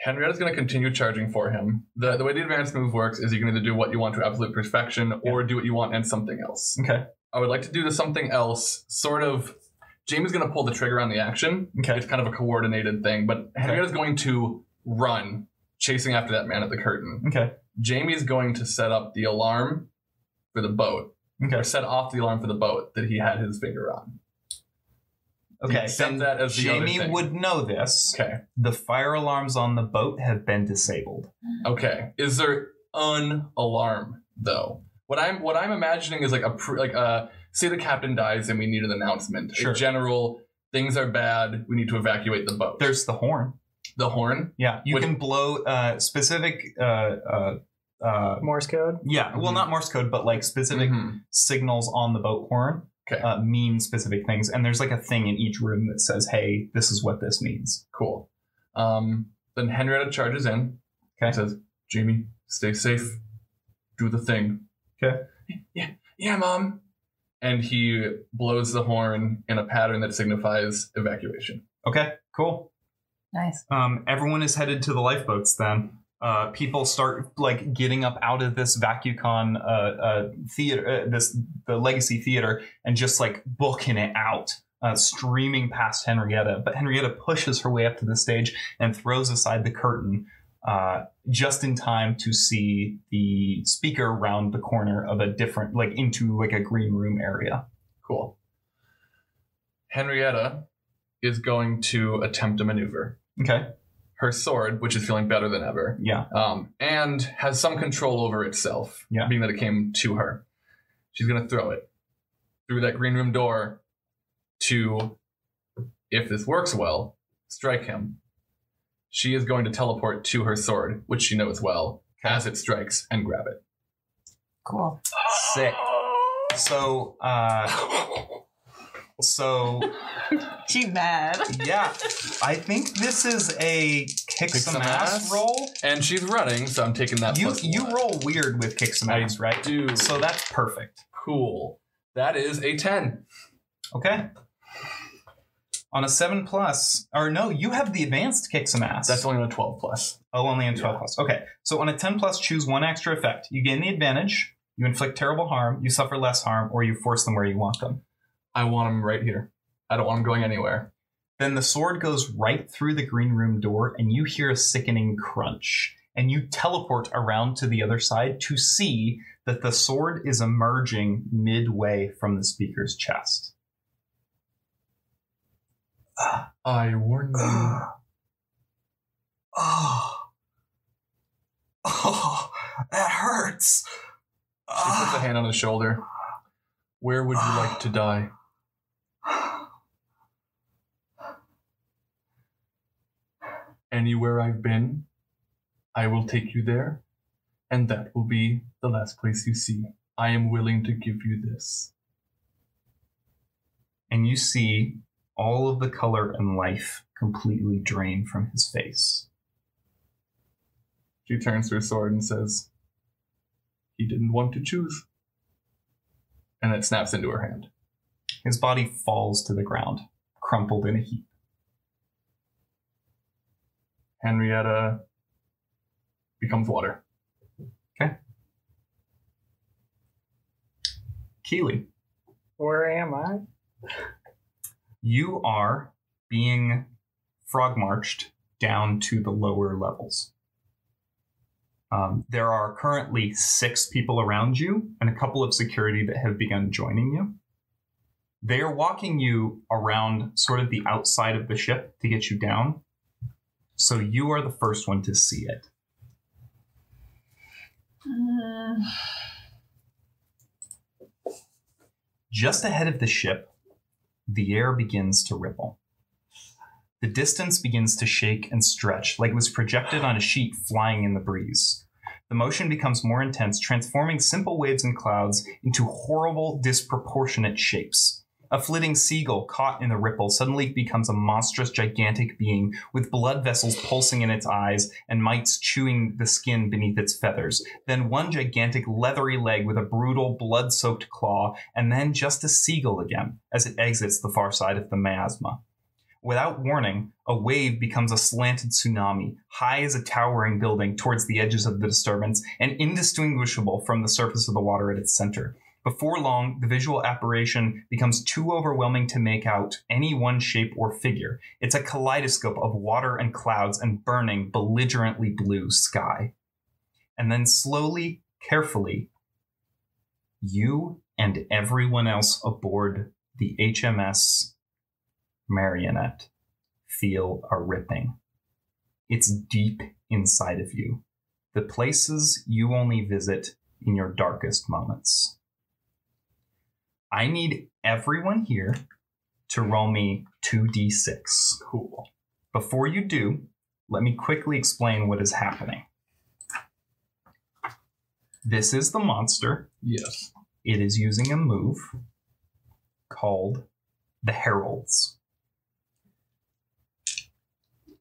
Speaker 3: Henrietta's going to continue charging for him. The, the way the advanced move works is you can either do what you want to absolute perfection or do what you want and something else.
Speaker 1: Okay.
Speaker 3: I would like to do the something else, sort of. Jamie's going to pull the trigger on the action.
Speaker 1: Okay.
Speaker 3: It's kind of a coordinated thing, but Henrietta's going to run, chasing after that man at the curtain.
Speaker 1: Okay.
Speaker 3: Jamie's going to set up the alarm for the boat,
Speaker 1: Okay.
Speaker 3: or set off the alarm for the boat that he had his finger on.
Speaker 1: Okay.
Speaker 3: Accept
Speaker 1: then
Speaker 3: that as the other
Speaker 1: Jamie
Speaker 3: thing.
Speaker 1: would know this.
Speaker 3: Okay.
Speaker 1: The fire alarms on the boat have been disabled.
Speaker 3: Okay. Is there an alarm though? What I'm what I'm imagining is like a pre, like uh say the captain dies and we need an announcement.
Speaker 1: Sure.
Speaker 3: A general things are bad. We need to evacuate the boat.
Speaker 1: There's the horn.
Speaker 3: the horn.
Speaker 1: Yeah, you
Speaker 3: Which-
Speaker 1: can blow uh, specific. Uh, uh, uh,
Speaker 2: Morse code.
Speaker 1: yeah, well,
Speaker 3: Mhm.
Speaker 1: not Morse code, but like specific
Speaker 3: Mhm.
Speaker 1: signals on the boat horn
Speaker 3: Okay.
Speaker 1: uh, mean specific things, and there's like a thing in each room that says, "Hey, this is what this means."
Speaker 3: Cool. Um. Then Henrietta charges in.
Speaker 1: Okay.
Speaker 3: And says, "Jamie, stay safe. Do the thing."
Speaker 5: Yeah, mom.
Speaker 3: And he blows the horn in a pattern that signifies evacuation.
Speaker 1: Okay, cool.
Speaker 4: nice.
Speaker 1: Um, everyone is headed to the lifeboats then. Uh, people start like getting up out of this VacuCon uh, uh, theater, uh, this the Legacy Theater, and just like booking it out uh, streaming past Henrietta. But Henrietta pushes her way up to the stage and throws aside the curtain uh, just in time to see the speaker round the corner of a different, like into like a green room area.
Speaker 3: Cool. Henrietta is going to attempt a maneuver.
Speaker 1: Okay.
Speaker 3: Her sword, which is feeling better than ever,
Speaker 1: Yeah.
Speaker 3: um, and has some control over itself,
Speaker 1: Yeah.
Speaker 3: being that it came to her. She's going to throw it through that green room door to, if this works well, strike him. She is going to teleport to her sword, which she knows well, as it strikes, and grab it.
Speaker 4: Cool.
Speaker 1: Sick. So, uh, so
Speaker 7: She mad.
Speaker 1: yeah, I think this is a kick, some,
Speaker 3: some
Speaker 1: ass,
Speaker 3: ass?
Speaker 1: roll.
Speaker 3: And she's running, so I'm taking that.
Speaker 1: You
Speaker 3: plus
Speaker 1: you
Speaker 3: one.
Speaker 1: roll weird with kick some
Speaker 3: I
Speaker 1: ass, right?
Speaker 3: do.
Speaker 1: So that's perfect.
Speaker 3: Cool. That is a 10.
Speaker 1: Okay. On a seven plus, or no, you have the advanced kick some ass.
Speaker 3: That's only on a 12 plus.
Speaker 1: Oh, only on 12 plus. Okay. So on a 10 plus, choose one extra effect. You gain the advantage, you inflict terrible harm, you suffer less harm, or you force them where you want them.
Speaker 3: I want him right here. I don't want him going anywhere.
Speaker 1: Then the sword goes right through the green room door, and you hear a sickening crunch. And you teleport around to the other side to see that the sword is emerging midway from the speaker's chest.
Speaker 3: I warned you.
Speaker 1: Oh. Oh, that hurts. Ah.
Speaker 3: She puts a hand on his shoulder. Where would you like to die? Anywhere I've been, I will take you there, and that will be the last place you see. I am willing to give you this.
Speaker 1: and you see all of the color and life completely drain from his face.
Speaker 3: She turns to her sword and says, He didn't want to choose. And it snaps into her hand.
Speaker 1: His body falls to the ground, crumpled in a heap.
Speaker 3: Henrietta becomes water.
Speaker 1: Keely,
Speaker 2: Where am I?
Speaker 1: you are being frog marched down to the lower levels. Um, there are currently six people around you and a couple of security that have begun joining you. They are walking you around sort of the outside of the ship to get you down. So you are the first one to see it. Just ahead of the ship, the air begins to ripple. The distance begins to shake and stretch like it was projected on a sheet flying in the breeze. The motion becomes more intense, transforming simple waves and clouds into horrible, disproportionate shapes. A flitting seagull caught in the ripple suddenly becomes a monstrous, gigantic being with blood vessels pulsing in its eyes and mites chewing the skin beneath its feathers. Then one gigantic, leathery leg with a brutal, blood soaked claw, and then just a seagull again as it exits the far side of the miasma. Without warning, a wave becomes a slanted tsunami, high as a towering building towards the edges of the disturbance and indistinguishable from the surface of the water at its center. Before long, the visual apparition becomes too overwhelming to make out any one shape or figure. It's a kaleidoscope of water and clouds and burning, belligerently blue sky. And then slowly, carefully, you and everyone else aboard the HMS marionette feel a ripping. It's deep inside of you, the places you only visit in your darkest moments. I need everyone here to roll me 2d6. Cool. Before you do, let me quickly explain what is happening. This is the monster.
Speaker 3: Yes.
Speaker 1: It is using a move called the Heralds.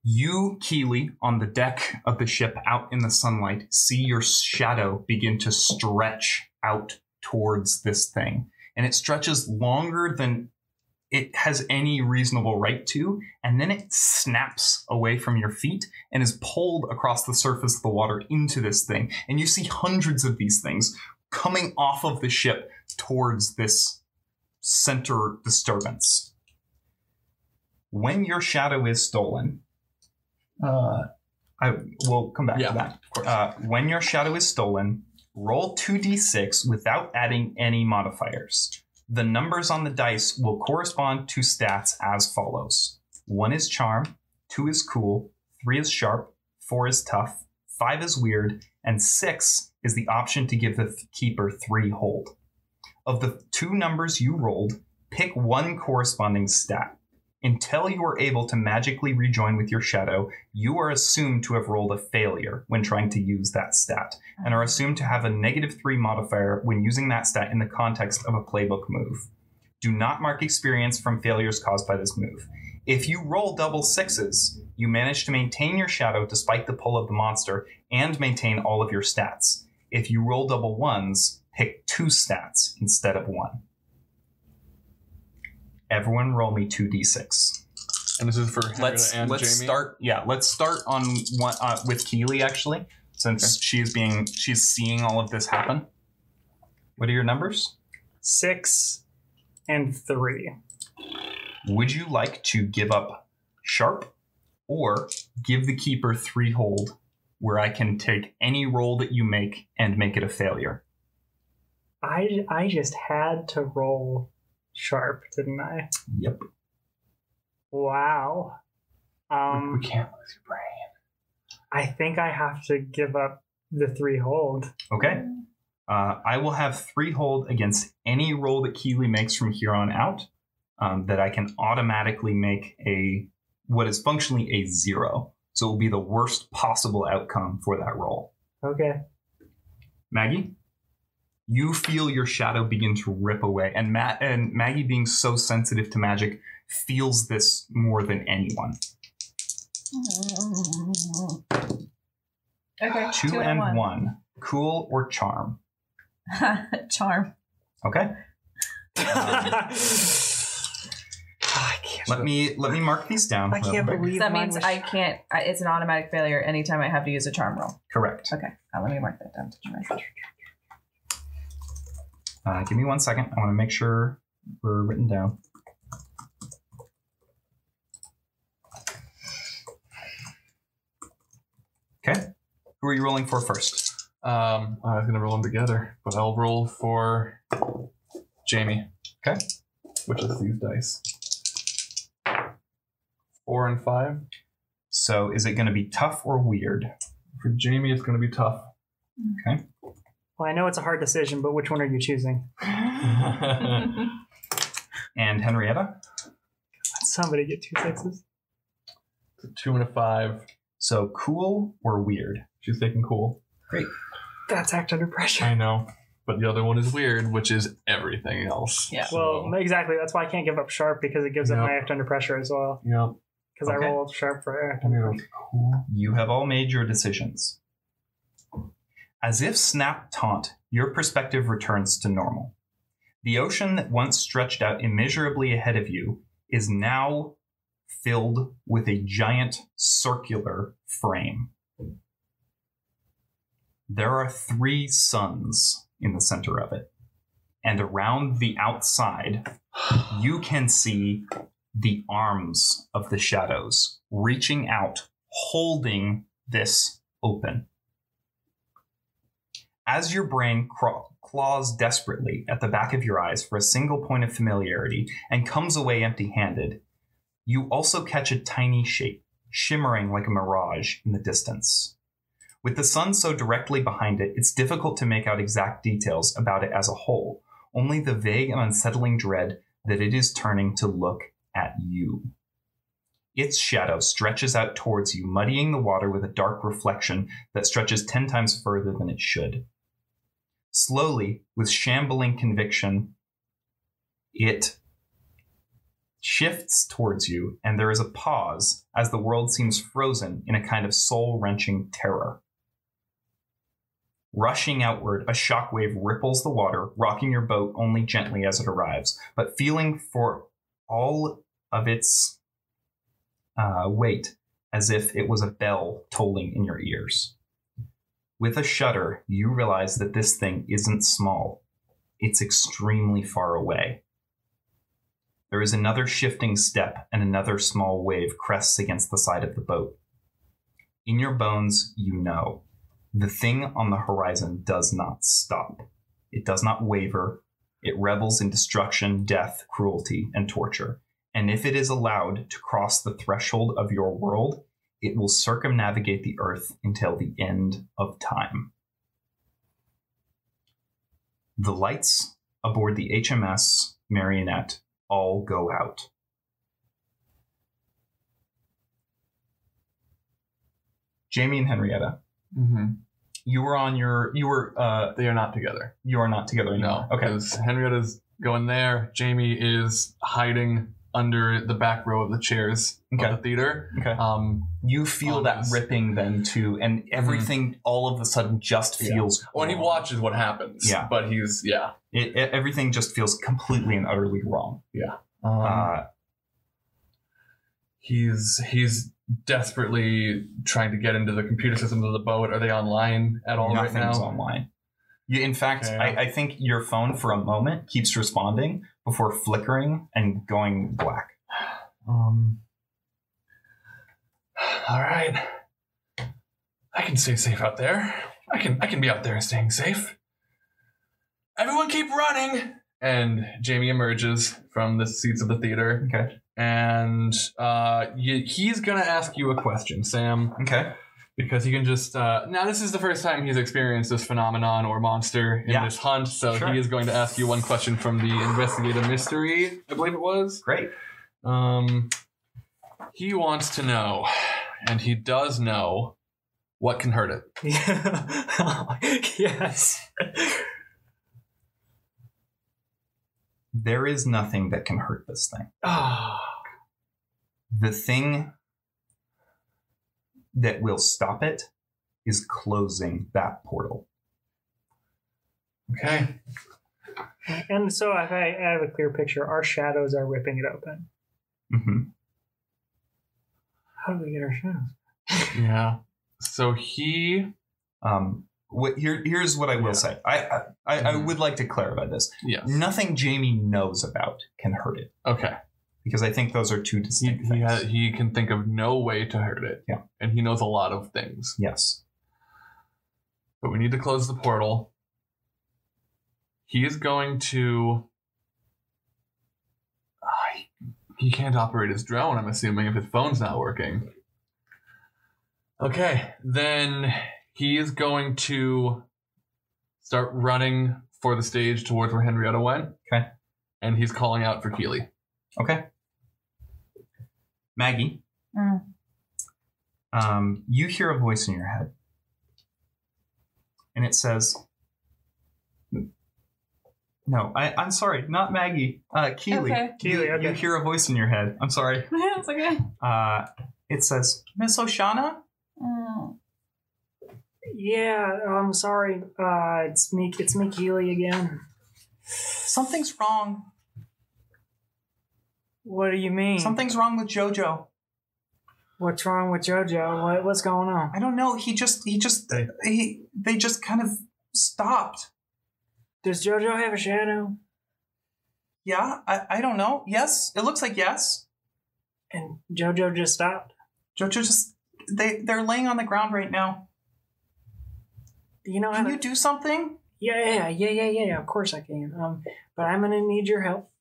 Speaker 1: You, Keeley, on the deck of the ship out in the sunlight, see your shadow begin to stretch out towards this thing. And it stretches longer than it has any reasonable right to. And then it snaps away from your feet and is pulled across the surface of the water into this thing. And you see hundreds of these things coming off of the ship towards this center disturbance. when your shadow is stolen. Uh, I will come back
Speaker 3: Yeah,
Speaker 1: to that. Uh, when your shadow is stolen, roll 2d6 without adding any modifiers. The numbers on the dice will correspond to stats as follows one is charm, two is cool, three is sharp, four is tough, five is weird, and six is the option to give the th- keeper three hold. Of the two numbers you rolled, pick one corresponding stat. Until you are able to magically rejoin with your shadow, you are assumed to have rolled a failure when trying to use that stat, and are assumed to have a negative three modifier when using that stat in the context of a playbook move. Do not mark experience from failures caused by this move. If you roll double sixes, you manage to maintain your shadow despite the pull of the monster and maintain all of your stats. If you roll double ones, pick two stats instead of one. Everyone roll me 2d6.
Speaker 3: And this is for Henrietta
Speaker 1: Let's
Speaker 3: and
Speaker 1: let's
Speaker 3: Jamie.
Speaker 1: start yeah, let's start on one uh, with Keely actually since she's being she's seeing all of this happen. What are your numbers?
Speaker 2: Six and three.
Speaker 1: Would you like to give up sharp or give the keeper 3 hold where I can take any roll that you make and make it a failure?
Speaker 2: I I just had to roll sharp, didn't I?
Speaker 1: Yep.
Speaker 2: Wow.
Speaker 5: We
Speaker 2: Um,
Speaker 5: can't lose your brain.
Speaker 2: I think I have to give up the three hold.
Speaker 1: Okay. Uh, I will have three hold against any roll that Keeley makes from here on out um, that I can automatically make a what is functionally a zero. So it will be the worst possible outcome for that roll.
Speaker 2: Okay.
Speaker 1: Maggie, you feel your shadow begin to rip away, and Matt and Maggie, being so sensitive to magic, feels this more than anyone.
Speaker 4: Okay.
Speaker 1: Two, and one. cool or charm.
Speaker 4: (laughs) Charm.
Speaker 1: Okay,
Speaker 2: I can't.
Speaker 1: let me let me mark these down.
Speaker 7: I
Speaker 1: real
Speaker 7: can't
Speaker 1: quick.
Speaker 7: believe
Speaker 4: So that
Speaker 7: mine
Speaker 4: means
Speaker 7: was-
Speaker 4: I can't. I, it's an automatic failure anytime I have to use a charm roll.
Speaker 1: Correct.
Speaker 4: Okay, uh, let me mark that down. to try.
Speaker 1: Uh, give me one second. I want to make sure we're written down. Okay. Who are you rolling for first?
Speaker 3: Um, I was going to roll them together, but I'll roll for Jamie.
Speaker 1: Okay.
Speaker 3: Which is these dice. Four and five.
Speaker 1: So is it going to be tough or weird?
Speaker 3: For Jamie, it's going to be tough. (laughs)
Speaker 2: Well, I know it's a hard decision, but which one are you choosing?
Speaker 3: (laughs)
Speaker 1: And Henrietta?
Speaker 2: Somebody get two sixes.
Speaker 3: It's a two and a five.
Speaker 1: So cool or weird?
Speaker 3: She's taking cool.
Speaker 2: That's act under pressure.
Speaker 3: I know. But the other one is weird, which is everything else.
Speaker 7: Yeah.
Speaker 2: Well, exactly. That's why I can't give up sharp because it gives up
Speaker 3: Yep.
Speaker 2: my act under pressure as well.
Speaker 3: yeah.
Speaker 2: Because
Speaker 1: Okay.
Speaker 2: I roll sharp for act.
Speaker 3: I mean, it's cool.
Speaker 1: You have all made your decisions. As if snap taunt, your perspective returns to normal. The ocean that once stretched out immeasurably ahead of you is now filled with a giant circular frame. There are three suns in the center of it. And around the outside, you can see the arms of the shadows reaching out, holding this open. As your brain craw- claws desperately at the back of your eyes for a single point of familiarity and comes away empty handed, you also catch a tiny shape shimmering like a mirage in the distance. With the sun so directly behind it, it's difficult to make out exact details about it as a whole, only the vague and unsettling dread that it is turning to look at you. Its shadow stretches out towards you, muddying the water with a dark reflection that stretches ten times further than it should. Slowly, with shambling conviction, it shifts towards you, and there is a pause as the world seems frozen in a kind of soul wrenching terror. Rushing outward, a shockwave ripples the water, rocking your boat only gently as it arrives, but feeling for all of its uh, weight as if it was a bell tolling in your ears. With a shudder, you realize that this thing isn't small, it's extremely far away. There is another shifting step, and another small wave crests against the side of the boat. In your bones, you know. The thing on the horizon does not stop. It does not waver. It revels in destruction, death, cruelty, and torture. And if it is allowed to cross the threshold of your world, it will circumnavigate the earth until the end of time. The lights aboard the HMS Marionette all go out. Jamie and Henrietta,
Speaker 3: Mm-hmm.
Speaker 1: you were on your you were uh
Speaker 3: They are not together.
Speaker 1: you are not together anymore.
Speaker 3: No.
Speaker 1: Okay.
Speaker 3: 'cause Henrietta's going there. Jamie is hiding under the back row of the chairs
Speaker 1: Okay.
Speaker 3: of the theater.
Speaker 1: Okay.
Speaker 3: Um,
Speaker 1: You feel that
Speaker 3: Honest.
Speaker 1: ripping then too, and everything all of a sudden just
Speaker 3: Mm-hmm. Yeah.
Speaker 1: feels
Speaker 3: when he
Speaker 1: wrong.
Speaker 3: watches what happens.
Speaker 1: Yeah.
Speaker 3: But he's yeah.
Speaker 1: It, it- everything just feels completely and utterly wrong.
Speaker 3: Um,
Speaker 1: uh,
Speaker 3: he's he's desperately trying to get into the computer systems of the boat. Are they online at all right
Speaker 1: Nothing's
Speaker 3: now?
Speaker 1: online. You, in fact,
Speaker 3: Okay.
Speaker 1: I, I think your phone for a moment keeps responding before flickering and going black.
Speaker 3: Um,
Speaker 5: All right. I can stay safe out there. I can I can be out there staying safe.
Speaker 3: everyone keep running. And Jamie emerges from the seats of the theater.
Speaker 1: Okay.
Speaker 3: And uh, y- he's gonna ask you a question, Sam.
Speaker 1: Okay.
Speaker 3: because he can just uh, now this is the first time he's experienced this phenomenon or monster in
Speaker 1: Yeah.
Speaker 3: this hunt so
Speaker 1: Sure.
Speaker 3: he is going to ask you one question from the investigator mystery i believe it was
Speaker 1: Great.
Speaker 3: um, he wants to know and he does know what can hurt it
Speaker 2: (laughs) yes. (sighs)
Speaker 1: There is nothing that can hurt this thing.
Speaker 2: Ah.
Speaker 1: The thing that will stop it is closing that portal.
Speaker 3: okay
Speaker 2: And so if I, I have a clear picture, our shadows are ripping it open.
Speaker 1: hmm
Speaker 2: How do we get our shadows?
Speaker 3: yeah so he
Speaker 1: Um, what, here, here's what I will
Speaker 3: Yeah.
Speaker 1: say. I, I, I, I
Speaker 3: Mhm.
Speaker 1: would like to clarify this.
Speaker 3: yes
Speaker 1: Nothing Jamie knows about can hurt it
Speaker 3: okay
Speaker 1: because I think those are two
Speaker 3: he,
Speaker 1: distinct
Speaker 3: he,
Speaker 1: things.
Speaker 3: ha- he can think of no way to hurt it
Speaker 1: Yeah.
Speaker 3: and he knows a lot of things
Speaker 1: yes.
Speaker 3: but we need to close the portal. He is going to. Ah, he- he can't operate his drone, I'm assuming, if his phone's not working. Okay, then he is going to start running for the stage towards where Henrietta went.
Speaker 1: Okay.
Speaker 3: And he's calling out for Keely.
Speaker 1: Okay. Maggie,
Speaker 4: Mm.
Speaker 1: um, you hear a voice in your head. And it says, No, I, I'm sorry, not Maggie. Uh, Keely.
Speaker 4: Okay.
Speaker 2: Keely,
Speaker 1: You-
Speaker 2: okay.
Speaker 1: You hear a voice in your head. I'm sorry.
Speaker 4: it's okay.
Speaker 1: Uh, it says, Miss Oshana?
Speaker 4: Mm.
Speaker 2: Yeah, I'm sorry. Uh, it's me. It's me, Keely again.
Speaker 1: Something's wrong.
Speaker 2: What do you mean?
Speaker 1: Something's wrong with Jojo.
Speaker 2: What's wrong with JoJo? What, what's going on?
Speaker 1: I don't know. He just, he just,
Speaker 5: They-
Speaker 1: he, they just kind of stopped.
Speaker 2: Does JoJo have a shadow?
Speaker 1: Yeah, I, I don't know. Yes, it looks like yes.
Speaker 2: And JoJo just stopped.
Speaker 1: Jojo just they they're laying on the ground right now.
Speaker 2: You know how?
Speaker 1: Can
Speaker 2: To,
Speaker 1: you do something?
Speaker 2: yeah, yeah, yeah, yeah, yeah, yeah. Of course I can. Um, but I'm gonna need your help.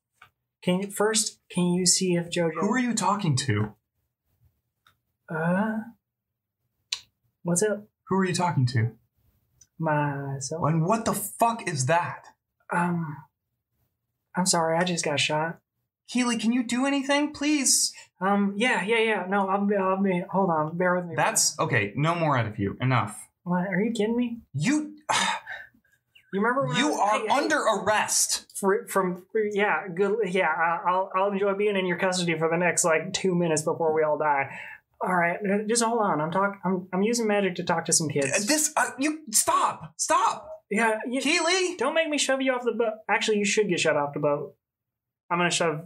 Speaker 2: Can you first? Can you see if JoJo?
Speaker 1: Who are you talking to?
Speaker 2: Uh, what's up,
Speaker 1: Who are you talking to?
Speaker 2: myself?
Speaker 1: And what the fuck is that?
Speaker 2: Um, I'm sorry. I just got shot.
Speaker 1: Keely, can you do anything, please?
Speaker 2: Um, yeah, yeah, yeah. No, I'll be. I'll be. Hold on. Bear with me.
Speaker 1: That's okay. No more out of you. Enough.
Speaker 2: What? Are you kidding me?
Speaker 1: You (sighs)
Speaker 2: You remember when I
Speaker 1: you
Speaker 2: was-
Speaker 1: are
Speaker 2: hey, hey,
Speaker 1: under arrest.
Speaker 2: fr- from yeah good yeah I- I'll I'll enjoy being in your custody for the next like two minutes before we all die. All right, uh, just hold on. I'm talking. I'm I'm using magic to talk to some kids.
Speaker 1: This uh, you stop stop.
Speaker 2: yeah, you,
Speaker 1: Keely,
Speaker 2: don't make me shove you off the boat. Actually, you should get shut off the boat. I'm gonna shove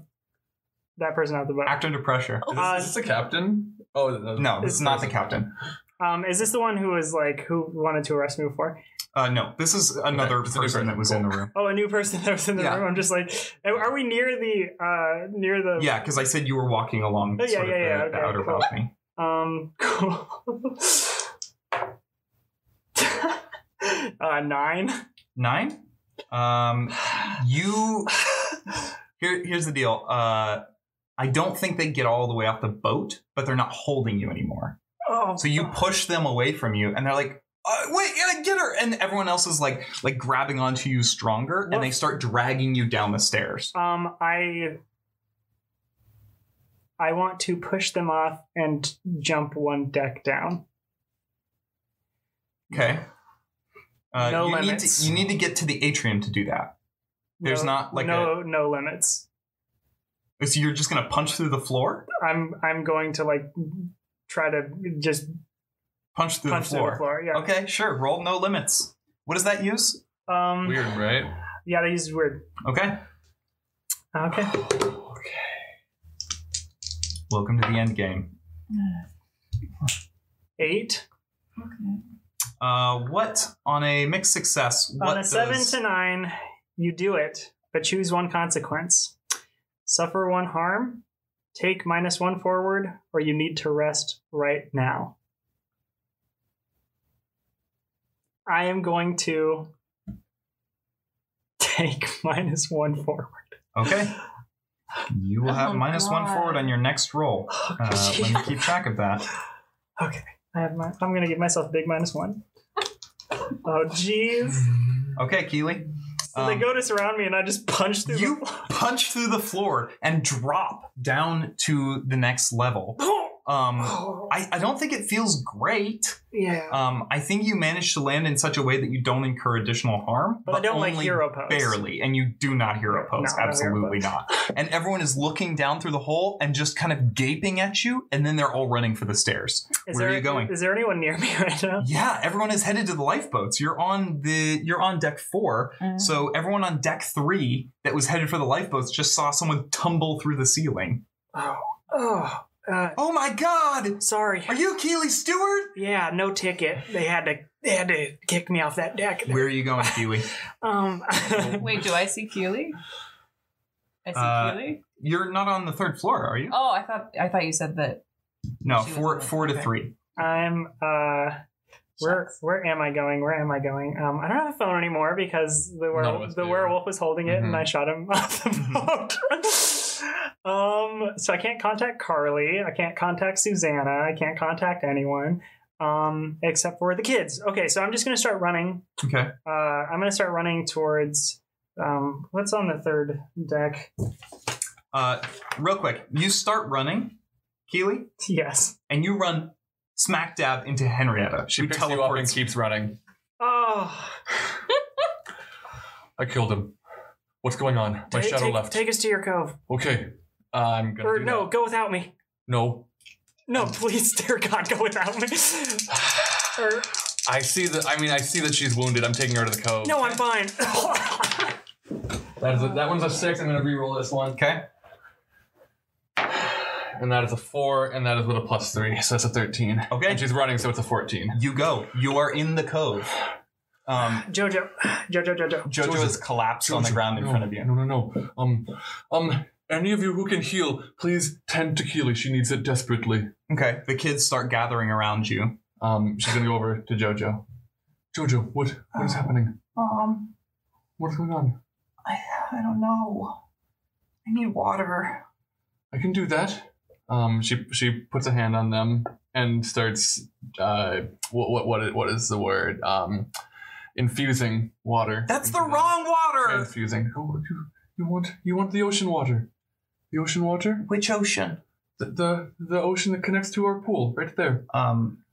Speaker 2: that person off the boat.
Speaker 1: act under pressure.
Speaker 3: Is this,
Speaker 2: Uh,
Speaker 3: is this the captain? Oh,
Speaker 1: No, it's not the captain.
Speaker 2: Um, is this the one who was like who wanted to arrest me before?
Speaker 1: Uh, no, this is another
Speaker 3: it's a new
Speaker 1: person that
Speaker 3: person,
Speaker 1: was in the room.
Speaker 2: Oh, a new person (laughs) that was in the
Speaker 1: Yeah.
Speaker 2: room. I'm just like, are we near the uh near the
Speaker 1: Yeah, because I said you were walking along
Speaker 2: Oh, yeah,
Speaker 1: sort of
Speaker 2: yeah,
Speaker 1: the,
Speaker 2: yeah,
Speaker 1: the
Speaker 2: okay,
Speaker 1: outer
Speaker 2: cool.
Speaker 1: balcony.
Speaker 2: Um, (laughs) cool. uh, nine.
Speaker 1: Nine. Um, you. Here, here's the deal. Uh, I don't think they get all the way off the boat, but they're not holding you anymore.
Speaker 2: Oh,
Speaker 1: So you push them away from you, and they're like, uh, "Wait, yeah, get her!" And everyone else is like, like grabbing onto you stronger,
Speaker 2: What?
Speaker 1: and they start dragging you down the stairs.
Speaker 2: um, I. I want to push them off and jump one deck down.
Speaker 1: Okay. Uh,
Speaker 2: No
Speaker 1: you Need
Speaker 2: limits.
Speaker 1: to, you need to get to the atrium to do that. There's
Speaker 2: No-
Speaker 1: not like
Speaker 2: no no limits.
Speaker 1: a. So you're just gonna punch through the floor?
Speaker 2: I'm I'm going to like try to just
Speaker 1: Punch through,
Speaker 2: punch
Speaker 1: the, floor.
Speaker 2: through the floor. Yeah.
Speaker 1: Okay, sure. Roll no limits. What does that use?
Speaker 2: Um.
Speaker 3: Weird, right?
Speaker 2: Yeah, that is weird.
Speaker 1: Okay.
Speaker 2: Okay.
Speaker 1: Welcome to the end game.
Speaker 2: Eight
Speaker 1: Uh, what on a mixed success? What
Speaker 2: on a seven
Speaker 1: does-
Speaker 2: to nine. You do it, but choose one consequence: suffer one harm, take minus one forward, or you need to rest right now. I am going to (laughs) take minus one forward.
Speaker 1: Okay. You will have
Speaker 7: Oh,
Speaker 1: minus one
Speaker 7: God.
Speaker 1: forward on your next roll.
Speaker 2: Oh, (laughs)
Speaker 1: Uh, let me keep track of that.
Speaker 2: I have my, I'm gonna give myself a big minus one. Oh jeez!
Speaker 1: Okay, Keely.
Speaker 2: So they
Speaker 1: Um,
Speaker 2: go to surround me, and I just punch through.
Speaker 1: You punch through the floor and drop down to the next level.
Speaker 2: The-
Speaker 1: Um,
Speaker 2: Oh,
Speaker 1: (gasps) I, I don't think it feels great.
Speaker 2: yeah.
Speaker 1: Um, I think you managed to land in such a way that you don't incur additional harm,
Speaker 2: but I don't like
Speaker 1: only
Speaker 2: hero pose.
Speaker 1: barely and you do not hero pose
Speaker 2: No, not hero
Speaker 1: absolutely
Speaker 2: pose.
Speaker 1: not (laughs) and everyone is looking down through the hole and just kind of gaping at you and then they're all running for the stairs where
Speaker 2: Is there,
Speaker 1: are you going
Speaker 2: Is there anyone near me (laughs) right now?
Speaker 1: yeah everyone is headed to the lifeboats you're on the you're on deck 4
Speaker 4: Mm-hmm.
Speaker 1: so everyone on deck three that was headed for the lifeboats just saw someone tumble through the ceiling
Speaker 2: Oh, oh, uh,
Speaker 1: oh my god
Speaker 2: sorry.
Speaker 1: are you keely stewart
Speaker 2: Yeah, no ticket. They had to. They had to kick me off that deck.
Speaker 1: where are you
Speaker 4: (laughs)
Speaker 1: going keely
Speaker 2: Um.
Speaker 4: Wait, do I see Keely? I see
Speaker 1: Uh,
Speaker 4: Keely.
Speaker 1: you're not on the third floor are you
Speaker 4: Oh, I thought I thought you said that.
Speaker 1: no
Speaker 4: She was on
Speaker 1: four
Speaker 4: the-
Speaker 1: four to
Speaker 4: okay.
Speaker 1: three
Speaker 2: (laughs) I'm. Uh. Where where am I going? Where am I going? Um, I don't have a phone anymore because the were-
Speaker 3: None of us
Speaker 2: the
Speaker 3: do.
Speaker 2: werewolf was holding it and
Speaker 1: mm-hmm.
Speaker 3: Mhm.
Speaker 2: I shot him (laughs) off the boat. (laughs) um, so I can't contact Carly. I can't contact Susanna. I can't contact anyone um, except for the kids. Okay, so I'm just gonna start running.
Speaker 1: okay
Speaker 2: Uh, I'm gonna start running towards um, what's on the third deck. (laughs)
Speaker 1: uh real quick you start running keely
Speaker 2: Yes.
Speaker 1: and you run smack dab into Henrietta.
Speaker 3: She
Speaker 1: who
Speaker 3: picks you up and keeps running.
Speaker 2: Oh,
Speaker 3: I killed him. What's going on? My
Speaker 2: take,
Speaker 3: shadow
Speaker 2: take-
Speaker 3: left.
Speaker 2: Take us to your cove,
Speaker 3: okay. I'm gonna.
Speaker 2: or
Speaker 3: do
Speaker 2: no,
Speaker 3: that.
Speaker 2: go without me.
Speaker 3: No.
Speaker 2: No, (laughs) please, dear God, go without
Speaker 3: (sighs)
Speaker 2: me. or,
Speaker 3: I see that. I mean, I see that she's wounded. I'm taking her to the cove.
Speaker 2: no, I'm fine. (laughs)
Speaker 3: That is a, that one's a six. I'm gonna re-roll this one.
Speaker 1: Okay.
Speaker 3: And that is a four, and that is with a plus three, so that's a thirteen.
Speaker 1: Okay.
Speaker 3: And she's running, so it's a fourteen.
Speaker 1: You go. You are in the cove. (sighs) Um,
Speaker 2: Jojo, Jojo, Jojo.
Speaker 1: Jojo
Speaker 3: Jojo.
Speaker 1: is collapsed on the
Speaker 3: Jojo,
Speaker 1: ground in
Speaker 3: no,
Speaker 1: front of you.
Speaker 3: No, no, no. Um, um. Any of you who can heal, please tend to Keely. She needs it desperately.
Speaker 1: Okay. The kids start gathering around you.
Speaker 3: Um, she's gonna go over to Jojo. Jojo, what what is happening?
Speaker 8: Um,
Speaker 3: What's going on?
Speaker 8: I, I don't know. I need water.
Speaker 3: I can do that. Um, she she puts a hand on them and starts uh, what what what is, what is the word? Um, infusing water.
Speaker 1: That's the
Speaker 3: into them.
Speaker 1: wrong water.
Speaker 3: Transfusing. Oh, you, you want you want the ocean water? The ocean water?
Speaker 8: Which ocean?
Speaker 3: The, the the ocean that connects to our pool, right there.
Speaker 1: Um,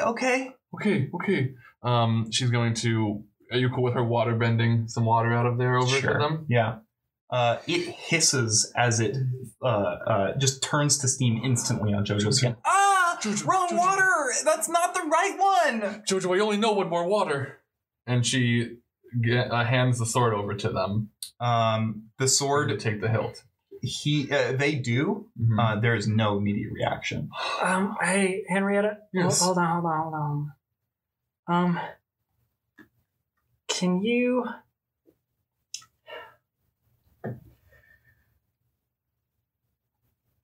Speaker 8: Okay.
Speaker 3: Okay, okay. Um, she's going to. Are you cool with her water bending some water out of there over
Speaker 1: sure.
Speaker 3: to them?
Speaker 1: Yeah. Uh, it hisses as it uh, uh, just turns to steam instantly on Jojo's skin. Ah!
Speaker 3: Jojo,
Speaker 1: Wrong
Speaker 3: Jojo.
Speaker 1: water! That's not the right one!
Speaker 3: Jojo, I only know one more water. And she get, uh, hands the sword over to them
Speaker 1: Um, the
Speaker 3: or to
Speaker 1: sword,
Speaker 3: take the hilt.
Speaker 1: he, uh, they do.
Speaker 3: Mhm.
Speaker 1: Uh, there is no immediate reaction.
Speaker 2: Um, hey, Henrietta.
Speaker 3: Yes.
Speaker 2: Hold, hold on, hold on, hold on. Um, Can you?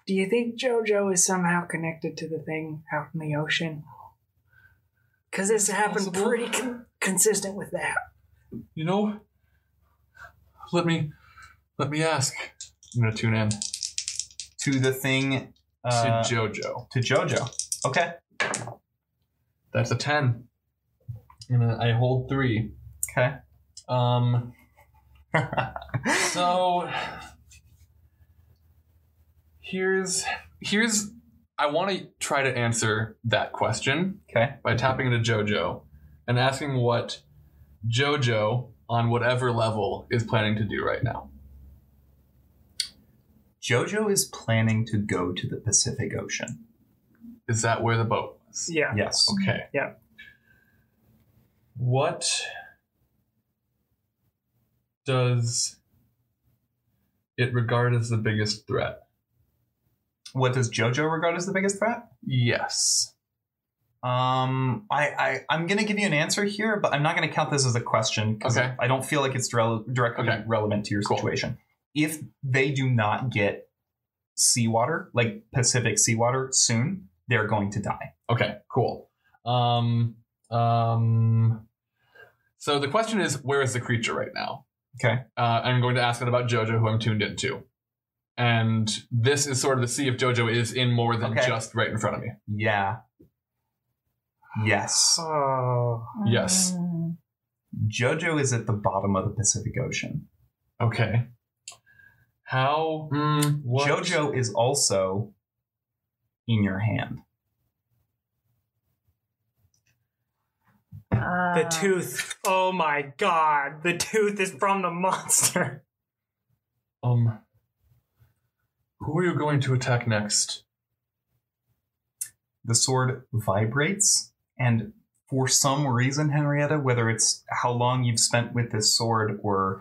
Speaker 2: Do you think JoJo is somehow connected to the thing out in the ocean? Because this happened
Speaker 3: possible.
Speaker 2: pretty con- consistent with that.
Speaker 3: You know, let me let me ask. I'm gonna tune in
Speaker 1: to the thing uh,
Speaker 3: to JoJo.
Speaker 1: to JoJo. Okay.
Speaker 3: That's a ten. And then I hold three.
Speaker 1: Okay.
Speaker 3: Um. (laughs) so here's here's I want to try to answer that question
Speaker 1: Okay.
Speaker 3: by tapping into JoJo and asking what JoJo on whatever level is planning to do right now.
Speaker 1: JoJo is planning to go to the Pacific Ocean.
Speaker 3: Is that where the boat was?
Speaker 2: Yeah.
Speaker 1: Yes.
Speaker 3: Okay.
Speaker 2: Yeah.
Speaker 3: What does it regard as the biggest threat?
Speaker 1: What does JoJo regard as the biggest threat?
Speaker 3: Yes.
Speaker 1: Um, I, I I'm gonna give you an answer here, but I'm not gonna count this as a question because
Speaker 3: Okay.
Speaker 1: I don't feel like it's rel- directly
Speaker 3: Okay.
Speaker 1: relevant to your
Speaker 3: Cool.
Speaker 1: situation. If they do not get seawater, like Pacific seawater, soon, they're going to die.
Speaker 3: Okay, cool. Um, um, so the question is, where is the creature right now?
Speaker 1: Okay.
Speaker 3: Uh, I'm going to ask it about Jojo, who I'm tuned into. And this is sort of to see if Jojo is in more than
Speaker 1: Okay.
Speaker 3: just right in front of me.
Speaker 1: Yeah. Yes.
Speaker 2: Oh.
Speaker 3: Yes.
Speaker 7: Mm.
Speaker 1: JoJo is at the bottom of the Pacific Ocean.
Speaker 3: Okay. How? Mm, what-
Speaker 1: JoJo is also in your hand.
Speaker 7: Uh,
Speaker 2: The tooth. Oh my god. The tooth is from the monster.
Speaker 3: Um, who are you going to attack next?
Speaker 1: the sword vibrates and for some reason henrietta whether it's how long you've spent with this sword or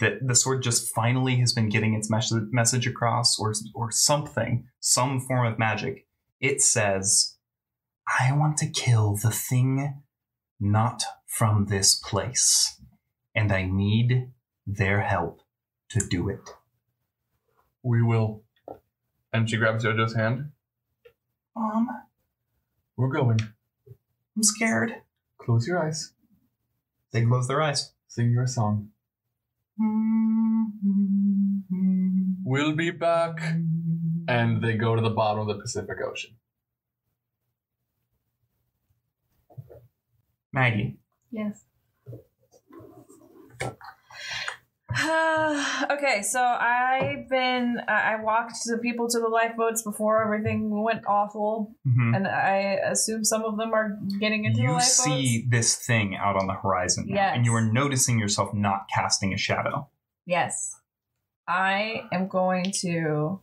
Speaker 1: that the sword just finally has been getting its mes- message across or, or something some form of magic it says i want to kill the thing not from this place and i need their help to do it
Speaker 3: We will. And she grabs Jojo's hand.
Speaker 8: Mom,
Speaker 3: We're going.
Speaker 8: I'm scared.
Speaker 3: Close your eyes.
Speaker 1: they close their eyes
Speaker 3: Sing your song.
Speaker 8: Mm-hmm.
Speaker 3: We'll be back. And they go to the bottom of the Pacific Ocean.
Speaker 1: maggie
Speaker 4: Yes. (sighs) okay, so I've been I I walked the people to the lifeboats before everything went awful,
Speaker 1: Mhm.
Speaker 4: and I assume some of them are getting into the
Speaker 1: you
Speaker 4: lifeboats.
Speaker 1: see this thing out on the horizon now,
Speaker 4: Yes.
Speaker 1: and you are noticing yourself not casting a shadow.
Speaker 4: Yes, I am going to,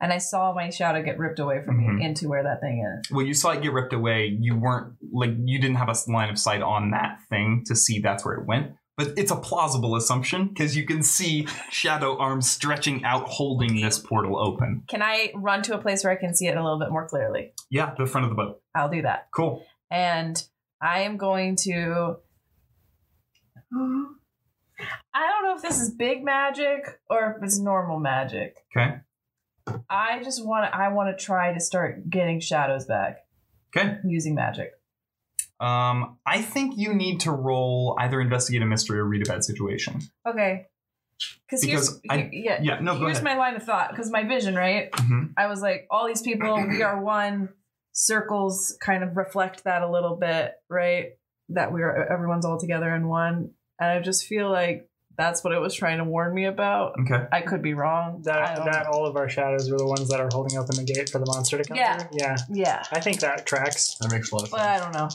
Speaker 4: and I saw my shadow get ripped away from
Speaker 1: Mhm.
Speaker 4: me into where that thing is.
Speaker 1: Well, you saw it get ripped away. You weren't like you didn't have a line of sight on that thing to see that's where it went. But it's a plausible assumption because you can see shadow arms stretching out, holding this portal open.
Speaker 4: Can I run to a place where I can see it a little bit more clearly?
Speaker 1: Yeah, the front of the boat.
Speaker 4: I'll do that.
Speaker 1: Cool.
Speaker 4: and I am going to. (gasps) I don't know if this is big magic or if it's normal magic.
Speaker 1: Okay.
Speaker 4: I just want to. I want to try to start getting shadows back
Speaker 1: Okay.
Speaker 4: using magic.
Speaker 1: Um, I think you need to roll either investigate a mystery or read a bad situation.
Speaker 4: Okay. Cause here's
Speaker 1: Because I-
Speaker 4: he- yeah.
Speaker 1: Yeah. No. Go
Speaker 4: here's
Speaker 1: ahead.
Speaker 4: my line of thought. Cause my vision, right?
Speaker 1: Mhm.
Speaker 4: I was like, all these people, we are one. Circles kind of reflect that a little bit, right? That we are everyone's all together in one, and I just feel like that's what it was trying to warn me about.
Speaker 1: Okay.
Speaker 4: I could be wrong. I
Speaker 2: That
Speaker 4: don't
Speaker 2: that all of our shadows were the ones that are holding open the gate for the monster to come
Speaker 4: Yeah.
Speaker 2: through. Yeah.
Speaker 4: know. yeah,
Speaker 2: I think that tracks.
Speaker 3: That makes a lot of
Speaker 4: but
Speaker 3: sense.
Speaker 4: I don't know.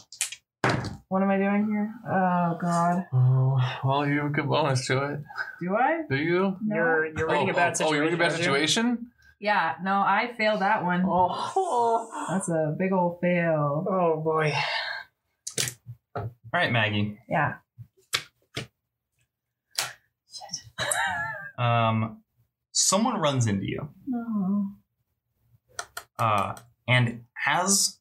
Speaker 4: What am I doing here? Oh God,
Speaker 3: Oh, well, you get bonus to it.
Speaker 4: do I?
Speaker 3: Do you?
Speaker 4: No.
Speaker 2: You're you're reading
Speaker 3: oh,
Speaker 2: a bad
Speaker 3: oh,
Speaker 2: situation.
Speaker 3: Oh, you're reading a bad
Speaker 2: aren't you?
Speaker 3: situation?
Speaker 4: Yeah, no, I failed that one.
Speaker 2: Oh.
Speaker 4: That's a big old fail.
Speaker 2: Oh boy.
Speaker 1: All right, Maggie.
Speaker 4: Yeah.
Speaker 1: Um, someone runs into you.
Speaker 4: No.
Speaker 1: uh, and as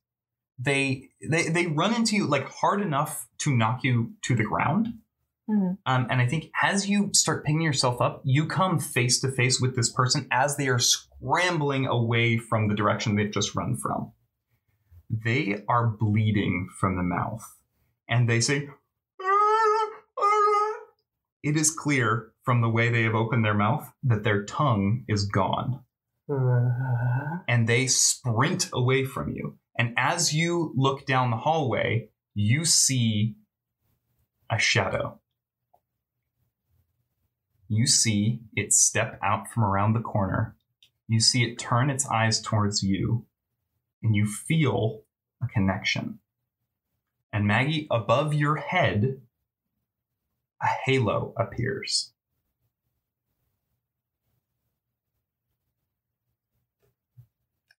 Speaker 1: they they they run into you like hard enough to knock you to the ground,
Speaker 4: Mhm.
Speaker 1: Um, and I think as you start picking yourself up, you come face to face with this person as they are scrambling away from the direction they've just run from. They are bleeding from the mouth, and they say, "Ah, ah." It is clear from the way they have opened their mouth that their tongue is gone
Speaker 2: Uh,
Speaker 1: and they sprint away from you. And as you look down the hallway, you see a shadow. You see it step out from around the corner. You see it turn its eyes towards you, and you feel a connection. And Maggie, above your head, a halo appears.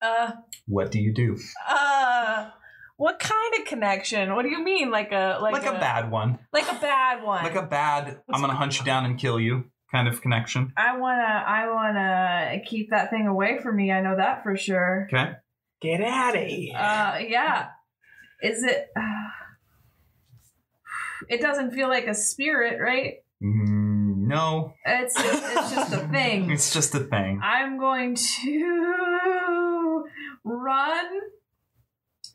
Speaker 4: Uh,
Speaker 1: What do you do?
Speaker 4: uh, what kind of connection? What do you mean? Like a like,
Speaker 1: Like, a, bad one.
Speaker 4: like a bad one.
Speaker 1: Like a bad, I'm going to hunt you down and kill you kind of connection.
Speaker 4: I wanna I wanna keep that thing away from me. I know that for sure.
Speaker 1: Okay.
Speaker 2: Get out of here.
Speaker 4: Uh, yeah. Is it? (sighs) it doesn't feel like a spirit, right?
Speaker 1: Mm, no,
Speaker 4: It's it's just a thing.
Speaker 1: it's just a thing.
Speaker 4: I'm going to (laughs) run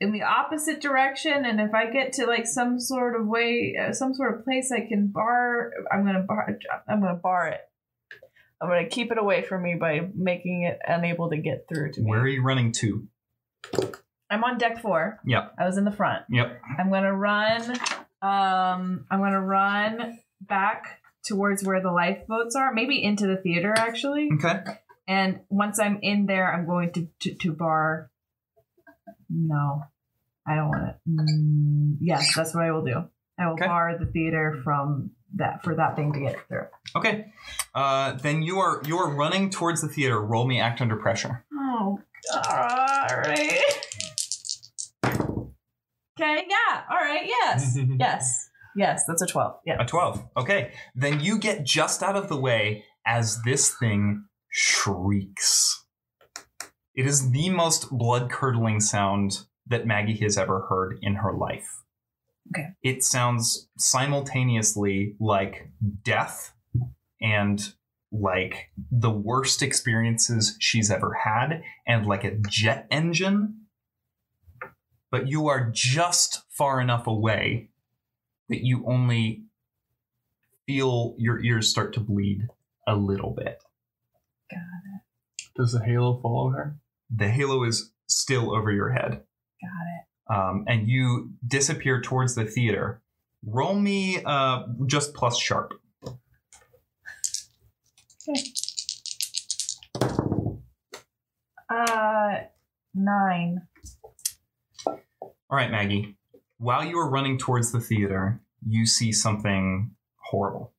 Speaker 4: in the opposite direction, and if I get to like some sort of way, uh, some sort of place I can bar, I'm gonna bar, I'm gonna bar it.
Speaker 7: I'm gonna keep it away from me by making it unable to get through to me.
Speaker 1: Where are you running to?
Speaker 4: I'm on deck four.
Speaker 1: Yep.
Speaker 4: I was in the front.
Speaker 1: Yep.
Speaker 4: I'm gonna run. Um, I'm gonna run back towards where the lifeboats are, maybe into the theater actually.
Speaker 1: Okay.
Speaker 4: And once I'm in there, I'm going to to, to bar. No, I don't want to. Mm, yes, that's what I will do. I will
Speaker 1: Okay.
Speaker 4: bar the theater from that for that thing to get through.
Speaker 1: Okay. Uh, then you are you are running towards the theater. Roll me act under pressure.
Speaker 4: Oh, all right. Okay. Yeah. All right. Yes. yes. Yes. That's a twelve. Yeah.
Speaker 1: A twelve. Okay. Then you get just out of the way as this thing shrieks. It is the most blood curdling sound that Maggie has ever heard in her life.
Speaker 4: Okay.
Speaker 1: It sounds simultaneously like death and like the worst experiences she's ever had and like a jet engine. But you are just far enough away that you only feel your ears start to bleed a little bit.
Speaker 5: Does the halo follow her?
Speaker 1: The halo is still over your head. Got it. Um, and you disappear towards the theater. Roll me uh, just plus sharp.
Speaker 4: Uh, nine.
Speaker 1: All right, Maggie. While you are running towards the theater, you see something horrible.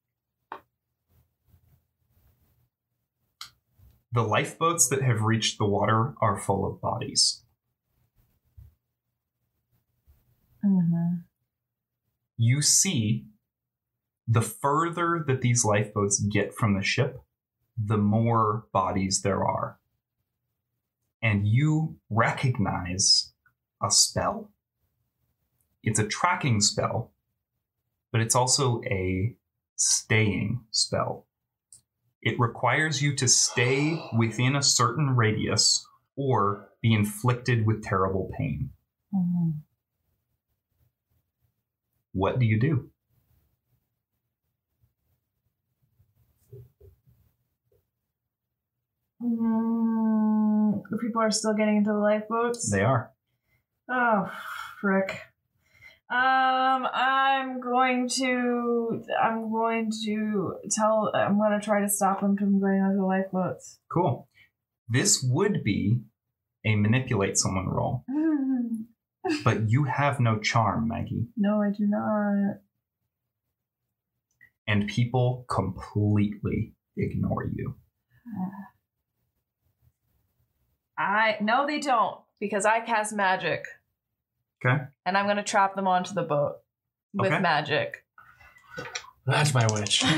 Speaker 1: The lifeboats that have reached the water are full of bodies.
Speaker 4: Mm-hmm,
Speaker 1: You see, the further that these lifeboats get from the ship, the more bodies there are. And you recognize a spell it's a tracking spell, but it's also a staying spell. It requires you to stay within a certain radius or be inflicted with terrible pain.
Speaker 4: mm-hmm.
Speaker 1: What do you do?
Speaker 4: Mm, people are still getting into the lifeboats.
Speaker 1: They are.
Speaker 4: oh, frick. Um, I'm going to. I'm going to tell. I'm going to try to stop them from going onto the lifeboats. (laughs)
Speaker 1: Cool. This would be a manipulate someone roll,
Speaker 4: no,
Speaker 1: but you have no charm, Maggie,
Speaker 4: I do not.
Speaker 1: and people completely ignore you.
Speaker 4: I no, they don't because I cast magic.
Speaker 1: Okay.
Speaker 4: And I'm going to trap them onto the boat with
Speaker 1: Okay.
Speaker 4: magic.
Speaker 5: That's my witch.
Speaker 4: Uh.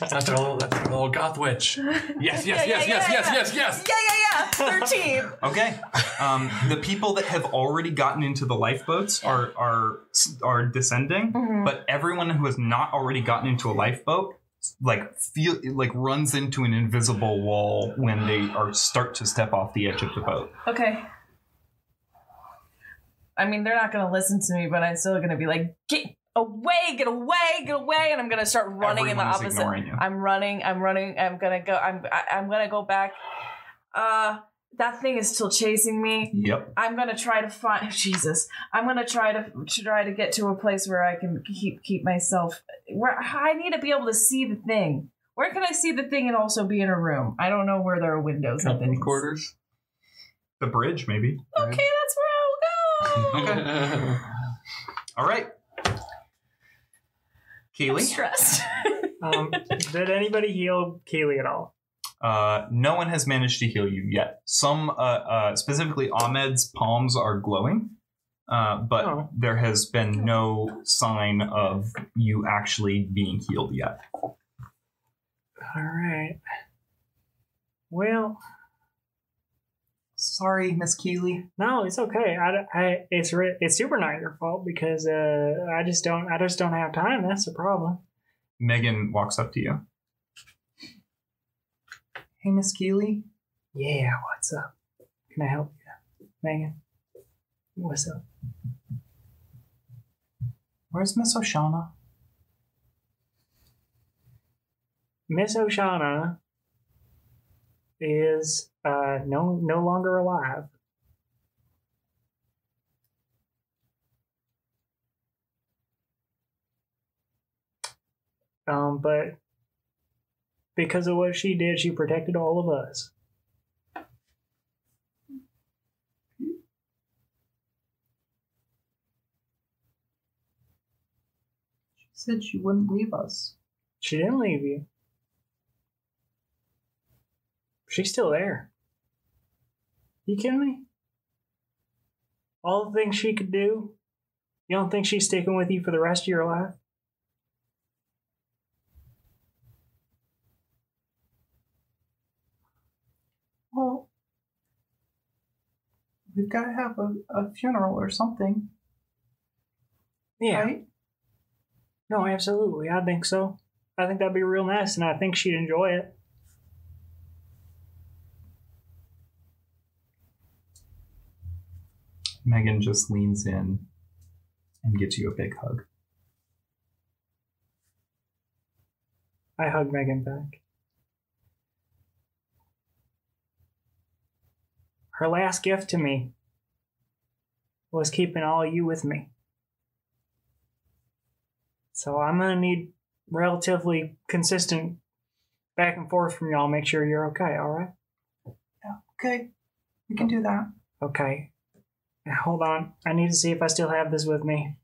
Speaker 5: That's our little, that's our little goth witch.
Speaker 3: Yes, yes,
Speaker 4: (laughs) Yeah,
Speaker 3: yes, yes,
Speaker 4: yeah,
Speaker 3: yes,
Speaker 4: yeah, yeah.
Speaker 3: yes, yes.
Speaker 4: Yeah, yeah, yeah. Thirteen.
Speaker 1: Okay. Um, the people that have already gotten into the lifeboats are are are descending,
Speaker 4: Mhm.
Speaker 1: but everyone who has not already gotten into a lifeboat like feel like runs into an invisible wall when they are start to step off the edge of the boat.
Speaker 4: Okay. I mean, they're not gonna listen to me, but I'm still gonna be like, get away, get away, get away, and I'm gonna start running in the
Speaker 1: Everyone is
Speaker 4: opposite.
Speaker 1: ignoring you.
Speaker 4: I'm running, I'm running, I'm gonna go, I'm I, I'm gonna go back. Uh that thing is still chasing me.
Speaker 1: Yep.
Speaker 4: I'm gonna try to find (laughs) Jesus. I'm gonna try to to try to get to a place where I can keep keep myself where I need to be able to see the thing. Where can I see the thing and also be in a room? I don't know where there are windows and things.
Speaker 3: quarters.
Speaker 1: The bridge, maybe.
Speaker 4: Okay, that's where I'll go.
Speaker 1: (laughs) Okay. All right. Keely. (laughs)
Speaker 4: stressed.
Speaker 2: um, did anybody heal Kaylee at all?
Speaker 1: Uh, no one has managed to heal you yet. Some, uh, uh, specifically Ahmed's palms are glowing, uh, but
Speaker 2: Oh.
Speaker 1: there has been no sign of you actually being healed yet.
Speaker 2: All right. Well,
Speaker 8: Sorry, Miss Keeley.
Speaker 2: no, it's okay. I, I- it's re- it's super not your fault because uh, I just don't I just don't have time. That's the problem.
Speaker 1: Megan walks up to you.
Speaker 8: Hey, Miss Keeley.
Speaker 2: Yeah, what's up? Can I help you, Megan? What's up?
Speaker 8: Where's Miss Oshana?
Speaker 2: Miss Oshana is uh, no no longer alive. Um, but because of what she did, she protected all of us.
Speaker 8: She
Speaker 4: (laughs)
Speaker 8: said she wouldn't leave us.
Speaker 2: She didn't leave you. She's still there. You kidding me? All the things she could do, you don't think she's sticking with you for the rest of your life?
Speaker 8: Well, we've got to have a, a funeral or something, right?
Speaker 2: No, absolutely. I think so. I think that'd be real nice, and I think she'd enjoy it.
Speaker 1: Megan just leans in and gives you a big hug.
Speaker 2: I hug Megan back. Her last gift to me was keeping all you with me. So I'm going to need relatively consistent back and forth from y'all. Make sure you're okay, all right?
Speaker 8: Okay, we can do that.
Speaker 2: Okay. Now, Hold on. I need to see if I still have this with me.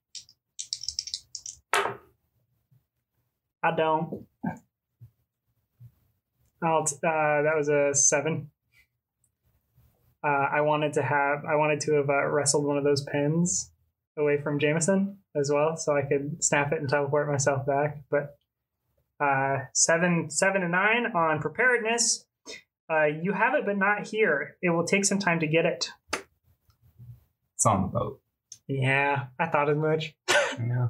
Speaker 2: I don't. I'll t- uh, that was a seven. Uh, I wanted to have. I wanted to have uh, wrestled one of those pins away from Jameson as well, so I could snap it and teleport myself back. But uh, seven, seven and nine on preparedness. Uh, you have it, but not here. It will take some time to get it.
Speaker 1: It's on the boat.
Speaker 2: Yeah, I thought as much.
Speaker 5: Yeah.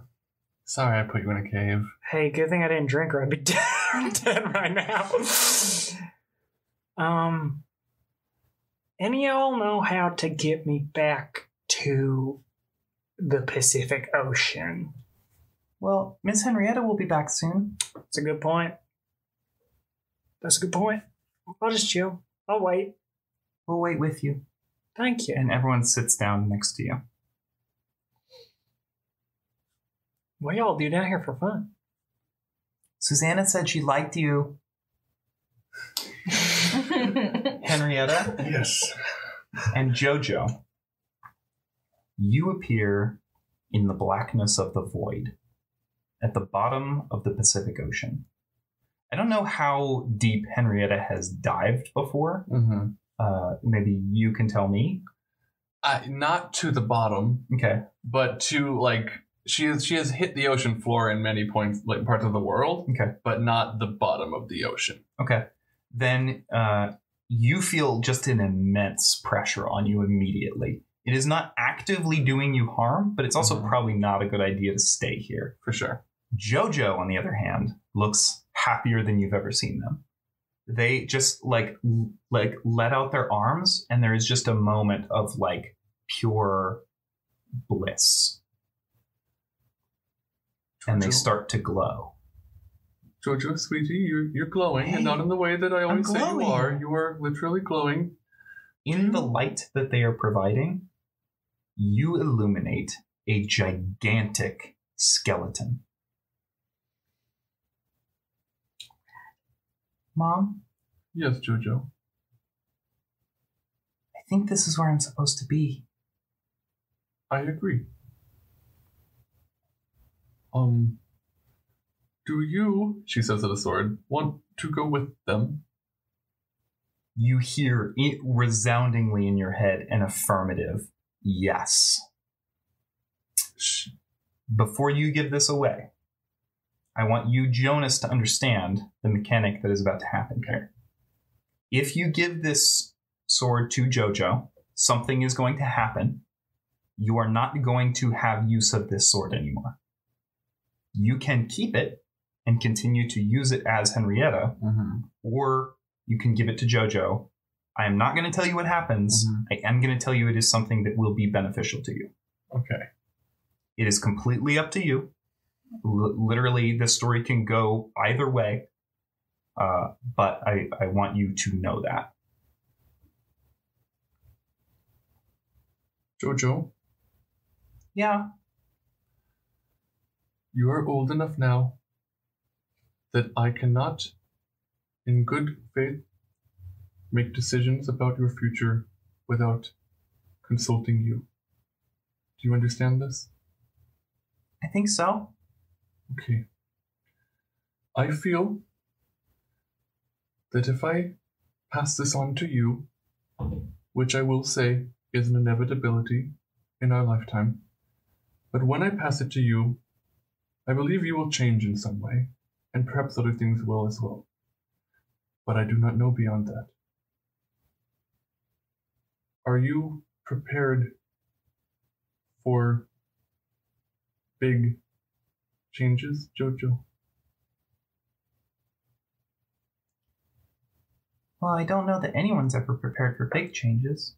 Speaker 5: Sorry I put you in a cave.
Speaker 2: Hey, good thing I didn't drink or I'd be (laughs) dead, dead right now. Um, and y'all know how to get me back to the Pacific Ocean.
Speaker 8: Well, Miss Henrietta will be back soon.
Speaker 2: That's a good point. That's a good point. I'll just chill. I'll wait.
Speaker 8: We'll wait with you.
Speaker 2: Thank you.
Speaker 1: And everyone sits down next to you.
Speaker 2: What y'all do down here for fun?
Speaker 8: Susanna said she liked you.
Speaker 1: Henrietta
Speaker 5: Yes.
Speaker 1: and Jojo. You appear in the blackness of the void at the bottom of the Pacific Ocean. I don't know how deep Henrietta has dived before.
Speaker 5: Mm-hmm.
Speaker 1: Uh, maybe you can tell me.
Speaker 3: Uh, not to the bottom,
Speaker 1: Okay.
Speaker 3: but to like she is she has hit the ocean floor in many points like parts of the world,
Speaker 1: Okay.
Speaker 3: but not the bottom of the ocean.
Speaker 1: Okay. Then uh, you feel just an immense pressure on you immediately. It is not actively doing you harm, but it's also probably not a good idea to stay here.
Speaker 3: For sure.
Speaker 1: Jojo, on the other hand, looks happier than you've ever seen them. They just like l- like let out their arms, and there is just a moment of like pure bliss, and they
Speaker 3: Jojo?
Speaker 1: start to glow.
Speaker 3: Jojo, sweetie, you're you're glowing,
Speaker 8: Hey,
Speaker 3: and not in the way that I
Speaker 8: I'm
Speaker 3: always say you
Speaker 8: glowing.
Speaker 3: are. You are literally glowing.
Speaker 1: in the light that they are providing, you illuminate a gigantic skeleton.
Speaker 8: Mom,
Speaker 3: Yes, Jojo.
Speaker 8: I think this is where I'm supposed to be.
Speaker 3: I agree. Um, do you, she says to the sword, want to go with them?
Speaker 1: You hear it resoundingly in your head an affirmative yes.
Speaker 3: Sh-
Speaker 1: Before you give this away, I want you, Jonas, to understand the mechanic that is about to happen here. If you give this sword to Jojo, something is going to happen. You are not going to have use of this sword anymore. You can keep it and continue to use it as Henrietta, or you can give it to Jojo. I am not going to tell you what happens.
Speaker 8: Mm-hmm.
Speaker 3: Mhm.
Speaker 1: I am going to tell you it is something that will be beneficial to you.
Speaker 3: Okay.
Speaker 1: It is completely up to you. L- literally, this story can go either way. Uh, but I, I want you to know that.
Speaker 3: Jojo,
Speaker 8: Yeah.
Speaker 3: you are old enough now that I cannot, in good faith, make decisions about your future without consulting you. Do you understand this?
Speaker 8: I think so.
Speaker 3: Okay. I feel that if I pass this on to you, which I will say is an inevitability in our lifetime, but when I pass it to you, I believe you will change in some way, and perhaps other things will as well. But I do not know beyond that. Are you prepared for big changes, Jojo?
Speaker 8: Well, I don't know that anyone's ever prepared for big changes.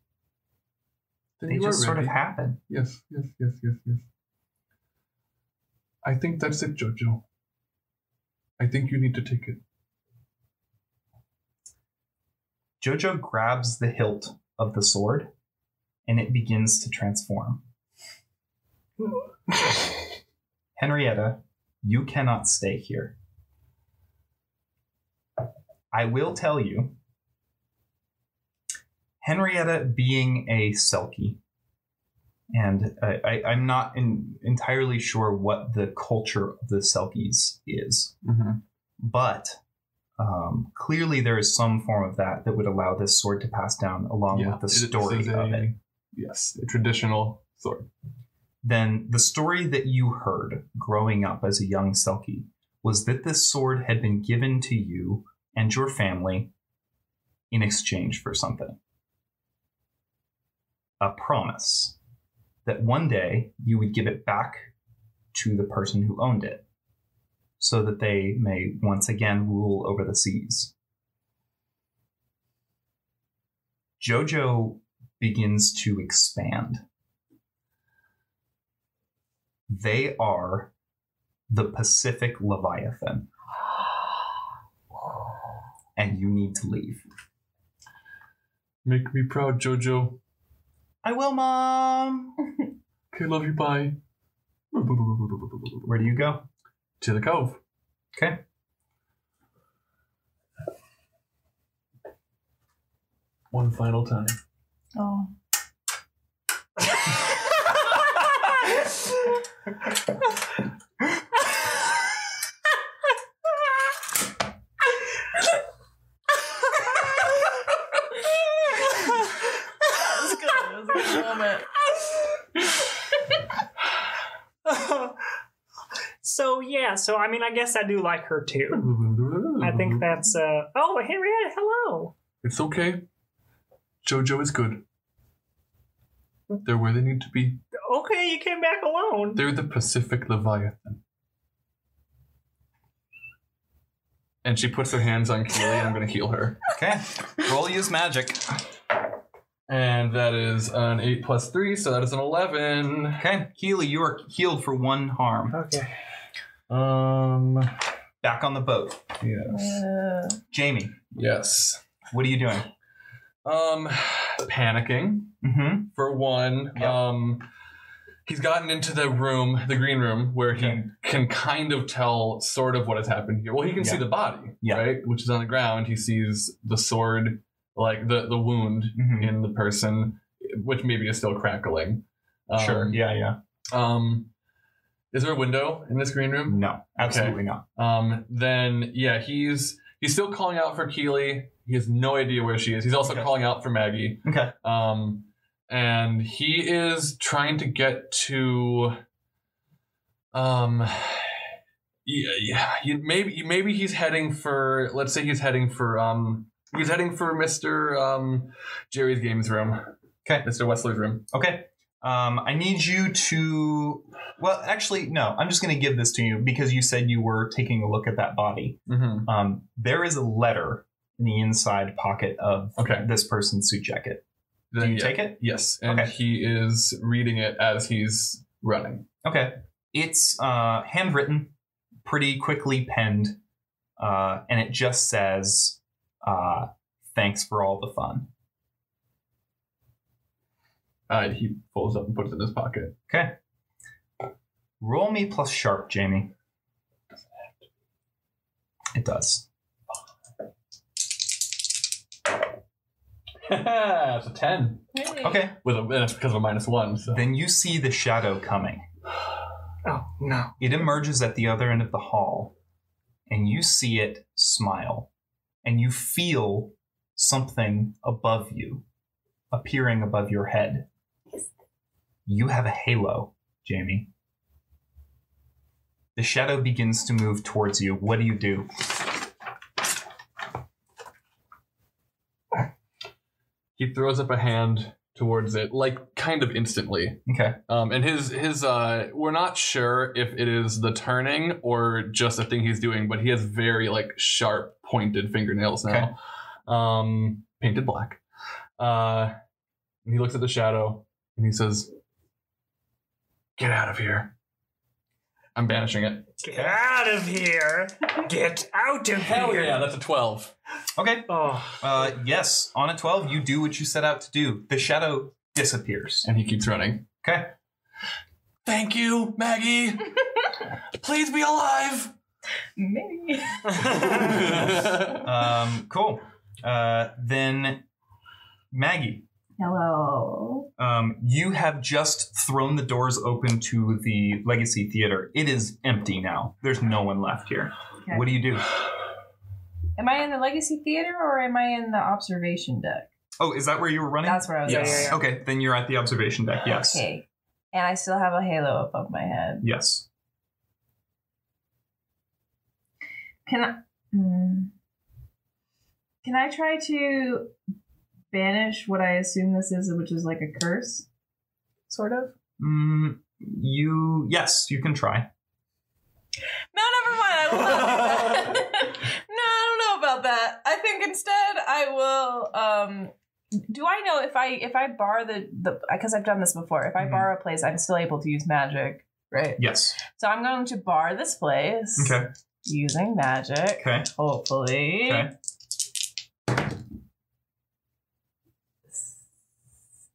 Speaker 3: Then
Speaker 8: They
Speaker 3: you are
Speaker 8: just sort of
Speaker 3: ready.
Speaker 8: happen.
Speaker 3: Yes, yes, yes, yes, yes. I think that's it, Jojo. I think you need to take it.
Speaker 1: Jojo grabs the hilt of the sword and it begins to transform. Henrietta, you cannot stay here. I will tell you Henrietta being a Selkie, and I, I, I'm not in, entirely sure what the culture of the Selkies is,
Speaker 3: Mhm.
Speaker 1: but um, clearly there is some form of that that would allow this sword to pass down along with the story of it
Speaker 3: Yes, a traditional sword.
Speaker 1: then the story that you heard growing up as a young Selkie was that this sword had been given to you and your family in exchange for something. A promise that one day you would give it back to the person who owned it so that they may once again rule over the seas. Jojo begins to expand they are the Pacific Leviathan. And you need to leave.
Speaker 3: Make me proud, Jojo.
Speaker 8: I will, Mom.
Speaker 3: Okay, love you, bye.
Speaker 1: Where do you go?
Speaker 3: To the cove.
Speaker 1: Okay.
Speaker 3: One final time.
Speaker 7: Oh.
Speaker 2: Oh, yeah, (laughs) so I mean, I guess I do like her too. I
Speaker 3: Mm-hmm.
Speaker 2: think that's. uh Oh, Henrietta, hello.
Speaker 5: It's okay. Jojo is good. They're where they need to be.
Speaker 2: Okay, you came back alone.
Speaker 5: They're the Pacific Leviathan.
Speaker 3: And she puts her hands on Keely, and I'm going to heal her.
Speaker 1: Okay. Roll use magic.
Speaker 3: And that is an 8 plus 3, so that is an 11.
Speaker 1: Okay. Keely, you are healed for one harm.
Speaker 2: Okay.
Speaker 3: Um,
Speaker 1: Back on the boat.
Speaker 3: yes.
Speaker 4: Uh,
Speaker 1: Jamie,
Speaker 3: Yes.
Speaker 1: what are you doing?
Speaker 3: Um, (sighs) panicking.
Speaker 1: Mm-hmm.
Speaker 3: for one.
Speaker 1: Yep.
Speaker 3: Um, he's gotten into the room, the green room, where he
Speaker 1: Okay.
Speaker 3: can kind of tell sort of what has happened here. Well, he can see
Speaker 1: Yeah.
Speaker 3: the body,
Speaker 1: Yeah.
Speaker 3: right, which is on the ground. He sees the sword, like the the wound
Speaker 1: Mhm.
Speaker 3: in the person, which maybe is still crackling. Um,
Speaker 1: sure. Yeah, yeah.
Speaker 3: Um, is there a window in this green room?
Speaker 1: No, absolutely not.
Speaker 3: Um, then yeah, he's he's still calling out for Keeley. He has no idea where she is. He's also
Speaker 1: Okay.
Speaker 3: calling out for Maggie.
Speaker 1: Okay.
Speaker 3: Um, and he is trying to get to. Um, yeah, yeah. You, maybe maybe he's heading for. Let's say he's heading for. Um, he's heading for Mister um, Jerry's games room.
Speaker 1: Okay.
Speaker 3: Mister Wesley's room.
Speaker 1: Okay. Um, I need you to. Well, actually, no. I'm just going to give this to you because you said you were taking a look at that body.
Speaker 3: Mm-hmm.
Speaker 1: Um, there is a letter in the inside pocket of
Speaker 3: Okay.
Speaker 1: this person's suit jacket. Do
Speaker 3: Then,
Speaker 1: you
Speaker 3: yeah.
Speaker 1: take it?
Speaker 3: Yes, and
Speaker 1: Okay.
Speaker 3: he is reading it as he's running.
Speaker 1: Okay. It's uh, handwritten, pretty quickly penned, uh, and it just says, uh, "Thanks for all the fun."
Speaker 3: Uh, he folds up and puts it in his (laughs) pocket.
Speaker 1: Okay. Roll me plus sharp, Jamie. It does.
Speaker 3: it's a 10.
Speaker 4: really?
Speaker 1: Okay.
Speaker 3: With a, that's because of a minus one. So.
Speaker 1: Then you see the shadow coming.
Speaker 2: Oh no.
Speaker 1: It emerges at the other end of the hall, and you see it smile, and you feel something above you appearing above your head. You have a halo, Jamie. The shadow begins to move towards you. What do you do?
Speaker 3: He throws up a hand towards it, like kind of instantly.
Speaker 1: Okay.
Speaker 3: Um, and his his uh, we're not sure if it is the turning or just a thing he's doing, but he has very like sharp pointed fingernails now,
Speaker 1: Okay.
Speaker 3: um, painted black. Uh, and he looks at the shadow and he says, "Get out of here." I'm banishing it.
Speaker 2: Get out of here. Get out of here.
Speaker 3: that's a twelve.
Speaker 1: Okay.
Speaker 2: Oh.
Speaker 1: Uh, yes, on a 12, you do what you set out to do. The shadow disappears.
Speaker 3: And he keeps running.
Speaker 1: Okay.
Speaker 3: Thank you, Maggie. Please be alive.
Speaker 4: Maybe.
Speaker 1: Um, cool. Uh, then, Maggie,
Speaker 4: Hello.
Speaker 1: um, you have just thrown the doors open to the Legacy Theater. It is empty now, there's no one left here.
Speaker 4: Okay.
Speaker 1: What do you do?
Speaker 4: Am I in the Legacy Theater or am I in the observation deck?
Speaker 1: Oh, is that where you were running?
Speaker 4: That's where I was.
Speaker 2: Yes.
Speaker 4: at.
Speaker 2: Yeah, yeah,
Speaker 1: Okay, then you're at the observation deck, yes.
Speaker 4: Okay. And I still have a halo above my head.
Speaker 1: Yes.
Speaker 4: Can I? Hmm. Can I try to banish what I assume this is, which is like a curse? Sort of.
Speaker 1: Mm, you, yes, you can try.
Speaker 4: No, never mind. I will not do
Speaker 1: (laughs)
Speaker 4: that. (laughs) no, I don't know about that. I think instead I will. um Do I know if I if I bar the the because I've done this before. If I
Speaker 1: Mhm.
Speaker 4: borrow a place, I'm still able to use magic, right?
Speaker 1: Yes.
Speaker 4: So I'm going to bar this place
Speaker 1: Okay.
Speaker 4: using magic.
Speaker 1: Okay.
Speaker 4: Hopefully.
Speaker 1: Okay.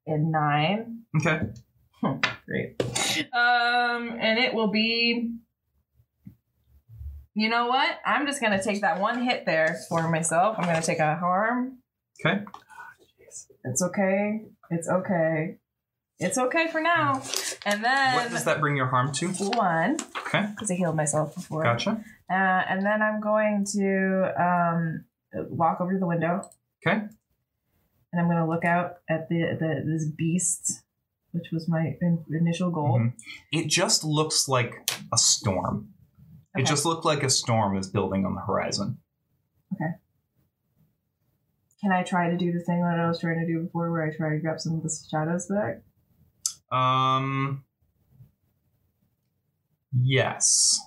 Speaker 4: And nine.
Speaker 1: Okay.
Speaker 4: Great. Um, and it will be. You know what? I'm just gonna take that one hit there for myself. I'm gonna take a harm.
Speaker 1: Okay.
Speaker 4: It's okay. It's okay. It's okay for now. And then
Speaker 1: What does that bring your harm to?
Speaker 4: one
Speaker 1: Okay.
Speaker 4: because I healed myself before.
Speaker 1: Gotcha.
Speaker 4: Uh, and then I'm going to um, walk over to the window.
Speaker 1: Okay.
Speaker 4: And I'm going to look out at the, the this beast,
Speaker 1: Mm-hmm.
Speaker 4: which was my in- initial goal.
Speaker 1: Mhm. It just looks like a storm. It just looked like a storm is building on the horizon.
Speaker 4: Can I try to do the thing that I was trying to do before, where I try to grab some of the shadows back?
Speaker 1: Um. Yes.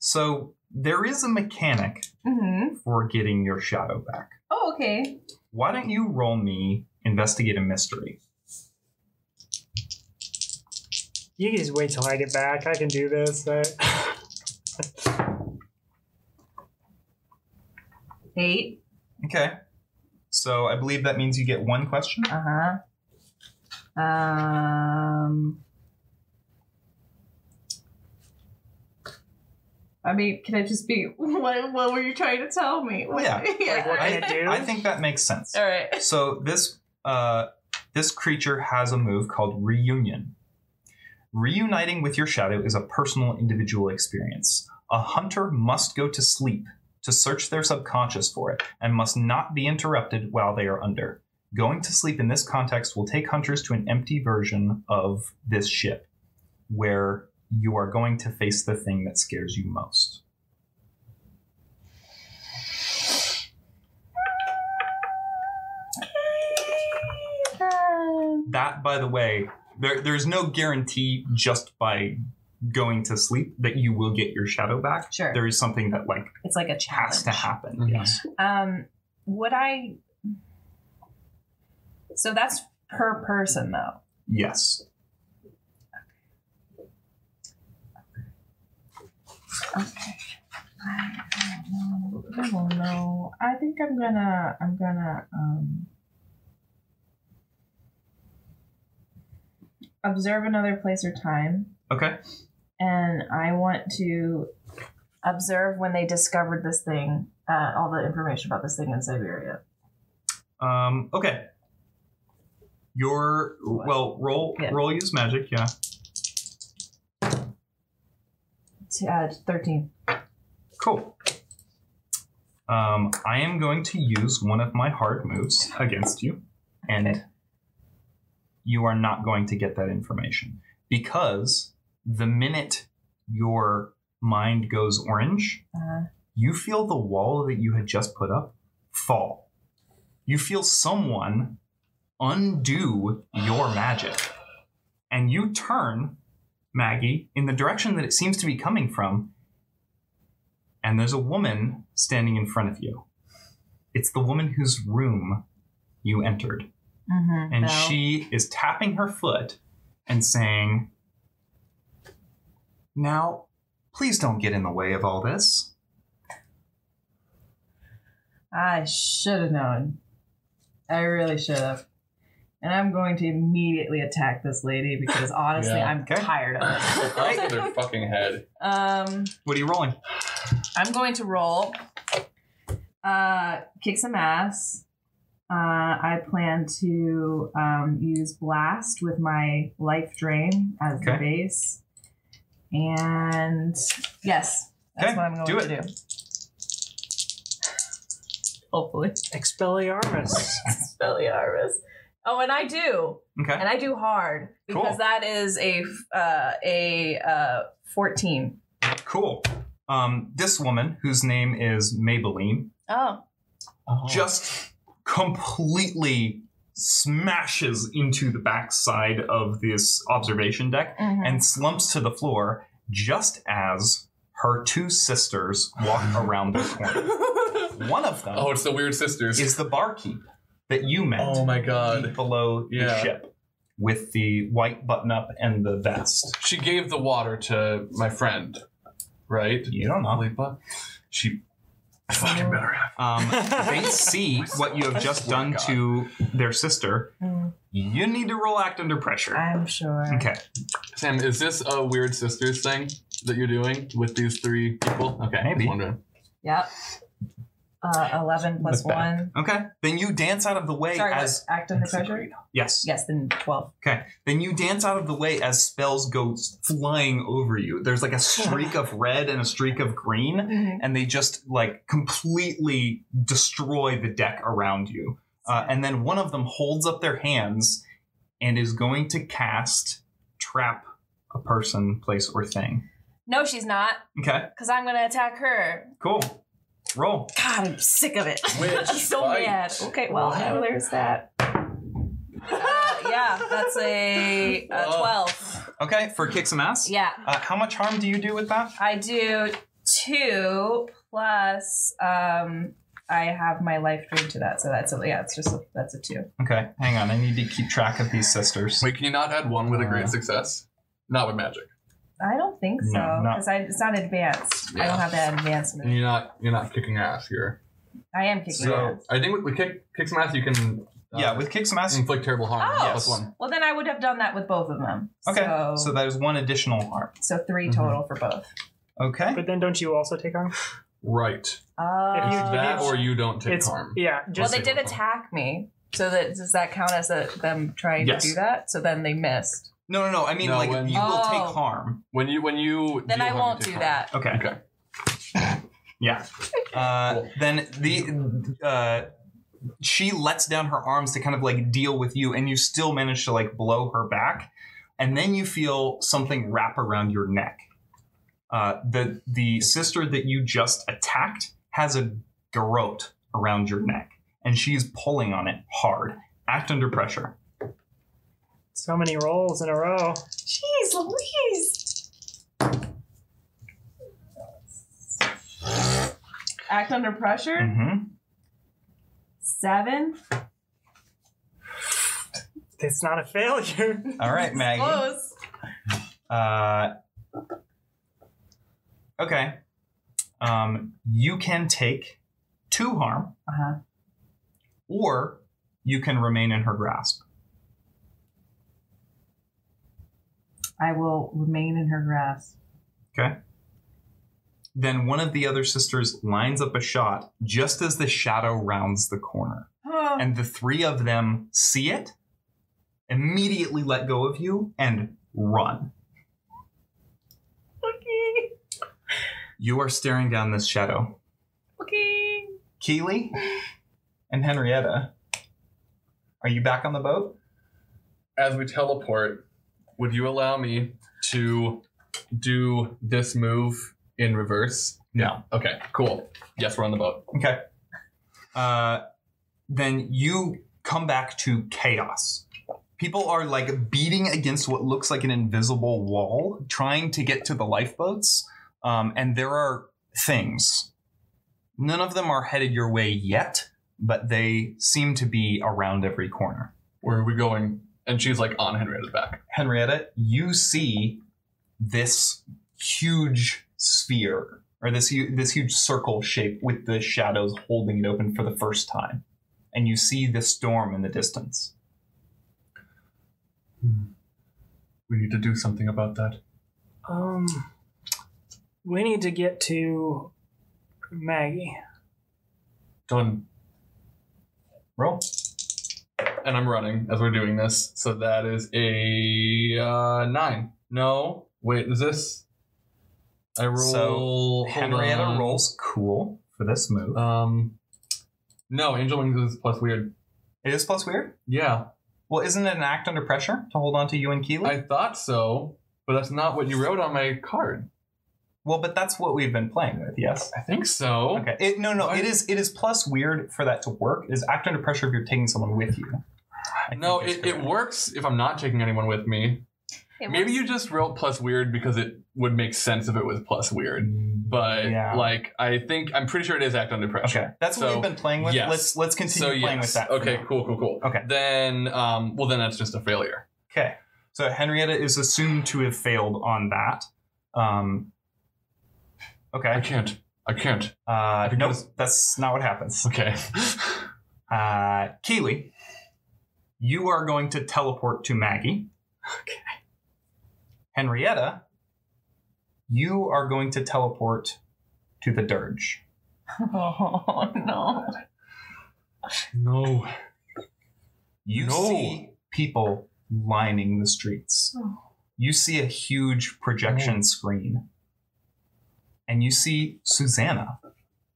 Speaker 1: So there is a mechanic
Speaker 4: Mm-hmm.
Speaker 1: for getting your shadow back.
Speaker 4: Oh, okay.
Speaker 1: Why don't you roll me investigate a mystery?
Speaker 2: You can just wait till I get back. I can do this. But (sighs)
Speaker 4: Eight.
Speaker 1: Okay. So I believe that means you get one question.
Speaker 4: Uh huh. Uh-huh. Um. I mean, can I just be? (laughs) What, what were you trying to tell me?
Speaker 1: Oh,
Speaker 4: What- (laughs)
Speaker 1: Yeah.
Speaker 2: like, what can it do?
Speaker 1: I think that makes sense.
Speaker 4: All right.
Speaker 1: So this uh, this creature has a move called reunion. Reuniting with your shadow is a personal, individual experience. A hunter must go to sleep to search their subconscious for it, and must not be interrupted while they are under. Going to sleep in this context will take hunters to an empty version of this ship, where you are going to face the thing that scares you most. that by the way there, there's no guarantee just by going to sleep that you will get your shadow back
Speaker 4: (laughs) Sure.
Speaker 1: there is something that like
Speaker 4: It's like a challenge.
Speaker 1: has to happen
Speaker 3: Mhm.
Speaker 1: yes
Speaker 4: Um, would I? So that's per person, though.
Speaker 1: yes
Speaker 4: I don't know. I think I'm gonna. I'm gonna. Um, observe another place or time,
Speaker 1: okay
Speaker 4: and I want to observe when they discovered this thing. Uh, all the information about this thing in Siberia.
Speaker 1: um okay your well roll
Speaker 4: Yeah.
Speaker 1: roll use magic yeah
Speaker 4: T- uh, Thirteen.
Speaker 1: cool um i am going to use one of my hard moves against you and you are not going to get that information because the minute your mind goes orange,
Speaker 4: Uh,
Speaker 1: you feel the wall that you had just put up fall. You feel someone undo your magic. And you turn, Maggie, in the direction that it seems to be coming from. And there's a woman standing in front of you. It's the woman whose room you entered
Speaker 4: mhm,
Speaker 1: and
Speaker 4: Belle.
Speaker 1: she is tapping her foot and saying, Now, please don't get in the way of all this.
Speaker 4: I should have known. I really should have. And I'm going to immediately attack this lady because honestly,
Speaker 3: Yeah.
Speaker 4: I'm
Speaker 1: Okay.
Speaker 4: tired of it.
Speaker 3: Right? their fucking head.
Speaker 4: Um,
Speaker 1: What are you rolling?
Speaker 4: I'm going to roll, uh, kick some ass. Uh, I plan to um, use blast with my life drain as the
Speaker 1: Okay.
Speaker 4: base, and yes, that's
Speaker 1: Okay,
Speaker 4: what I'm going
Speaker 1: do
Speaker 4: to do. (laughs) Hopefully,
Speaker 2: Expelliarmus.
Speaker 4: Spelliarmus. Oh, and I do.
Speaker 1: Okay.
Speaker 4: and I do hard because
Speaker 1: Cool.
Speaker 4: that is a f- uh, a uh, fourteen.
Speaker 1: Cool. Um, this woman, whose name is Maybelline,
Speaker 4: Oh,
Speaker 1: just completely smashes into the backside of this observation deck
Speaker 4: Hmm. Mm-hmm.
Speaker 1: and slumps to the floor just as her two sisters walk
Speaker 3: (laughs)
Speaker 1: around the corner. One of them
Speaker 3: (laughs) Oh, it's the weird sisters.
Speaker 1: is the barkeep that you met
Speaker 3: oh my
Speaker 1: deep
Speaker 3: god.
Speaker 1: below the
Speaker 3: Yeah.
Speaker 1: ship with the white button up and the vest.
Speaker 3: She gave the water to my friend, right?
Speaker 1: You don't know.
Speaker 3: Lipa. She
Speaker 9: I fucking
Speaker 3: Mm.
Speaker 9: better have.
Speaker 4: (laughs)
Speaker 1: Um, they see what you have just done to their sister.
Speaker 4: Mm.
Speaker 1: You need to roll act under pressure.
Speaker 4: I'm sure.
Speaker 1: Okay.
Speaker 3: Sam, is this a weird sisters thing that you're doing with these three people? Okay, I was
Speaker 1: Maybe.
Speaker 3: wondering.
Speaker 4: Yep. Uh, Eleven plus
Speaker 3: Look back.
Speaker 4: one.
Speaker 1: Okay. Then you dance out of the way
Speaker 4: Sorry,
Speaker 1: as
Speaker 4: what? act under pressure.
Speaker 1: yes.
Speaker 4: Yes, then twelve.
Speaker 1: Okay. Then you dance out of the way as spells go flying over you. There's like a streak of red and a streak of green. and they just like completely destroy the deck around you. Uh, and then one of them holds up their hands and is going to cast trap a person, place, or thing.
Speaker 4: No, she's not,
Speaker 1: Okay,
Speaker 4: because I'm going to attack her.
Speaker 1: cool. Roll.
Speaker 4: God, I'm sick of it. (laughs)
Speaker 10: Which
Speaker 4: I'm so
Speaker 10: fight?
Speaker 4: mad. Okay, well,
Speaker 10: Wow.
Speaker 4: there's that. Uh, yeah, that's a, a
Speaker 1: Oh.
Speaker 4: 12.
Speaker 1: Okay, for kick some ass.
Speaker 4: Yeah,
Speaker 1: Uh, how much harm do you do with that?
Speaker 4: I do two plus um I have my life drain to that, so that's a yeah, it's just a, that's a two.
Speaker 1: Okay, hang on. I need to keep track of these sisters.
Speaker 3: Wait, can you not add one with a great success? Not with magic.
Speaker 4: I don't think so
Speaker 1: No, not-
Speaker 4: because I it's not advanced. I
Speaker 3: Yeah.
Speaker 4: don't have that
Speaker 3: And
Speaker 4: advancement.
Speaker 3: you're not you're not kicking ass here.
Speaker 4: I am kicking
Speaker 3: So
Speaker 4: ass.
Speaker 3: I think with, with kick kick some ass you can uh,
Speaker 1: yeah, with kick some ass.
Speaker 3: inflict terrible harm.
Speaker 4: Oh.
Speaker 3: Plus one.
Speaker 4: Well, then I would have done that with both of them.
Speaker 1: Okay,
Speaker 4: so
Speaker 1: so that Mm-hmm. is one additional harm.
Speaker 4: so three total for both.
Speaker 1: Okay.
Speaker 2: But then don't you also take harm?
Speaker 3: Right. It's
Speaker 4: Uh,
Speaker 3: that or you don't take
Speaker 2: it's
Speaker 3: harm.
Speaker 2: yeah,
Speaker 4: well,
Speaker 2: just
Speaker 4: they did attack me, so that does that count as a, them trying
Speaker 1: Yes.
Speaker 4: to do that? So then they missed.
Speaker 1: No, no, no. I mean,
Speaker 3: No,
Speaker 1: like,
Speaker 3: when-
Speaker 1: you will take
Speaker 4: Oh.
Speaker 1: harm.
Speaker 3: When you when you
Speaker 4: Then
Speaker 3: deal
Speaker 4: I
Speaker 3: harm, you
Speaker 4: won't
Speaker 3: take
Speaker 4: do
Speaker 3: harm.
Speaker 4: that.
Speaker 1: Okay.
Speaker 3: Okay.
Speaker 1: Yeah. Uh, then the uh, she lets down her arms to kind of like deal with you, and you still manage to like blow her back, and then you feel something wrap around your neck. Uh, the the sister that you just attacked has a garrote around your neck, and she's pulling on it hard. Act under pressure.
Speaker 2: so many rolls in a row.
Speaker 4: Jeez, Louise. Act under pressure.
Speaker 1: Mm-hmm.
Speaker 4: Seven.
Speaker 2: It's not a failure. (laughs)
Speaker 1: All right, Maggie.
Speaker 4: Close.
Speaker 1: Uh, okay. Um, you can take two harm.
Speaker 4: Uh-huh.
Speaker 1: or you can remain in her grasp.
Speaker 4: I will remain in her (gasps) grasp.
Speaker 1: Then one of the other sisters lines up a shot just as the shadow rounds the corner. And the three of them see it, immediately let go of you, and run.
Speaker 4: Okay.
Speaker 1: You are staring down this shadow.
Speaker 4: Okay.
Speaker 1: Keely and Henrietta, are you back on the boat?
Speaker 3: As we teleport, would you allow me to do this move in reverse?
Speaker 1: No.
Speaker 3: Okay, cool. Yes, we're on the boat.
Speaker 1: Okay. Uh, then you come back to chaos. People are like beating against what looks like an invisible wall, trying to get to the lifeboats. Um, and there are things. None of them are headed your way yet, but they seem to be around every corner.
Speaker 3: Where are we going? And she's like on Henrietta's back.
Speaker 1: Henrietta, you see this huge sphere or this hu- this huge circle shape with the shadows holding it open for the first time, and you see the storm in the distance.
Speaker 3: We need to do something about that.
Speaker 2: Um, we need to get to Maggie.
Speaker 3: Done.
Speaker 1: Roll.
Speaker 3: And I'm running as we're doing this. So that is a uh, nine. No. Wait, is this? I roll.
Speaker 1: So,
Speaker 3: hold
Speaker 1: Henrietta
Speaker 3: on.
Speaker 1: rolls cool for this move.
Speaker 3: Um, no, Angel Wings is plus weird.
Speaker 1: it is plus weird.
Speaker 3: Yeah,
Speaker 1: Well, isn't it an act under pressure to hold on to you and Keely?
Speaker 3: I thought so, but that's not what you wrote on my card.
Speaker 1: well, but that's what we've been playing with. Yes.
Speaker 3: I think so.
Speaker 1: Okay. It, no, no.
Speaker 3: Why-
Speaker 1: It is. It is plus weird for that to work. It is act under pressure if you're taking someone with you. I
Speaker 3: No,
Speaker 1: think it's
Speaker 3: it, it
Speaker 1: correct.
Speaker 3: works if I'm not taking anyone with me.
Speaker 11: It
Speaker 3: Maybe you just wrote plus weird because it would make sense if it was plus weird. But
Speaker 1: Yeah.
Speaker 3: like, I think I'm pretty sure it is act under pressure.
Speaker 1: Okay, that's what
Speaker 3: So,
Speaker 1: we've been playing with.
Speaker 3: yes.
Speaker 1: Let's let's continue
Speaker 3: so
Speaker 1: playing
Speaker 3: yes.
Speaker 1: with that. for
Speaker 3: Okay,
Speaker 1: now.
Speaker 3: cool, cool, cool.
Speaker 1: Okay.
Speaker 3: Then, um, well, then that's just a failure.
Speaker 1: Okay. So Henrietta is assumed to have failed on that. Um.
Speaker 3: I
Speaker 1: Okay.
Speaker 3: can't. I can't.
Speaker 1: Uh,
Speaker 3: think
Speaker 1: nope,
Speaker 3: that's-
Speaker 1: that's not what happens.
Speaker 3: Okay. (laughs)
Speaker 1: Uh, Keely, you are going to teleport to Maggie.
Speaker 2: Okay.
Speaker 1: Henrietta, you are going to teleport to the dirge.
Speaker 4: (laughs) Oh no.
Speaker 3: no.
Speaker 1: You
Speaker 3: No.
Speaker 1: see people lining the streets. You see a huge projection screen. And you see Susanna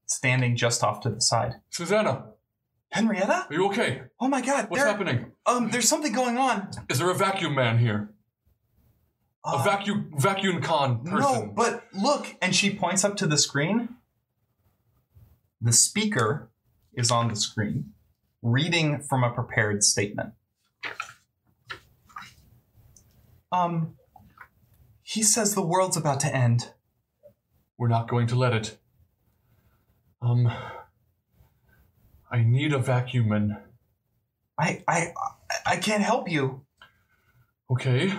Speaker 1: standing just off to the side.
Speaker 3: Susanna,
Speaker 1: Henrietta?
Speaker 3: are you okay?
Speaker 1: Oh my god,
Speaker 3: What's
Speaker 1: there-
Speaker 3: happening?
Speaker 1: um there's something going on.
Speaker 3: Is there a vacuum man here? A vacuum vacuum con
Speaker 1: Uh, No,
Speaker 3: person.
Speaker 1: but look, and she points up to the screen. The speaker is on the screen, reading from a prepared statement. Um, he says the world's about to end.
Speaker 3: We're not going to let it. Um, I need a vacuum man.
Speaker 1: I, I, I can't help you.
Speaker 3: Okay.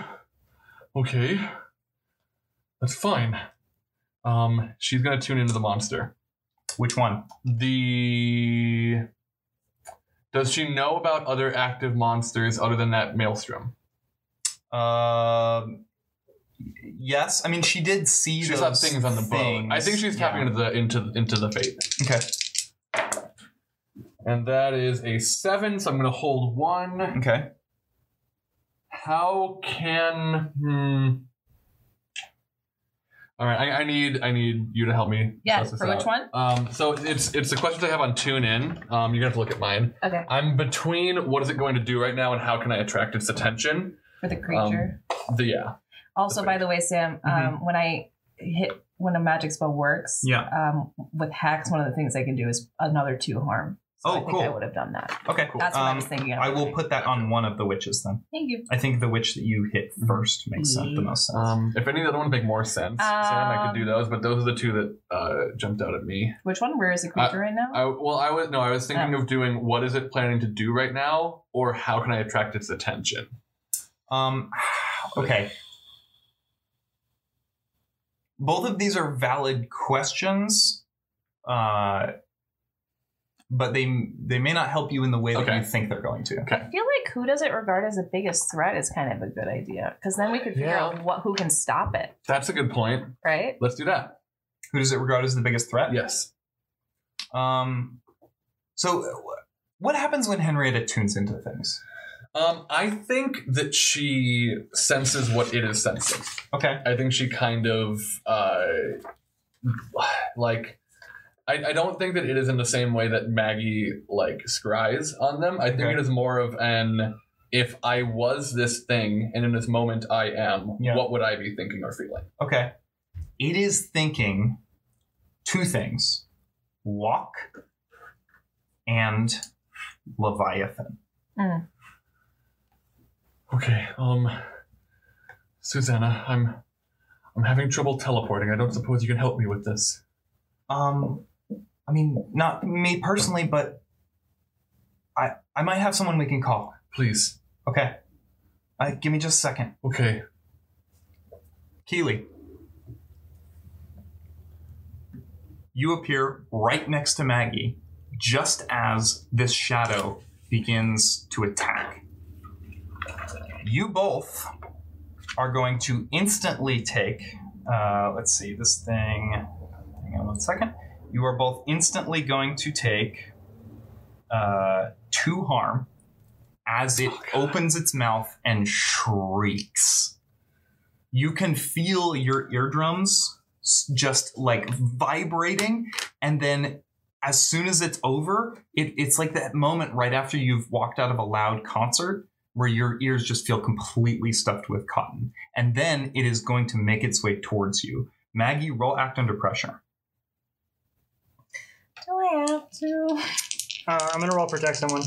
Speaker 3: Okay. That's fine. Um, she's gonna tune into the monster.
Speaker 1: Which one?
Speaker 3: The does she know about other active monsters other than that maelstrom?
Speaker 1: Um, yes, I mean she did see.
Speaker 3: She
Speaker 1: those
Speaker 3: saw things on the boat. I
Speaker 1: things.
Speaker 3: think she's tapping into the into into the fate.
Speaker 1: Okay.
Speaker 3: And that is a seven, so I'm gonna hold one.
Speaker 1: Okay.
Speaker 3: How can hmm. All right, I, I need I need you to help me.
Speaker 4: Yeah,
Speaker 3: suss this
Speaker 4: for which
Speaker 3: out.
Speaker 4: one?
Speaker 3: Um, so it's it's the questions I have on TuneIn. Um, you're gonna have to look at mine.
Speaker 4: Okay.
Speaker 3: I'm between what is it going to do right now and how can I attract its attention. Um,
Speaker 4: For the
Speaker 1: Um,
Speaker 4: creature.
Speaker 3: The yeah,
Speaker 4: also, by the way, Sam, um, when I hit when a magic spell works,
Speaker 1: Mm-hmm. Yeah.
Speaker 4: um, with hacks, one of the things I can do is another two harm. So
Speaker 1: Oh,
Speaker 4: I think
Speaker 1: cool.
Speaker 4: I would have done that.
Speaker 1: Okay. Cool.
Speaker 4: That's what I was
Speaker 1: Um,
Speaker 4: thinking. Of
Speaker 1: I will put that on one of the witches then.
Speaker 4: Thank you.
Speaker 1: I think the witch that you hit first makes sense, the most sense.
Speaker 3: Mm-hmm. Um, if any of the other ones make more sense, Sam, I could do
Speaker 4: Um,
Speaker 3: those. But those are the two that uh, jumped out at me.
Speaker 4: Which one? Where is the creature right now?
Speaker 3: I, well, I was no, I was thinking of doing what is it planning to do right now, or how can I attract its attention?
Speaker 1: Um, (sighs) okay. Both of these are valid questions, uh, but they they may not help you in the way that
Speaker 3: Okay.
Speaker 1: you think they're going to.
Speaker 4: I feel like who does it regard as the biggest threat is kind of a good idea because then we could figure
Speaker 3: Yeah.
Speaker 4: out what who can stop it,
Speaker 3: That's a good point.
Speaker 4: right?
Speaker 3: Let's do that.
Speaker 1: Who does it regard as the biggest threat?
Speaker 3: Yes.
Speaker 1: Um, so, uh, what happens when Henrietta tunes into things?
Speaker 3: Um, I think that she senses what it is sensing.
Speaker 1: Okay.
Speaker 3: I think she kind of uh, like. I, I don't think that it is in the same way that Maggie like scries on them. I think
Speaker 1: Okay.
Speaker 3: it is more of an if I was this thing and in this moment I am,
Speaker 1: Yeah.
Speaker 3: what would I be thinking or feeling?
Speaker 1: Okay. It is thinking two things walk and Leviathan.
Speaker 3: Okay, um Susanna, I'm I'm having trouble teleporting. I don't suppose you can help me with this.
Speaker 1: Um, I mean, not me personally, but I I might have someone we can call.
Speaker 3: Please.
Speaker 1: Okay, uh, give me just a second.
Speaker 3: Okay.
Speaker 1: Keely, you appear right next to Maggie, just as this shadow begins to attack. You both are going to instantly take. Uh, let's see this thing. Hang on one second. You are both instantly going to take uh, two harm as it opens its mouth and shrieks. You can feel your eardrums s- just like vibrating, and then as soon as it's over, it, it's like that moment right after you've walked out of a loud concert where your ears just feel completely stuffed with cotton. And then it is going to make its way towards you. Maggie, roll act under pressure.
Speaker 4: Do I have to?
Speaker 2: Uh, I'm gonna roll protect someone.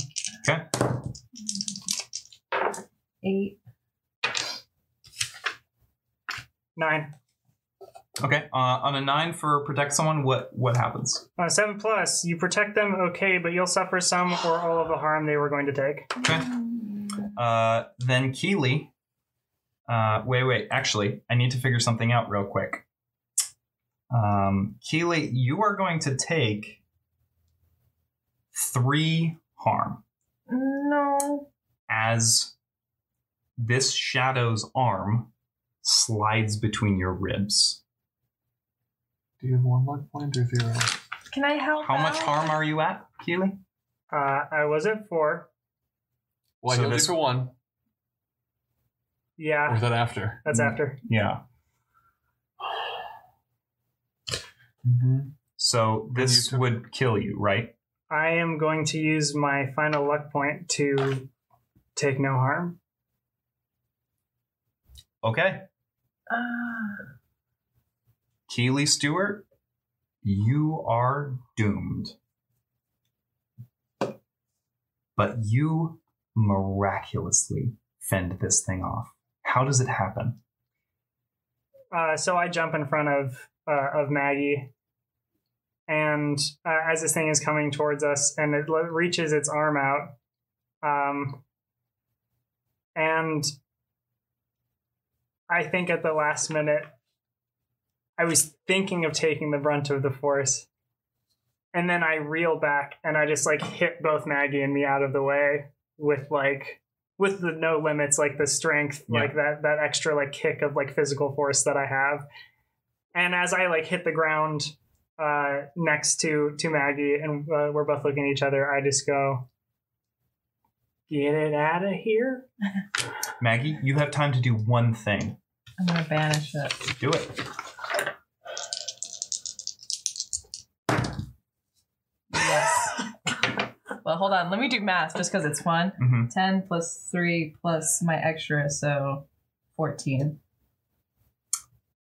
Speaker 4: Eight.
Speaker 2: Nine.
Speaker 1: Okay. Uh, on a nine for protect someone, what what happens?
Speaker 2: Uh, seven plus. You protect them, okay, but you'll suffer some or all of the harm they were going to take.
Speaker 1: Okay. Uh, then Keely. Uh, wait, wait. Actually, I need to figure something out real quick. Um, Keely, you are going to take three harm
Speaker 4: No.
Speaker 1: as this shadow's arm slides between your ribs.
Speaker 3: Do you have one luck point or zero?
Speaker 4: Can I help?
Speaker 1: How much
Speaker 4: out?
Speaker 1: harm are you at, Keely?
Speaker 2: Uh, I was at four.
Speaker 3: Well,
Speaker 1: So
Speaker 3: I healed you
Speaker 1: this-
Speaker 3: for one. Or
Speaker 2: Yeah,
Speaker 3: is that after?
Speaker 2: that's after.
Speaker 1: Yeah.
Speaker 5: Mm-hmm.
Speaker 1: So
Speaker 3: you
Speaker 1: this
Speaker 3: took-
Speaker 1: would kill you, right?
Speaker 2: I am going to use my final luck point to take no harm.
Speaker 1: Okay.
Speaker 4: Ah.
Speaker 1: Keely Stewart, you are doomed. But you miraculously fend this thing off. How does it happen?
Speaker 2: Uh, so I jump in front of uh, of Maggie, and uh, as this thing is coming towards us, and it le- reaches its arm out, um, and I think at the last minute, I was thinking of taking the brunt of the force, and then I reel back and I just like hit both Maggie and me out of the way with like with the no limits like the strength
Speaker 1: Yeah.
Speaker 2: like that that extra like kick of like physical force that i have and as i like hit the ground uh next to to maggie and uh, we're both looking at each other i just go get it out of here
Speaker 1: Maggie, you have time to do one thing.
Speaker 7: I'm gonna banish it.
Speaker 1: Do it. (laughs)
Speaker 7: Yes. well, hold on. Let me do math just because it's fun.
Speaker 1: Mhm.
Speaker 7: 10 plus 3 plus my extra, so 14.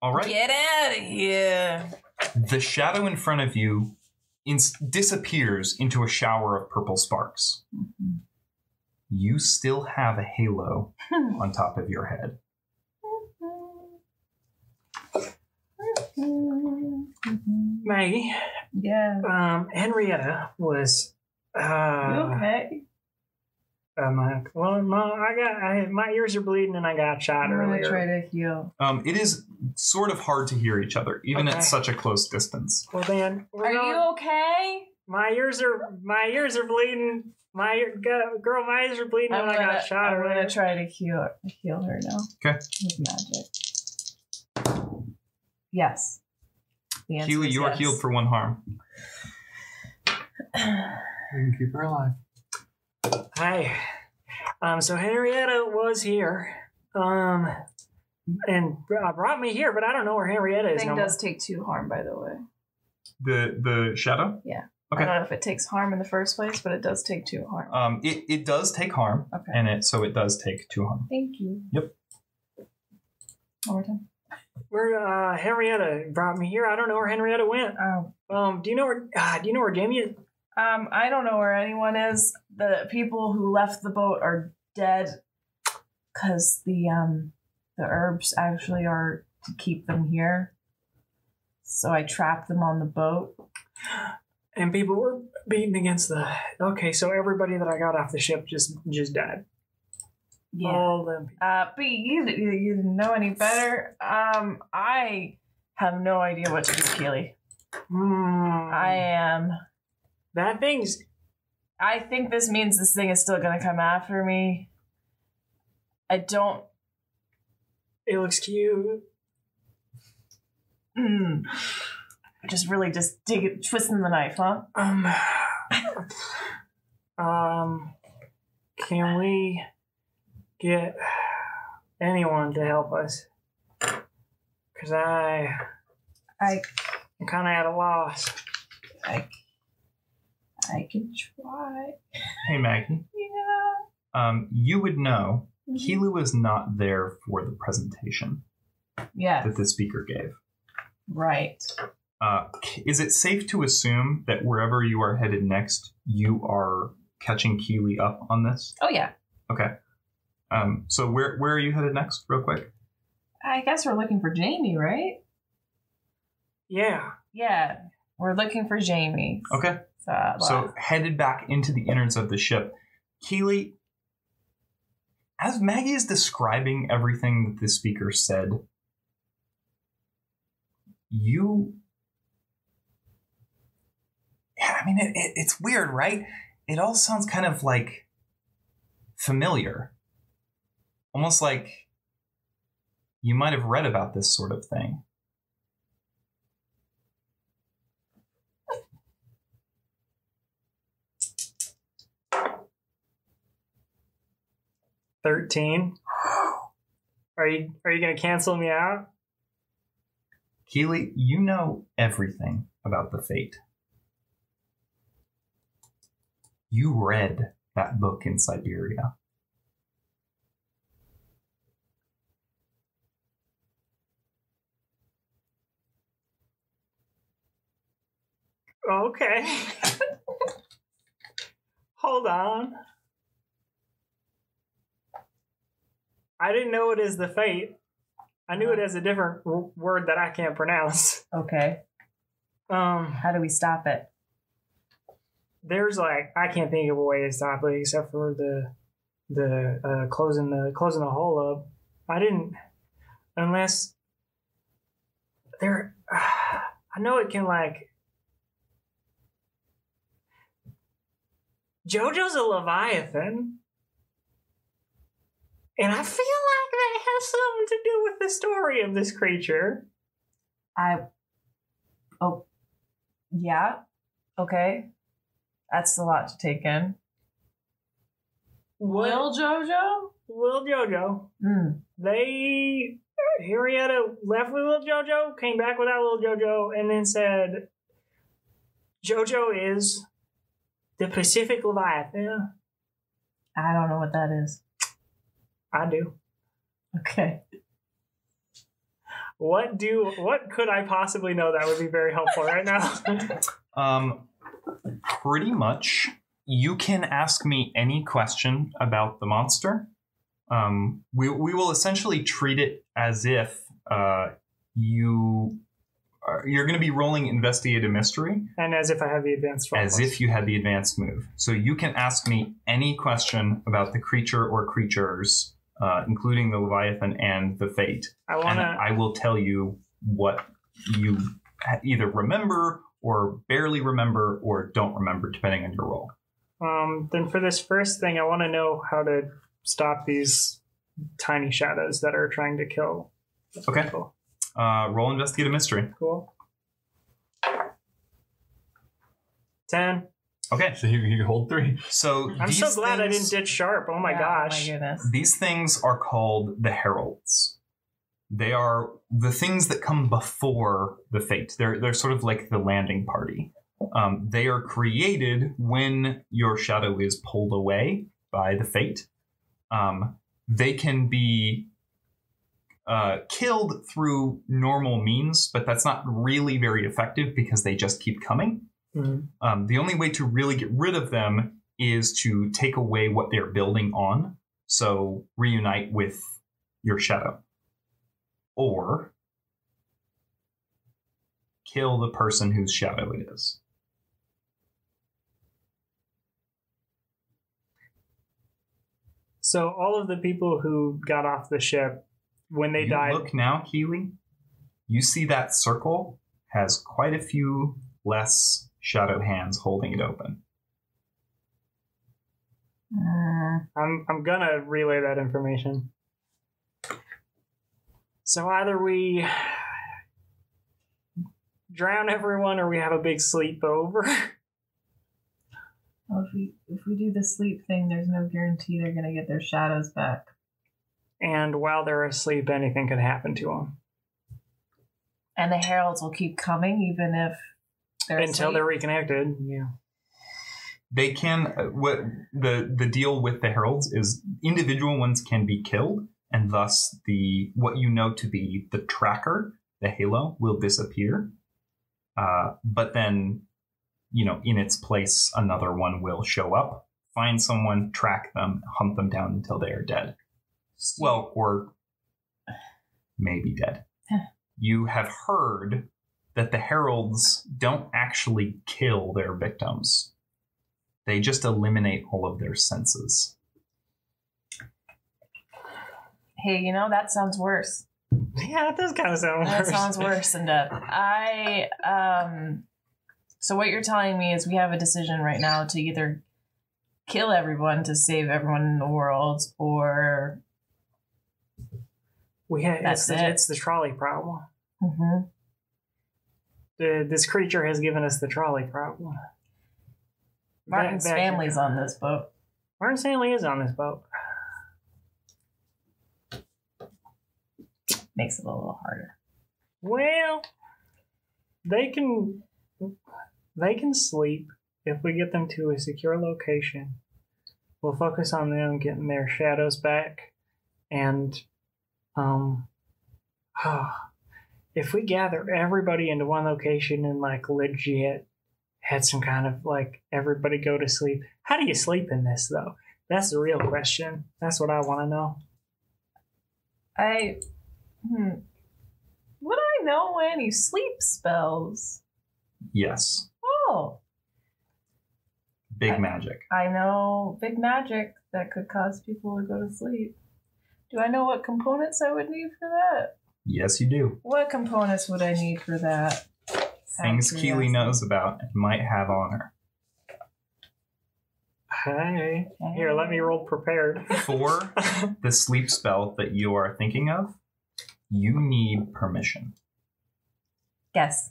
Speaker 1: All right.
Speaker 4: Get out
Speaker 7: (laughs)
Speaker 4: of here.
Speaker 1: The shadow in front of you ins- disappears into a shower of purple sparks. You still have a halo on top of your head.
Speaker 2: maggie
Speaker 7: Yeah.
Speaker 2: um henrietta was uh
Speaker 7: You okay?
Speaker 2: uh, my, well no i got I, my ears are bleeding and i got shot
Speaker 7: I'm gonna
Speaker 2: earlier
Speaker 7: try to heal.
Speaker 1: Um, it is sort of hard to hear each other, even
Speaker 2: Okay.
Speaker 1: at such a close distance.
Speaker 2: well then we're
Speaker 4: Are
Speaker 2: going-
Speaker 4: you okay?
Speaker 2: my ears are my ears are bleeding. My ear- gu- girl, my ears are bleeding
Speaker 7: I'm
Speaker 2: when I
Speaker 7: gonna,
Speaker 2: got shot.
Speaker 7: I'm
Speaker 2: earlier.
Speaker 7: gonna try to heal heal her now.
Speaker 1: Okay.
Speaker 7: With magic. Yes. The answer
Speaker 1: Keely,
Speaker 7: is
Speaker 1: you are
Speaker 7: yes. (sighs)
Speaker 1: healed for one harm.
Speaker 5: We can keep her alive.
Speaker 2: Hi. Um. So Henrietta was here. Um. And uh, brought me here, but I don't know where Henrietta is.
Speaker 12: thing
Speaker 2: no more.
Speaker 12: does take two harm, by the way.
Speaker 1: The the shadow. Okay.
Speaker 12: I don't know if it takes harm in the first place, but it does take two harm.
Speaker 1: Um, it, it does take harm,
Speaker 7: Okay.
Speaker 1: and it so it does take two harm.
Speaker 12: Thank you.
Speaker 7: One more time.
Speaker 2: Where uh, Henrietta brought me here, I don't know where Henrietta went.
Speaker 7: Oh.
Speaker 2: Um. Do you know where? Uh, do you know where Jamie is?
Speaker 12: Um, I don't know where anyone is. The people who left the boat are dead because the um the herbs actually are to keep them here. So I trapped them on the boat.
Speaker 2: And people were beaten against the. Okay, so everybody that I got off the ship just just died. All the
Speaker 12: Uh, but you, you you didn't know any better. Um, I have no idea what to do, Keely.
Speaker 2: Hmm.
Speaker 12: I am.
Speaker 2: that thing's
Speaker 12: I think this means this thing is still gonna come after me. I don't. (clears throat)
Speaker 2: it looks cute.
Speaker 12: Mm, just really just dig it, twisting the knife, huh?
Speaker 2: Um, um, can we get anyone to help us? Cause I,
Speaker 7: I-
Speaker 2: I'm kind of at a loss.
Speaker 7: I can try.
Speaker 1: Hey Maggie,
Speaker 7: Yeah.
Speaker 1: um, you would know
Speaker 7: Mm-hmm.
Speaker 1: Keely was not there for the presentation
Speaker 7: Yeah.
Speaker 1: that the speaker gave.
Speaker 7: Right.
Speaker 1: Uh, is it safe to assume that wherever you are headed next, you are catching Keely up on this?
Speaker 7: Oh yeah.
Speaker 1: Um, so where where are you headed next, real quick?
Speaker 7: I guess we're looking for Jamie, right?
Speaker 2: Yeah,
Speaker 7: Yeah. We're looking for Jamie.
Speaker 1: Okay.
Speaker 7: So, uh,
Speaker 1: So headed back into the innards of the ship, Keely. As Maggie is describing everything that the speaker said, you. Yeah, I mean, it, it, it's weird, right? It all sounds kind of like familiar. Almost like you might have read about this sort of thing.
Speaker 2: thirteen. Are you are you gonna cancel me out?
Speaker 1: Keely, you know everything about the fate. You read that book in Siberia.
Speaker 2: Okay. (laughs) Hold on. I didn't know it as the fate. I knew it as a different w- word that I can't pronounce.
Speaker 12: Okay.
Speaker 2: Um,
Speaker 12: How do we stop it?
Speaker 2: there's like I can't think of a way to stop it except for the the uh, closing the closing the hole up. I didn't unless there. (sighs) I know it can like. JoJo's a Leviathan. And I feel like that has something to do with the story of this creature.
Speaker 12: I. Oh. Yeah. Okay. That's a lot to take in.
Speaker 2: Will,
Speaker 12: Will JoJo?
Speaker 2: Will JoJo
Speaker 12: Mm.
Speaker 2: they Henrietta left with little Jojo, came back without little Jojo, and then said, "Jojo is the Pacific Leviathan."
Speaker 12: I don't know what that is.
Speaker 2: I do.
Speaker 12: Okay.
Speaker 2: What do? What could I possibly know that would be very helpful right now? (laughs)
Speaker 1: Um, pretty much, you can ask me any question about the monster. Um, we we will essentially treat it as if uh, you are, you're going to be rolling investigate a mystery
Speaker 2: and as if I have the advanced one.
Speaker 1: as if you had the advanced move. So you can ask me any question about the creature or creatures, uh, including the leviathan and the fate,
Speaker 2: I
Speaker 1: and
Speaker 2: wanna.
Speaker 1: I will tell you what you ha- either remember or barely remember or don't remember, depending on your role.
Speaker 2: Um. Then for this first thing, I want to know how to stop these tiny shadows that are trying to kill.
Speaker 1: Okay.
Speaker 2: People.
Speaker 1: Uh, roll investigate a mystery.
Speaker 2: Cool. Ten.
Speaker 1: Okay,
Speaker 3: So you, you hold three.
Speaker 1: so
Speaker 2: I'm
Speaker 1: these
Speaker 2: so glad I didn't
Speaker 1: things-
Speaker 2: ditch sharp. Oh my
Speaker 12: Yeah,
Speaker 2: gosh.
Speaker 12: Oh my goodness.
Speaker 1: These things are called the heralds. They are the things that come before the fate. They're they're sort of like the landing party. Um, they are created when your shadow is pulled away by the fate. Um, they can be uh, killed through normal means, but that's not really very effective because they just keep coming.
Speaker 2: Mhm.
Speaker 1: Um, the only way to really get rid of them is to take away what they're building on. So reunite with your shadow. Or kill the person whose shadow it is.
Speaker 2: So all of the people who got off the ship when they
Speaker 1: you
Speaker 2: died.
Speaker 1: Look now, Keely. You see that circle has quite a few less shadow hands holding it open.
Speaker 12: Mm,
Speaker 2: I'm I'm gonna relay that information. So either we drown everyone or we have a big sleepover.
Speaker 12: well, if we if we do the sleep thing, there's no guarantee they're gonna get their shadows back.
Speaker 2: (laughs) and while they're asleep, anything could happen to them
Speaker 12: And the heralds will keep coming even if they're
Speaker 2: until
Speaker 12: asleep.
Speaker 2: they're reconnected. Yeah.
Speaker 1: They can uh, what the the deal with the heralds is individual ones can be killed, and thus the what you know to be the tracker, the halo, will disappear. Uh, but then, you know, in its place, another one will show up, find someone, track them, hunt them down until they are dead. Well, or maybe dead. you have heard that the heralds don't actually kill their victims, they just eliminate all of their senses.
Speaker 12: hey, you know that sounds worse.
Speaker 2: (laughs) Yeah, it does kind of sound
Speaker 12: That
Speaker 2: worse.
Speaker 12: sounds worse than death. I um so what you're telling me is we have a decision right now to either kill everyone to save everyone in the world or
Speaker 2: We had, it's,
Speaker 12: That's
Speaker 2: the,
Speaker 12: it.
Speaker 2: it's the trolley problem.
Speaker 12: Mhm.
Speaker 2: The, this creature has given us the trolley problem.
Speaker 12: Martin's
Speaker 2: Back- back here.
Speaker 12: family's on this boat.
Speaker 2: Martin Stanley is on this boat.
Speaker 12: Makes it a little harder.
Speaker 2: Well, they can they can sleep if we get them to a secure location. We'll focus on them getting their shadows back, and um, ah, if we gather everybody into one location and like legit had some kind of like everybody go to sleep. How do you sleep in this though? That's the real question. That's what I want to know.
Speaker 4: I. Hmm. Would I know any sleep spells?
Speaker 1: Yes.
Speaker 4: Oh,
Speaker 1: Big
Speaker 4: I-
Speaker 1: magic.
Speaker 4: I know big magic that could cause people to go to sleep. Do I know what components I would need for that?
Speaker 1: Yes, you do.
Speaker 4: What components would I need for that? oh,
Speaker 1: Things
Speaker 4: Sounds
Speaker 1: Keeley
Speaker 4: curious.
Speaker 1: knows about and might have on her.
Speaker 2: Hey, here, let me roll prepared.
Speaker 1: For the sleep spell that you are thinking of, you need permission.
Speaker 12: Yes.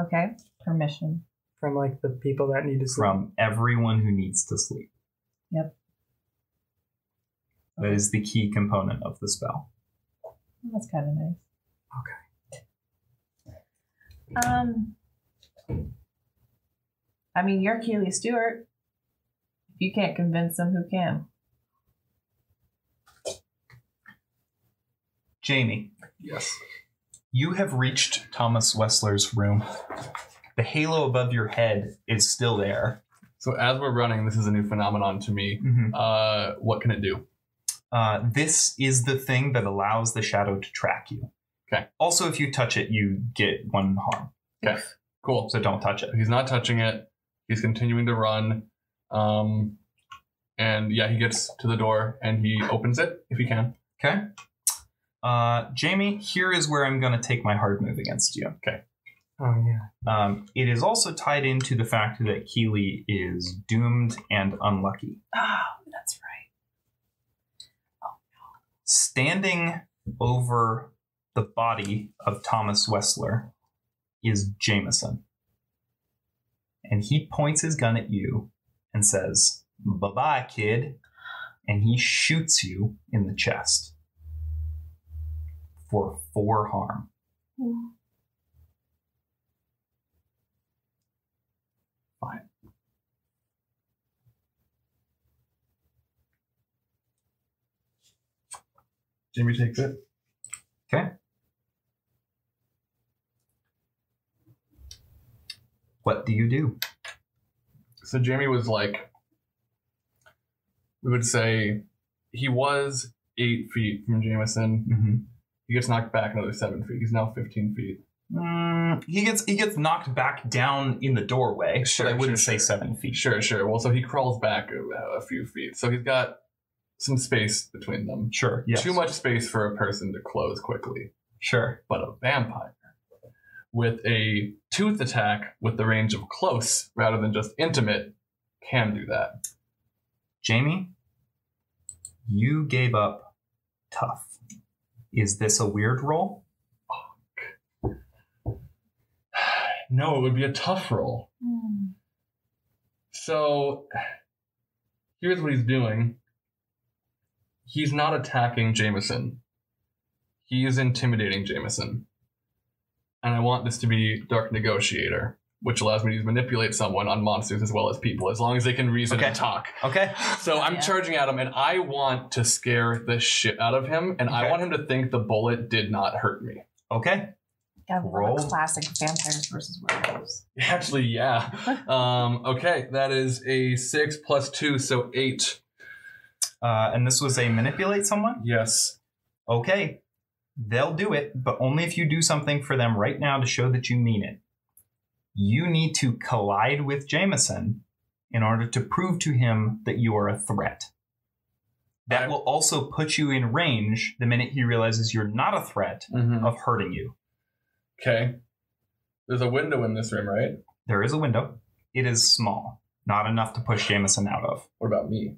Speaker 12: Okay. Permission.
Speaker 2: From like the people that need to sleep.
Speaker 1: from everyone who needs to sleep.
Speaker 12: Yep.
Speaker 1: That is the key component of the spell.
Speaker 12: That's kind of nice.
Speaker 4: Um, I mean, you're Keely Stewart. If you can't convince them, who can?
Speaker 1: Jamie,
Speaker 5: Yes.
Speaker 1: you have reached Thomas Wessler's room. The halo above your head is still there.
Speaker 3: So as we're running, this is a new phenomenon to me.
Speaker 1: Mm-hmm.
Speaker 3: Uh, what can it do?
Speaker 1: Uh, this is the thing that allows the shadow to track you.
Speaker 3: Okay.
Speaker 1: Also, if you touch it, you get one harm.
Speaker 3: Okay, cool.
Speaker 1: So don't touch it.
Speaker 3: He's not touching it. He's continuing to run. Um, and yeah, he gets to the door and he opens it if he can.
Speaker 1: Okay. Uh, Jamie, here is where I'm going to take my hard move against you.
Speaker 2: Oh yeah.
Speaker 1: Um, it is also tied into the fact that Keeley is doomed and unlucky.
Speaker 4: Oh, that's right.
Speaker 1: Standing over the body of Thomas Wessler is Jameson. And he points his gun at you and says, Bye bye, kid. And he shoots you in the chest for four harm.
Speaker 5: Jimmy takes it.
Speaker 1: What do you do?
Speaker 3: So Jamie was like, we would say he was eight feet from Jameson. He gets knocked back another seven feet. He's now 15 feet.
Speaker 1: Mm, he gets he gets knocked back down in the doorway,
Speaker 3: Sure,
Speaker 1: but I wouldn't
Speaker 3: sure,
Speaker 1: say seven feet.
Speaker 3: Sure, sure. Well, so he crawls back uh, a, a few feet. So he's got some space between them.
Speaker 1: Sure. Yes.
Speaker 3: Too much space for a person to close quickly.
Speaker 1: Sure.
Speaker 3: but a vampire with a tooth attack with the range of close rather than just intimate can do that.
Speaker 1: Jamie, you gave up tough. Is this a weird roll?
Speaker 3: No, it would be a tough roll.
Speaker 4: Hmm.
Speaker 3: So here's what he's doing. He's not attacking Jameson. He is intimidating Jameson. And I want this to be Dark Negotiator, which allows me to manipulate someone on monsters as well as people, as long as they can reason
Speaker 1: Okay.
Speaker 3: and talk.
Speaker 1: Okay.
Speaker 3: So I'm
Speaker 12: Yeah.
Speaker 3: charging at him, and I want to scare the shit out of him, and I
Speaker 1: Okay.
Speaker 3: want him to think the bullet did not
Speaker 1: (laughs)
Speaker 3: hurt me.
Speaker 1: Okay.
Speaker 12: Gotta love a
Speaker 1: Roll.
Speaker 12: classic vampires versus werewolves.
Speaker 3: Actually, yeah. um, okay, that is a six plus two, so eight.
Speaker 1: Uh, and this was a manipulate someone?
Speaker 3: Yes.
Speaker 1: Okay. They'll do it, but only if you do something for them right now to show that you mean it. You need to collide with Jameson in order to prove to him that you are a threat. That
Speaker 3: I-
Speaker 1: will also put you in range the minute he realizes you're not a threat
Speaker 3: Mm-hmm.
Speaker 1: of hurting you.
Speaker 3: Okay. There's a window in this room, right?
Speaker 1: There is a window. It is small, not enough to push Jameson out of.
Speaker 3: What about me?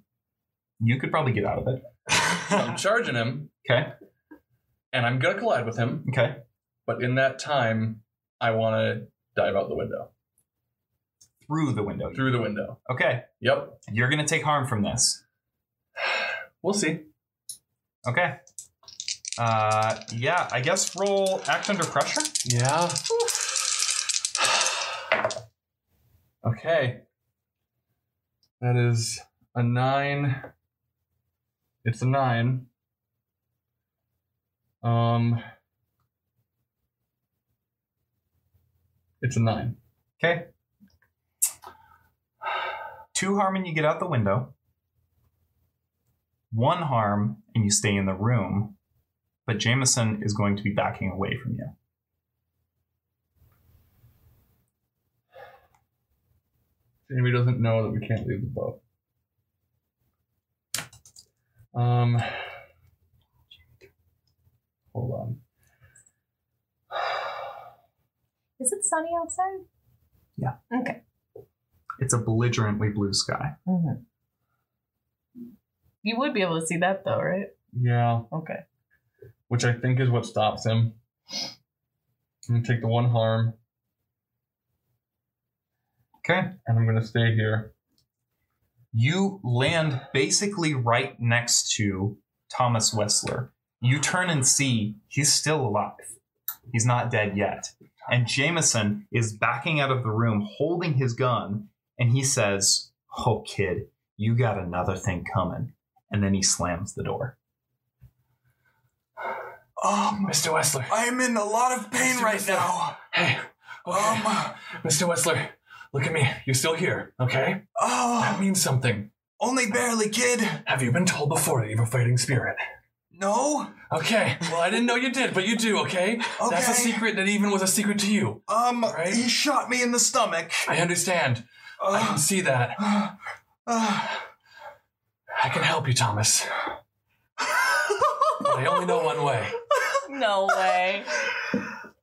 Speaker 1: You could probably get out of it.
Speaker 3: So
Speaker 2: (laughs)
Speaker 3: I'm charging him,
Speaker 1: Okay.
Speaker 3: and I'm gonna collide with him,
Speaker 1: Okay.
Speaker 3: but in that time, I want to dive out the window
Speaker 1: Through the window.
Speaker 3: through the window.
Speaker 1: Okay.
Speaker 3: Yep.
Speaker 1: You're going to take harm from this.
Speaker 3: We'll see.
Speaker 1: Okay. Uh, yeah, I guess roll act under pressure.
Speaker 3: Yeah. (sighs) okay. That is a nine. It's a nine. Um. It's a nine.
Speaker 1: Okay. Two harm and you get out the window. One harm and you stay in the room. But Jameson is going to be backing away from you.
Speaker 3: Anybody doesn't know that we can't leave the boat. Um, hold on.
Speaker 4: Is it sunny outside?
Speaker 1: Yeah.
Speaker 4: Okay.
Speaker 1: It's a belligerently blue sky.
Speaker 7: You would be able to see that though, right?
Speaker 3: Yeah,
Speaker 7: Okay.
Speaker 3: which I think is what stops him. I'm gonna take the one harm,
Speaker 1: Okay.
Speaker 3: and I'm gonna stay here.
Speaker 1: you land basically right next to Thomas Wessler. You turn and see he's still alive. He's not dead yet. And Jameson is backing out of the room holding his gun and he says, Oh, kid, you got another thing coming. And then he slams the door.
Speaker 5: Um, Mr. Wessler.
Speaker 8: I'm in a lot of pain
Speaker 5: Mr.
Speaker 8: right
Speaker 5: Whistler.
Speaker 8: now.
Speaker 5: Hey, okay.
Speaker 8: Um,
Speaker 5: Mr. Wessler, look at me. You're still here, okay? That
Speaker 8: oh,
Speaker 5: means something.
Speaker 8: only barely, kid.
Speaker 5: Have you been told before that you have a fighting spirit?
Speaker 8: No.
Speaker 5: Okay. Well, I didn't know you did, but you do, okay? That's a
Speaker 8: Okay.
Speaker 5: secret that even was a secret to you.
Speaker 8: Um,
Speaker 5: Right?
Speaker 8: he shot me in the stomach.
Speaker 5: I understand. I can
Speaker 3: Oh.
Speaker 8: Uh,
Speaker 5: see that.
Speaker 8: uh,
Speaker 5: I can help you, Thomas. But I only
Speaker 2: (laughs)
Speaker 5: know one way.
Speaker 7: No way.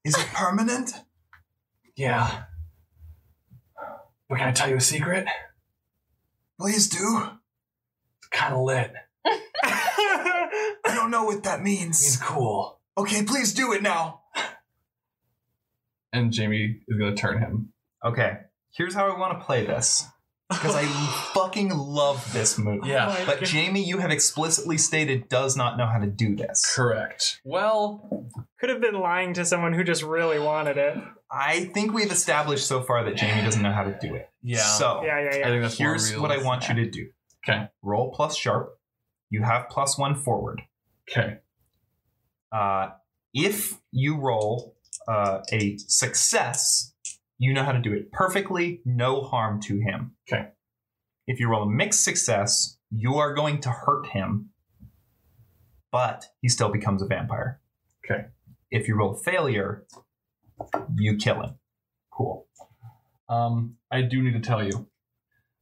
Speaker 8: is it permanent?
Speaker 5: Yeah. But can I tell you a secret?
Speaker 8: Please do.
Speaker 5: It's kind of lit. It
Speaker 8: I don't know what that
Speaker 5: means
Speaker 8: means.
Speaker 5: cool.
Speaker 8: Okay, please do it now.
Speaker 3: And Jamie is gonna turn him.
Speaker 1: Okay, here's how I want to play this because I fucking love this move.
Speaker 2: Oh
Speaker 5: Yeah.
Speaker 1: But Jamie, you have explicitly stated does not know how to do this.
Speaker 3: Correct. Well,
Speaker 2: Could have been lying to someone who just really wanted it.
Speaker 1: I think we've established so far that Jamie doesn't know how to do it.
Speaker 3: yeah.
Speaker 5: Oh.
Speaker 1: So
Speaker 2: Yeah, yeah,
Speaker 3: I
Speaker 2: yeah. (sighs)
Speaker 3: think that's more
Speaker 1: here's what I
Speaker 3: realistic.
Speaker 1: want you to do.
Speaker 3: Okay.
Speaker 1: Roll plus sharp. You have plus one forward.
Speaker 3: Okay.
Speaker 1: Uh, if you roll uh, a success, you know how to do it perfectly, no harm to him.
Speaker 3: Okay.
Speaker 1: If you roll a mixed success, you are going to hurt him, but he still becomes a vampire.
Speaker 3: Okay.
Speaker 1: If you roll failure, you kill him.
Speaker 3: Cool. Um, I do need to tell you,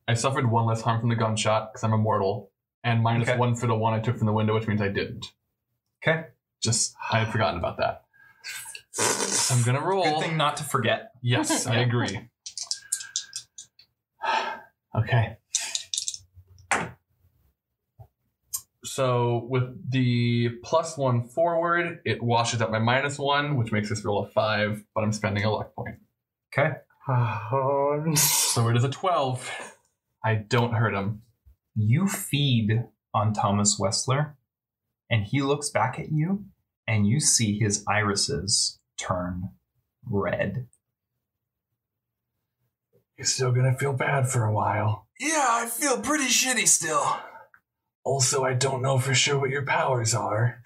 Speaker 3: I suffered one less harm from the gunshot because I'm immortal, and minus
Speaker 1: Okay.
Speaker 3: one for the one I took from the window, which means I didn't.
Speaker 1: Okay.
Speaker 3: Just I had forgotten about that. So I'm gonna roll.
Speaker 1: Good thing not to forget.
Speaker 3: Yes, I
Speaker 1: Yeah.
Speaker 3: agree. Okay. So with the plus one forward, it washes out my minus one, which makes this roll a five, but I'm spending a luck point.
Speaker 2: Oh, (laughs)
Speaker 3: So it is a 12. I don't hurt him.
Speaker 1: You feed on Thomas Wessler, and he looks back at you, and you see his irises turn red.
Speaker 5: You're still gonna feel bad for a while.
Speaker 8: Yeah, I feel pretty shitty still.
Speaker 5: Also, I don't know for sure what your powers are.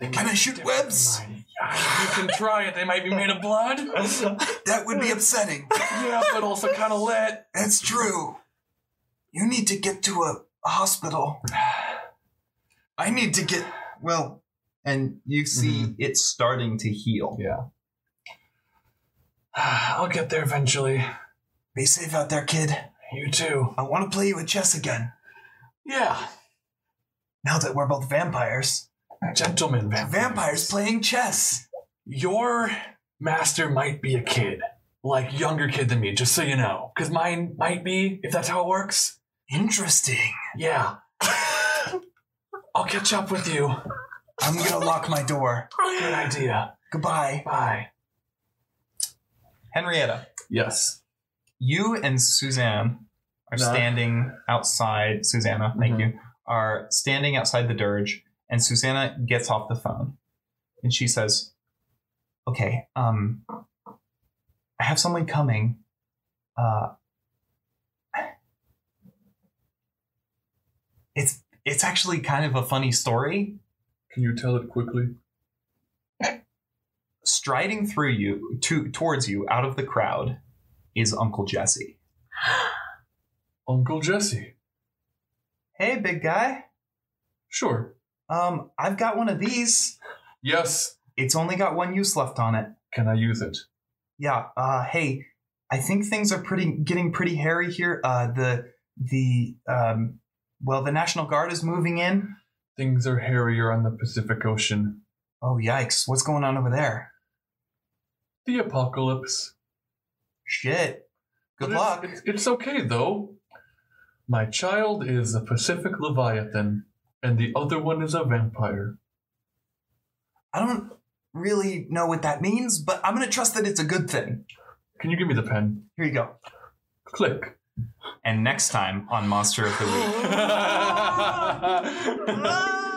Speaker 5: They
Speaker 8: Can
Speaker 5: might
Speaker 8: I
Speaker 5: be
Speaker 8: shoot
Speaker 5: different
Speaker 8: webs?
Speaker 5: than mine. Yeah, you can try it. They might be made of
Speaker 8: (laughs)
Speaker 5: blood.
Speaker 8: That would be upsetting.
Speaker 5: yeah, but also kind of lit.
Speaker 8: That's true. You need to get to a, a hospital. (sighs) I need to get. Well,
Speaker 1: And you see it starting to heal.
Speaker 3: Yeah.
Speaker 5: (sighs) I'll get there eventually.
Speaker 8: be safe out there, kid.
Speaker 5: You too.
Speaker 8: I want to play you at chess again.
Speaker 5: Yeah.
Speaker 8: Now that we're both vampires,
Speaker 5: Gentlemen, vampires.
Speaker 8: vampires playing chess.
Speaker 5: Your master might be a kid. Like younger kid than me, just so you know. Because mine might be, if that's how it works.
Speaker 8: Interesting.
Speaker 3: (laughs)
Speaker 5: Yeah. I'll catch up with you.
Speaker 8: I'm gonna lock my door.
Speaker 5: Good idea.
Speaker 8: Goodbye.
Speaker 5: Bye.
Speaker 1: Henrietta,
Speaker 3: Yes.
Speaker 1: you and Suzanne are
Speaker 3: Nah.
Speaker 1: standing outside. Susanna, thank you, are standing outside the dirge, and Susanna gets off the phone, and she says, "Okay, um, I have someone coming. Uh, it's it's actually kind of a funny story."
Speaker 3: Can you tell it quickly?
Speaker 1: striding through you to towards you out of the crowd is Uncle Jesse.
Speaker 3: Uncle Jesse.
Speaker 8: Hey, big guy.
Speaker 3: Sure.
Speaker 8: Um, I've got one of these.
Speaker 3: Yes.
Speaker 8: It's only got one use left on it.
Speaker 3: Can I use it?
Speaker 8: Yeah. Uh, hey, I think things are pretty getting pretty hairy here. Uh, the the um, well, the National Guard is moving in.
Speaker 3: Things are hairier on the Pacific Ocean.
Speaker 8: Oh yikes! What's going on over there?
Speaker 3: The apocalypse.
Speaker 8: Shit.
Speaker 3: But
Speaker 8: Good
Speaker 3: it's-
Speaker 8: luck.
Speaker 3: It's, it's okay though. My child is a Pacific Leviathan, and the other one is a vampire.
Speaker 8: I don't really know what that means, but I'm gonna trust that it's a good thing.
Speaker 3: Can you give me the pen?
Speaker 8: Here you go.
Speaker 3: Click.
Speaker 1: And next time on Monster of the Week.